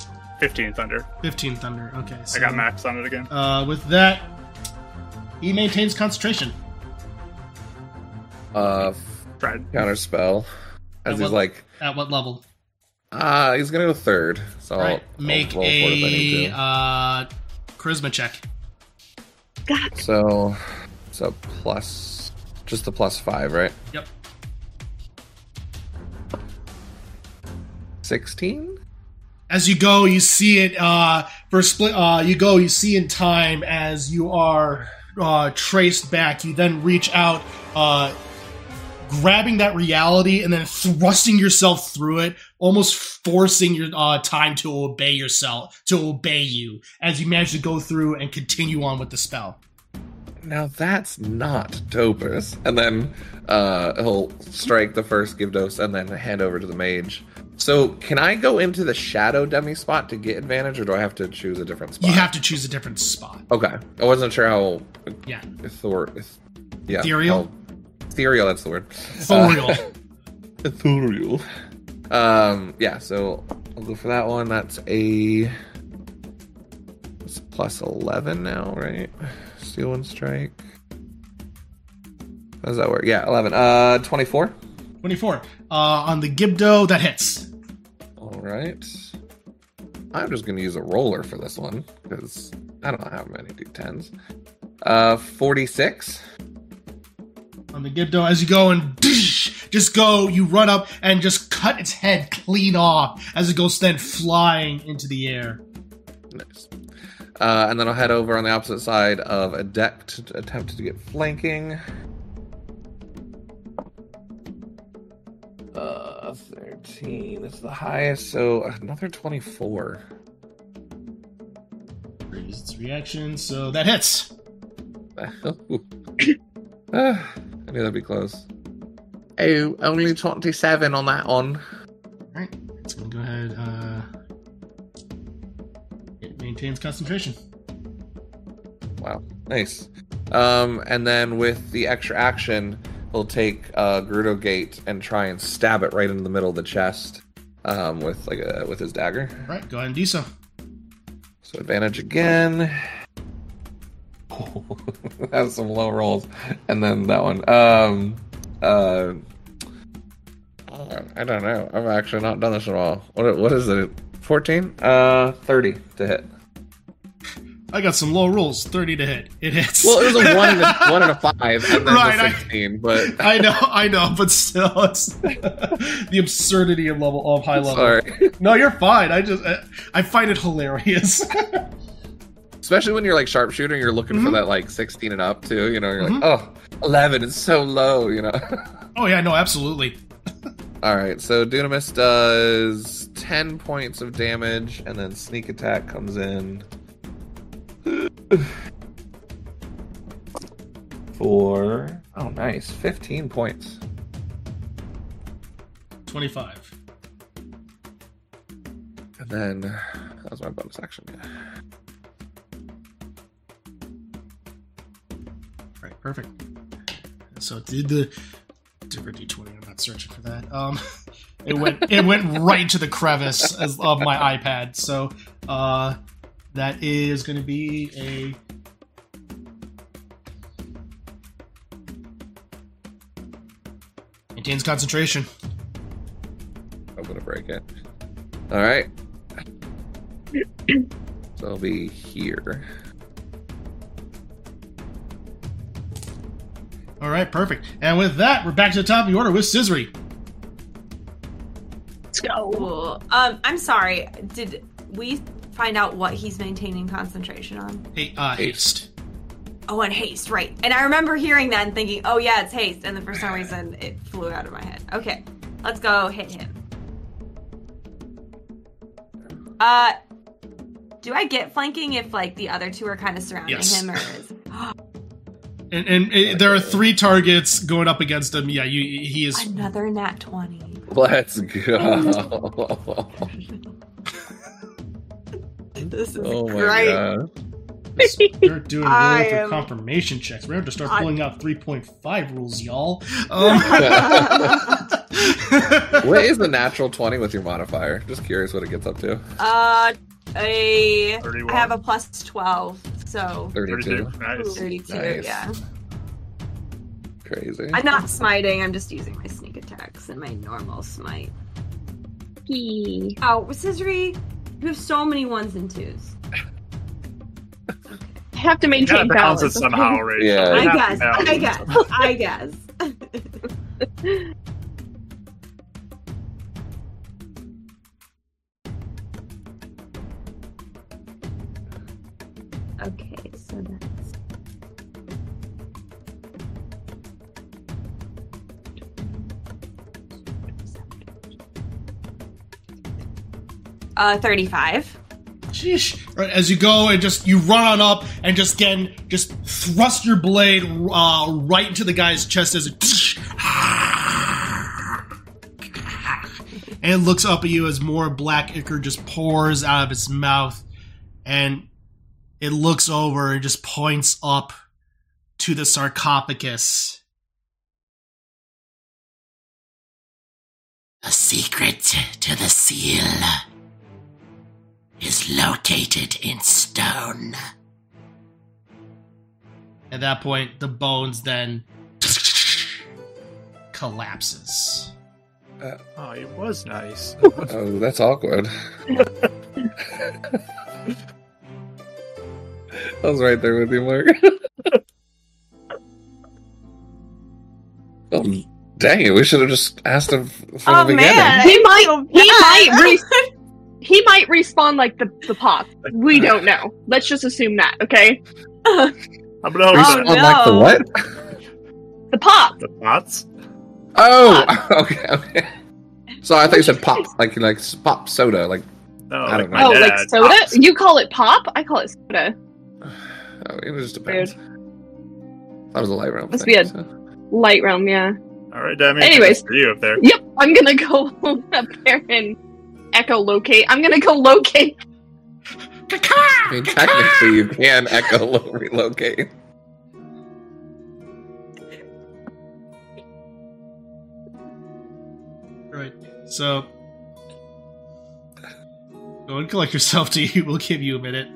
15 thunder.
15 thunder. Okay. So,
I got max on it again.
Uh, with that, he maintains concentration.
Uh,
Tried.
counter spell.
And
As
what-
he's like,
At what level?
ah, he's gonna go third. So I'll,
right. Make
I'll roll for it if I
a
need to.
uh, charisma check.
So, so plus, just the plus five, right?
Yep.
Sixteen.
as you go, you see it uh, for a split. Uh, you go, you see in time as you are uh, traced back. You then reach out, uh, grabbing that reality, and then thrusting yourself through it, almost forcing your uh, time to obey yourself, to obey you, as you manage to go through and continue on with the spell.
Now that's not dopers. And then uh, he'll strike the first Givdos and then hand over to the mage. So can I go into the shadow dummy spot to get advantage, or do I have to choose a different spot?
You have to choose a different spot.
Okay, I wasn't sure how.
Yeah.
Thor. eth- Yeah.
Ethereal?
how- Ethereal. That's the word. Uh,
Thorial.
Ethereal. Um. Yeah. So I'll go for that one. That's a. It's plus eleven now, right? Steal and strike. How does that work? Yeah, eleven. Uh, twenty-four.
Twenty-four uh, on the Gibdo that hits.
All right. I'm just gonna use a roller for this one because I don't have many d10s. Uh, forty-six.
on the Gibdo as you go and just go, you run up and just cut its head clean off as it goes then flying into the air.
Nice. Uh, and then I'll head over on the opposite side of Adept to attempt to get flanking. Uh, 13 is the highest, so another 24.
Freeze its reaction, so that hits.
Ooh. Ah, I knew that'd be close. Oh, only 27 on that one.
Alright, it's gonna go ahead, uh it maintains concentration.
Wow, nice. Um, and then with the extra action, he'll take uh, Gerudo Gate and try and stab it right in the middle of the chest um, with like a, with his dagger.
Alright, go ahead and do so.
So advantage again. that was some low rolls, and then that one. Um, uh, I don't know. I've actually not done this at all. What what is it? Fourteen? Uh, thirty to hit.
I got some low rolls, 30 to hit. It hits.
Well, it was a one and a, one and a five, and then
Right, I-
the sixteen. But
I know, I know, but still, it's the absurdity of level of high level.
sorry,
No, you're fine. I just, I, I find it hilarious.
especially when you're like sharpshooter, you're looking for
Mhm.
that like sixteen and up too. You know, you're like, oh, 11 is so low. You know.
oh yeah, no, absolutely.
All right, so Dunamis does 10 points of damage, and then sneak attack comes in for oh, nice, 15 points.
25.
And then that was my bonus action.
Right, perfect. So it did the different D twenty. I'm not searching for that. Um, it went it went right into the crevice as, of my iPad. So uh, that is going to be a maintains concentration.
I'm gonna break it. All right, so I'll be here.
All right, perfect. And with that, we're back to the top of the order with Scissory.
Let's go.
Ooh. Um, I'm sorry. Did we find out what he's maintaining concentration on?
Hey, uh, haste.
oh, and haste, right. And I remember hearing that and thinking, oh, yeah, it's haste. And then for some reason, it flew out of my head. Okay, let's go hit him. Uh, do I get flanking if, like, the other two are kind of surrounding
Yes.
him? or is...
And, and it, there are three targets going up against him. Yeah, you, he is.
Another nat 20.
Let's go.
This is
oh my
great.
god.
They're doing
I
really for
am-
confirmation checks. We're going to start
I-
pulling out 3.5 rules, y'all. Um,
What is the natural 20 with your modifier? Just curious what it gets up to.
Uh, a, I
31.
have a plus 12, so
32.
32. Nice.
32,
Nice.
yeah.
Crazy.
I'm not smiting, I'm just using my sneak attacks and my normal smite.
He.
Oh, Scissory, you have so many ones and twos.
I have to
You gotta
maintain
balance it
balance.
somehow, Rachel.
Yeah.
You
I
have to
guess,
balance
I
it.
guess, I guess. okay, so that's. Uh, 35.
Sheesh. Right, as you go and just you run on up and just again just thrust your blade uh, right into the guy's chest as it and looks up at you as more black ichor just pours out of its mouth and it looks over and just points up to the sarcophagus.
The secret to the seal is located in stone.
At that point, the bones then collapses.
Oh, it was nice.
Oh, that's awkward. I was right there with you, Mark. oh, dang it! We should have just asked him from
Oh,
the beginning.
man.
He might. He might. Re- he might respawn like the the pop. We don't know. Let's just assume that. Okay.
I'm gonna hope
Oh,
Respawn
that-
like the
no.
what?
The pop.
the pots.
Oh,
Uh,
okay, okay. So I thought you said pop, like like s- pop soda, like
No,
I
like
don't
my
know.
oh,
dad.
like soda. You call it pop. I call it soda.
oh, it just depends. That was a light round.
Must
thing,
be a-
so.
Light realm. Yeah.
All right, Demi.
Anyways.
for you up there.
Yep. I'm gonna go up there and echolocate. I'm gonna go locate.
I mean, technically, you can echo lo- relocate.
Right. So go and collect yourself. To you, we'll give you a minute.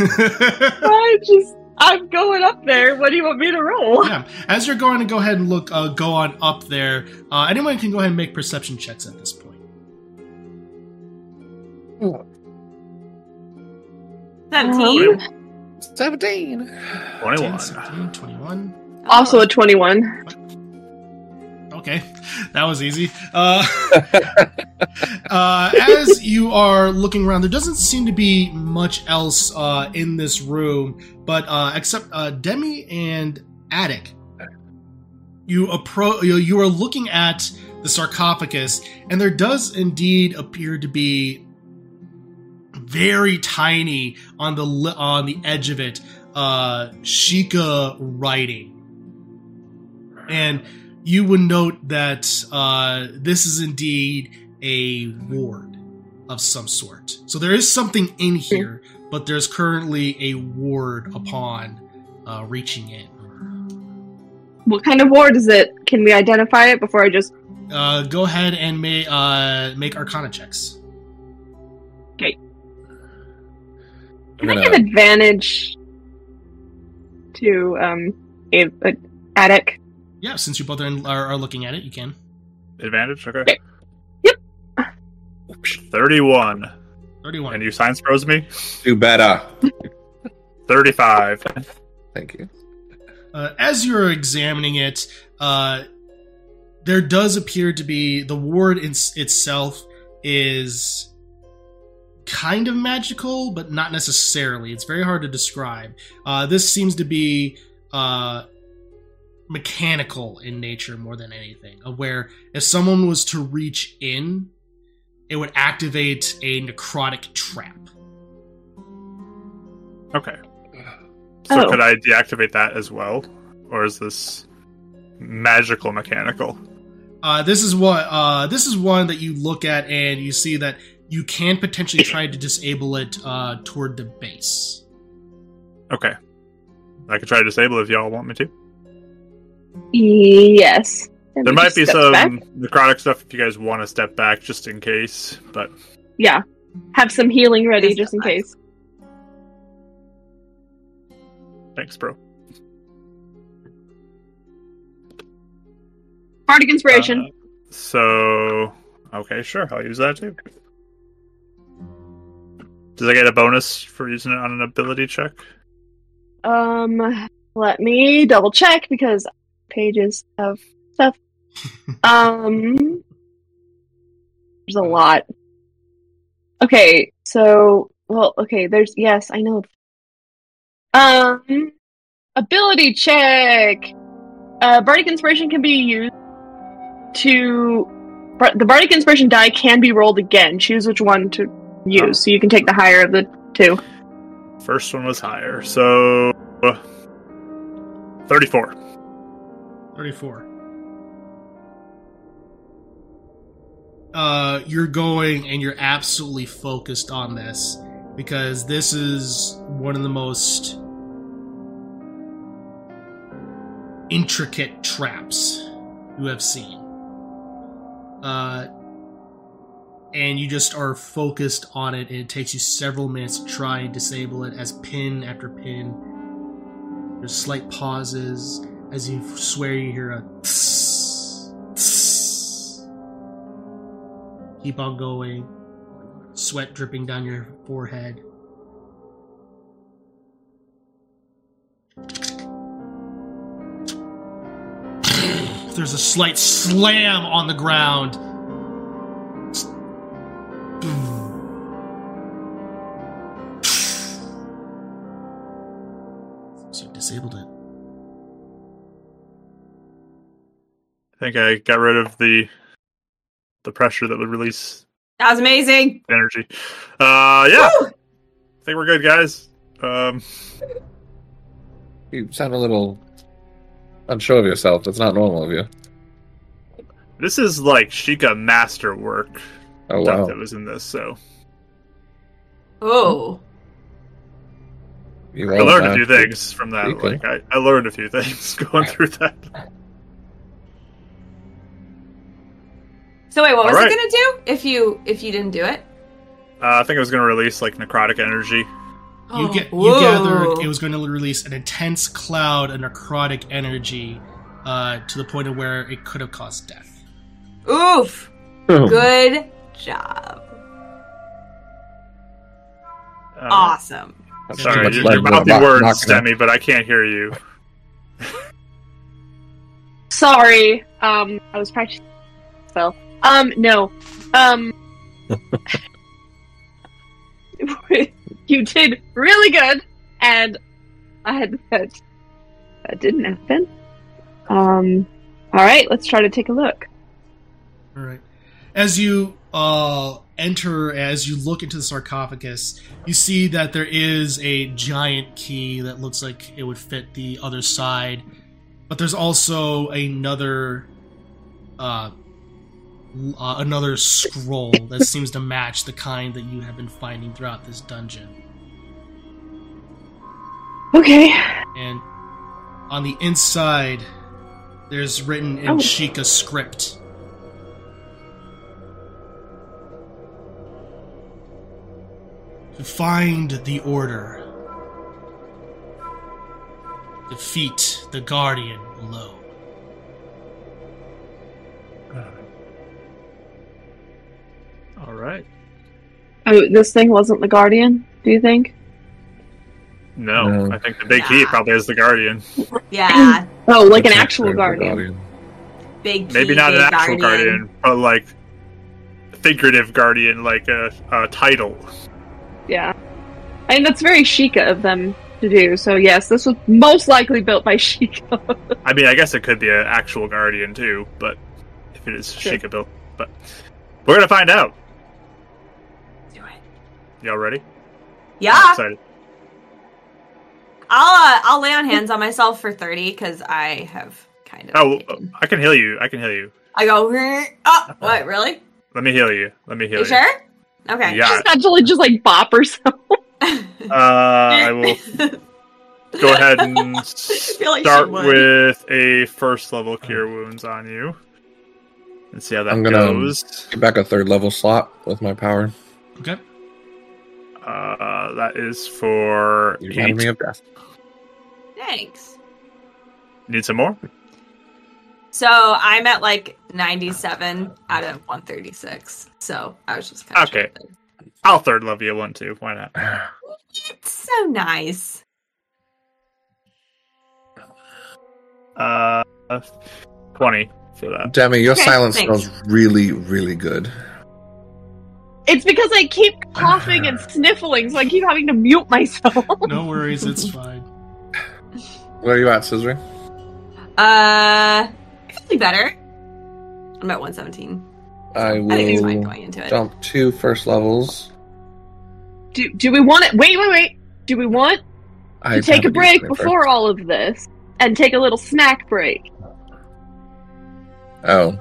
I just. I'm going up there. What do you want me to roll?
yeah. As you're going to go ahead and look, uh, go on up there. Uh, anyone can go ahead and make perception checks at this point.
Seventeen.
Seventeen.
21.
10, 17, 21.
Oh.
Also a twenty-one.
Okay, that was easy. Uh, uh, as you are looking around, there doesn't seem to be much else uh, in this room, but uh, except uh, Demi and Attic, you appro- you, you are looking at the sarcophagus, and there does indeed appear to be very tiny on the li- on the edge of it, uh, Sheikah writing, and you would note that uh, this is indeed a ward of some sort. So there is something in here, but there's currently a ward upon uh, reaching in.
What kind of ward is it? Can we identify it before I just?
Uh, go ahead and may, uh, make Arcana checks.
Can I give advantage to um a, a attic?
Yeah, since you both are, in, are, are looking at it, you can.
Advantage? Okay.
Okay. Yep.
31. And
Thirty-one.
you science pros me?
Do better.
35.
Thank you.
Uh, as you're examining it, uh, there does appear to be the ward in, itself is kind of magical, but not necessarily. It's very hard to describe. Uh, this seems to be uh, mechanical in nature more than anything, of where if someone was to reach in, it would activate a necrotic trap.
Okay. So
Oh.
could I deactivate that as well, or is this magical mechanical?
Uh, this is what uh, this is one that you look at and you see that you can potentially try to disable it uh, toward the base.
Okay. I could try to disable it if y'all want me to.
Yes. And
There
we
might
just
be
step
some
back.
necrotic stuff if you guys want to step back just in case, but
Yeah. Have some healing ready
Yes,
just in
that's
case.
thanks, bro.
Bardic inspiration.
Uh, so, okay, sure, I'll use that too. Does I get a bonus for using it on an ability check?
Um, let me double check because pages of stuff. um, there's a lot. Okay, so well, okay, there's yes, I know. Um, ability check. Uh, bardic inspiration can be used to. Bar- the bardic inspiration die can be rolled again. Choose which one to use, so you can take the higher of the two.
First one was higher, so. uh, 34.
Thirty-four. Uh, you're going and you're absolutely focused on this because this is one of the most intricate traps you have seen. Uh, and you just are focused on it, and it takes you several minutes to try and disable it as pin after pin. There's slight pauses as you swear you hear a tss, tss. Keep on going. Sweat dripping down your forehead. There's a slight slam on the ground. So you disabled it.
I think I got rid of the the pressure that would release
That was amazing.
energy. Uh, yeah,
Woo!
I think we're good, guys. Um,
You sound a little unsure of yourself. That's not normal of you.
this is like Sheikah masterwork
Oh
stuff
wow,
that was in this. So
Oh.
you
I learned a few things from that.
Sheikah.
Like I, I learned a few things going through that.
So wait, what was
All right.
it gonna do if you if you didn't do it?
Uh, I think I was going to release like necrotic energy.
Oh,
You get you
Whoa.
gathered it was going to release an intense cloud of necrotic energy uh, to the point of where it could have caused death.
Oof.
Oh.
Boom.
Good job.
Uh-huh.
Uh,
Awesome.
That's
Sorry,
too much
Sorry, your,
lead
your
to
mouthy
knock-
words,
knocking out.
Demi, but I can't hear you.
Sorry, um, I was practicing. Well, um, no, um, you did really good, and I had that that didn't happen. Um, all right, let's try to take a look.
All right. As you uh, enter, as you look into the sarcophagus, you see that there is a giant key that looks like it would fit the other side, but there's also another, uh, l- uh, another scroll that seems to match the kind that you have been finding throughout this dungeon.
Okay,
and on the inside there's written in
Oh.
Sheikah script to find the order defeat the guardian below
All right.
oh, this thing wasn't the guardian. Do you think?
No,
No.
I think the big key
Nah.
probably is the guardian.
Yeah.
Oh, like an
That's
actual
actually the
guardian.
Big
Maybe
key,
not an
big
actual guardian. but like figurative guardian, like a, a title.
Yeah. I mean, that's very Sheikah of them to do. So, yes, this was most likely built by Sheikah.
I mean, I guess it could be an actual guardian too, but if it is
Sure.
Sheikah built, but we're gonna find out.
Do it.
Y'all ready? I'm
Yeah,
excited.
I'll uh, I'll lay on hands on myself for thirty because I have kind of.
Oh,
taken-
I can heal you. I can heal you.
I go. "Rrr." Oh, what? Really?
Let me heal you. Let me heal
You sure? Okay.
Yeah.
She's actually just like bop or something.
Uh, I will go ahead and
feel like she
start
would.
with a first level cure wounds on you, and see how that
I'm gonna- um,
goes.
Get back a third level slot with my power.
Okay.
Uh, that is for
The
eight.
Academy of Death.
Thanks.
Need some more?
So I'm at like 97 out of 136. So I was just kind of
Okay. I'll third level you one too. Why not?
It's so nice.
Uh, twenty for that.
Demi, your
Okay,
silence
thanks.
smells really, really good.
It's because I keep coughing and sniffling, so I keep having to mute myself.
No worries, it's fine.
Where are you at, Scissoring?
Uh, I feel better. I'm at 117.
I
I think it's fine
will
going into it.
dump two first levels.
Do, do we want it? Wait, wait, wait. Do we want
I
to take a
haven't used
break
any first-
before all of this and take a little snack break?
Oh,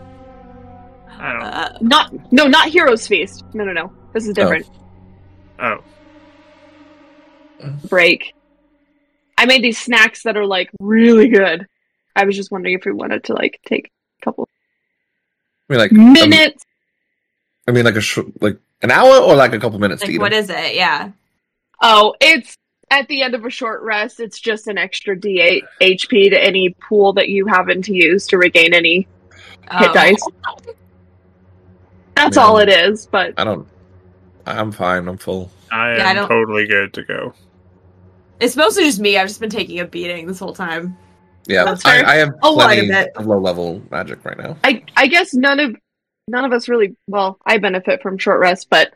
I don't.
Uh,
Not, no, not Heroes Feast. No, no, no. This is different.
Oh,
break. I made these snacks that are like really good. I was just wondering if we wanted to like take a couple
I mean, like um,
minutes.
I mean, like a sh- like an hour or like a couple minutes to
like,
eat.
what
them?
is it? Yeah.
Oh, it's at the end of a short rest. It's just an extra D8 HP to any pool that you happen to use to regain any hit
Oh.
dice. That's
Yeah.
all it is. But
I don't. I'm fine. I'm full.
I
Yeah, I
am
don't-
totally good to go.
It's mostly just me. I've just been taking a beating this whole time.
Yeah,
That's
I,
fair.
I have
A lot of
plenty
it.
of low level magic right now.
I I guess none of none of us really. Well, I benefit from short rest, but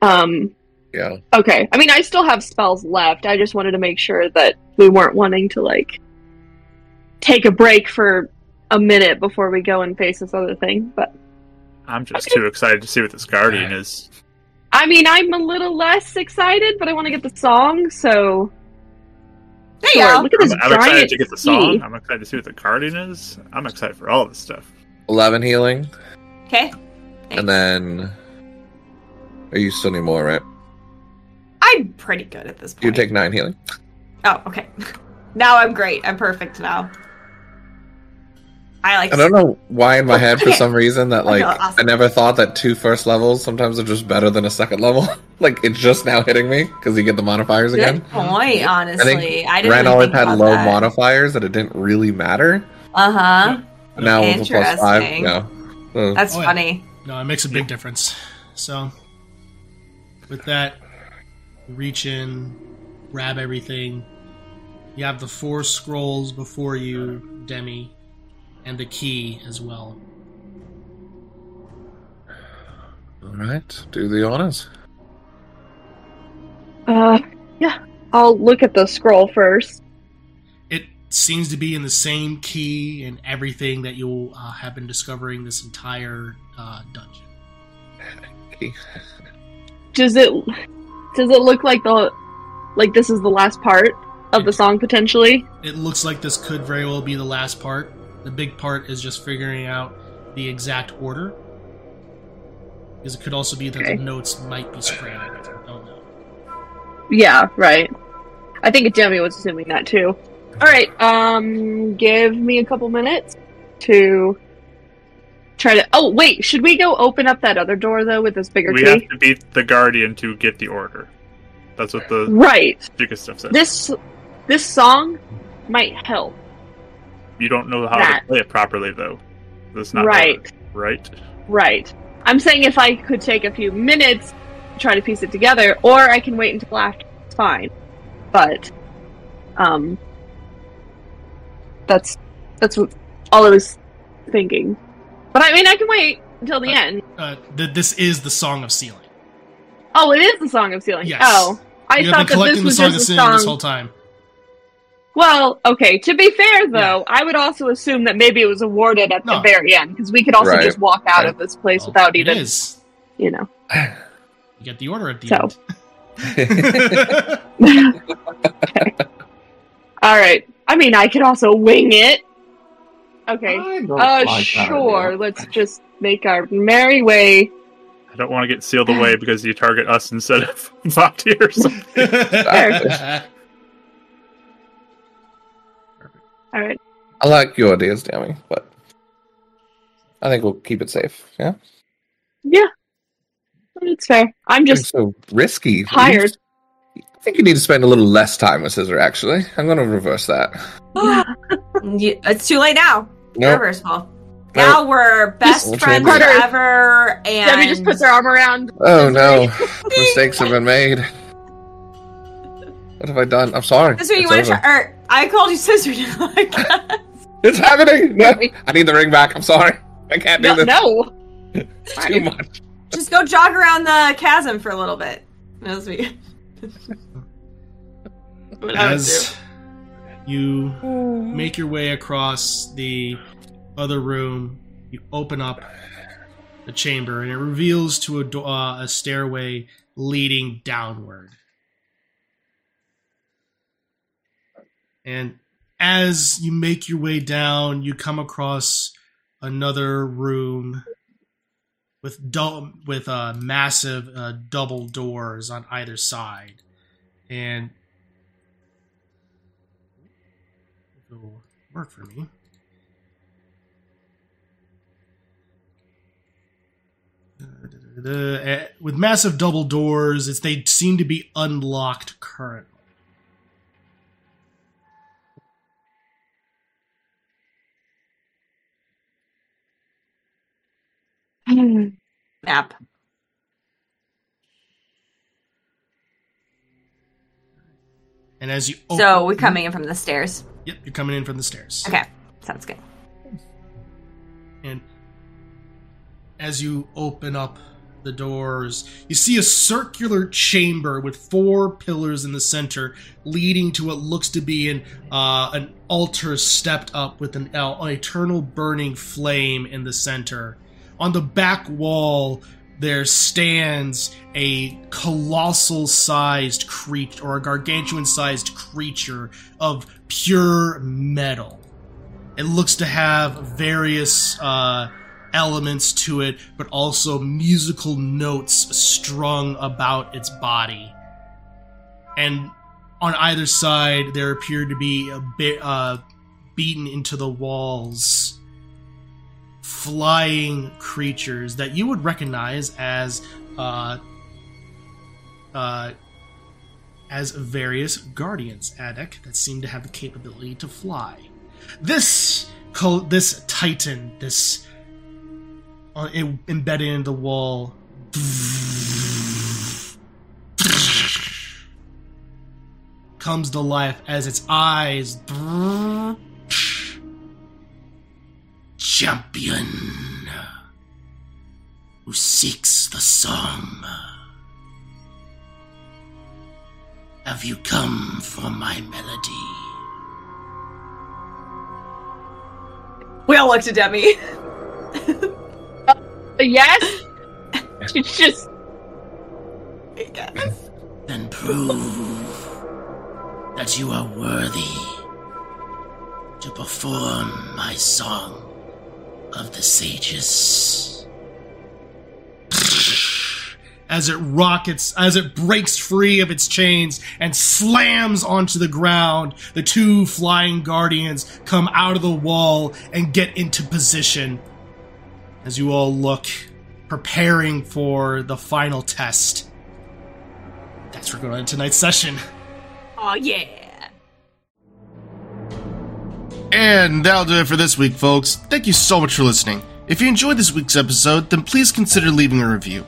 um,
Yeah.
Okay. I mean, I still have spells left. I just wanted to make sure that we weren't wanting to like take a break for a minute before we go and face this other thing. But
I'm just
Okay.
too excited to see what this guardian is.
I mean, I'm a little less excited, but I want to get the song. So
There you
sure.
go.
Look at this
I'm, I'm
giant
excited to get the song.
key.
I'm excited to see what the guardian is. I'm excited for all this stuff.
Eleven healing,
Okay.
and then. Are you still need more? Right?
I'm pretty good at this point.
You take nine healing.
Oh, okay. Now I'm great. I'm perfect now. I like.
I don't know why in my head for
Okay.
some reason that
Okay,
like
awesome.
I never thought that two first levels sometimes are just better than a second level. like it's just now hitting me because you get the modifiers
Good
again.
point. Honestly, I, didn't.
Ran
even
always
think
had
about
low
that.
modifiers that it didn't really matter.
Uh huh.
Now with a plus five,
Interesting.
yeah. Uh,
That's
Oh, yeah.
funny.
No, it makes a big difference. So, with that, you reach in, grab everything. You have the four scrolls before you, Demi, and the key as well.
Uh,
all right, do the honors.
Uh, yeah. I'll look at the scroll first.
It seems to be in the same key and everything that you uh, have been discovering this entire uh, dungeon.
Does it does it look like the like this is the last part of the song potentially?
It looks like this could very well be the last part. The big part is just figuring out the exact order. Because it could also be that
Okay.
the notes might be scrambled. I don't know.
Yeah, right. I think Demi was assuming that too. All right, um, give me a couple minutes to try to. Oh wait, should we go open up that other door though with this bigger
we
key?
have to beat the guardian to get the order. That's what the
Right.
Jika stuff says.
Mm. This this song might help.
you don't know how
that.
to play it properly, though. That's not
right.
hard, right.
Right. I'm saying if I could take a few minutes to try to piece it together, or I can wait until after. It's fine. But, um, that's that's what all I was thinking. But I mean, I can wait until the end.
Uh, th- this is the Song of Sealing.
Oh, it is the Song of Sealing.
Yes.
Oh, I
you have
thought
been
that this
collecting
was
the song
just
of
a
sin
song.
this whole time.
Well, okay. To be fair, though,
Yeah.
I would also assume that maybe it was awarded at
No.
the very end because we could also
Right.
just walk out
Right.
of this place
Well,
without
it
even,
is.
you know.
You get the order at the
So.
end.
All right. I mean, I could also wing it. Okay. Uh, sure. Let's just make our merry way.
I don't want to get sealed away because you target us instead of Voptiers.
All right.
I like your ideas, Dammy, but I think we'll keep it safe. Yeah,
It's fair. I'm
It's
just
so risky.
tired.
I think you need to spend a little less time with Scissor. Actually, I'm going to reverse that.
You- it's too late now.
No,
First of all, now we're best
Just-
friends
Carter.
forever. And
Debbie just puts her arm around.
oh no, mistakes have been made. What have I done? I'm sorry.
This is what you
It's
want to
over.
try. Or, I called you sister. now, I guess.
It's happening. No, I need the ring back. I'm sorry. I can't do
No.
this
no.
too much.
just go jog around the chasm for a little bit. That was me. What I would
As you make your way across the other room, you open up the chamber, and it reveals to a, do- uh, a stairway leading downward. And as you make your way down, you come across another room with dou- with uh, massive uh, double doors on either side, and it'll work for me. Da-da-da-da-da. Eh, With massive double doors, it's, they seem to be unlocked currently.
do. Map.
And as you open,
So we're coming in from the stairs.
Yep, you're coming in from the stairs.
Okay, sounds good.
And as you open up the doors, you see a circular chamber with four pillars in the center, leading to what looks to be an uh, an altar stepped up with an, el- an eternal burning flame in the center. On the back wall, there stands a colossal sized creature, or a gargantuan sized creature of pure metal. It looks to have various uh, elements to it, but also musical notes strung about its body. And on either side, there appear to be a bit uh, beaten into the walls flying creatures that you would recognize as uh, uh, as various guardians adek that seem to have the capability to fly this co- this titan this uh, em- embedded in the wall comes to life as its eyes
Champion who seeks the song. Have you come for my melody?
We all looked at Demi.
Yes. It's just
yes.
Then prove that you are worthy to perform my song of the sages.
as it rockets, as it breaks free of its chains and slams onto the ground. The two flying guardians come out of the wall and get into position. As you all look, preparing for the final test. That's where we're going to tonight's session.
Oh yeah.
And that'll do it for this week, folks. Thank you so much for listening. If you enjoyed this week's episode, then please consider leaving a review.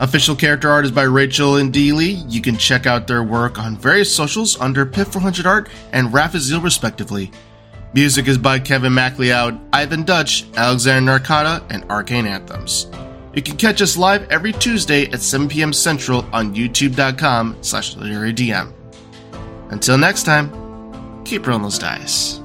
Official character art is by Rachel and Dee Lee. You can check out their work on various socials under Pit400 Art and Raphaziel, respectively. Music is by Kevin MacLeod, Ivan Dutch, Alexander Narcotta, and Arcane Anthems. You can catch us live every Tuesday at 7 p.m. Central on youtube.com slash literary DM. Until next time, keep rolling those dice.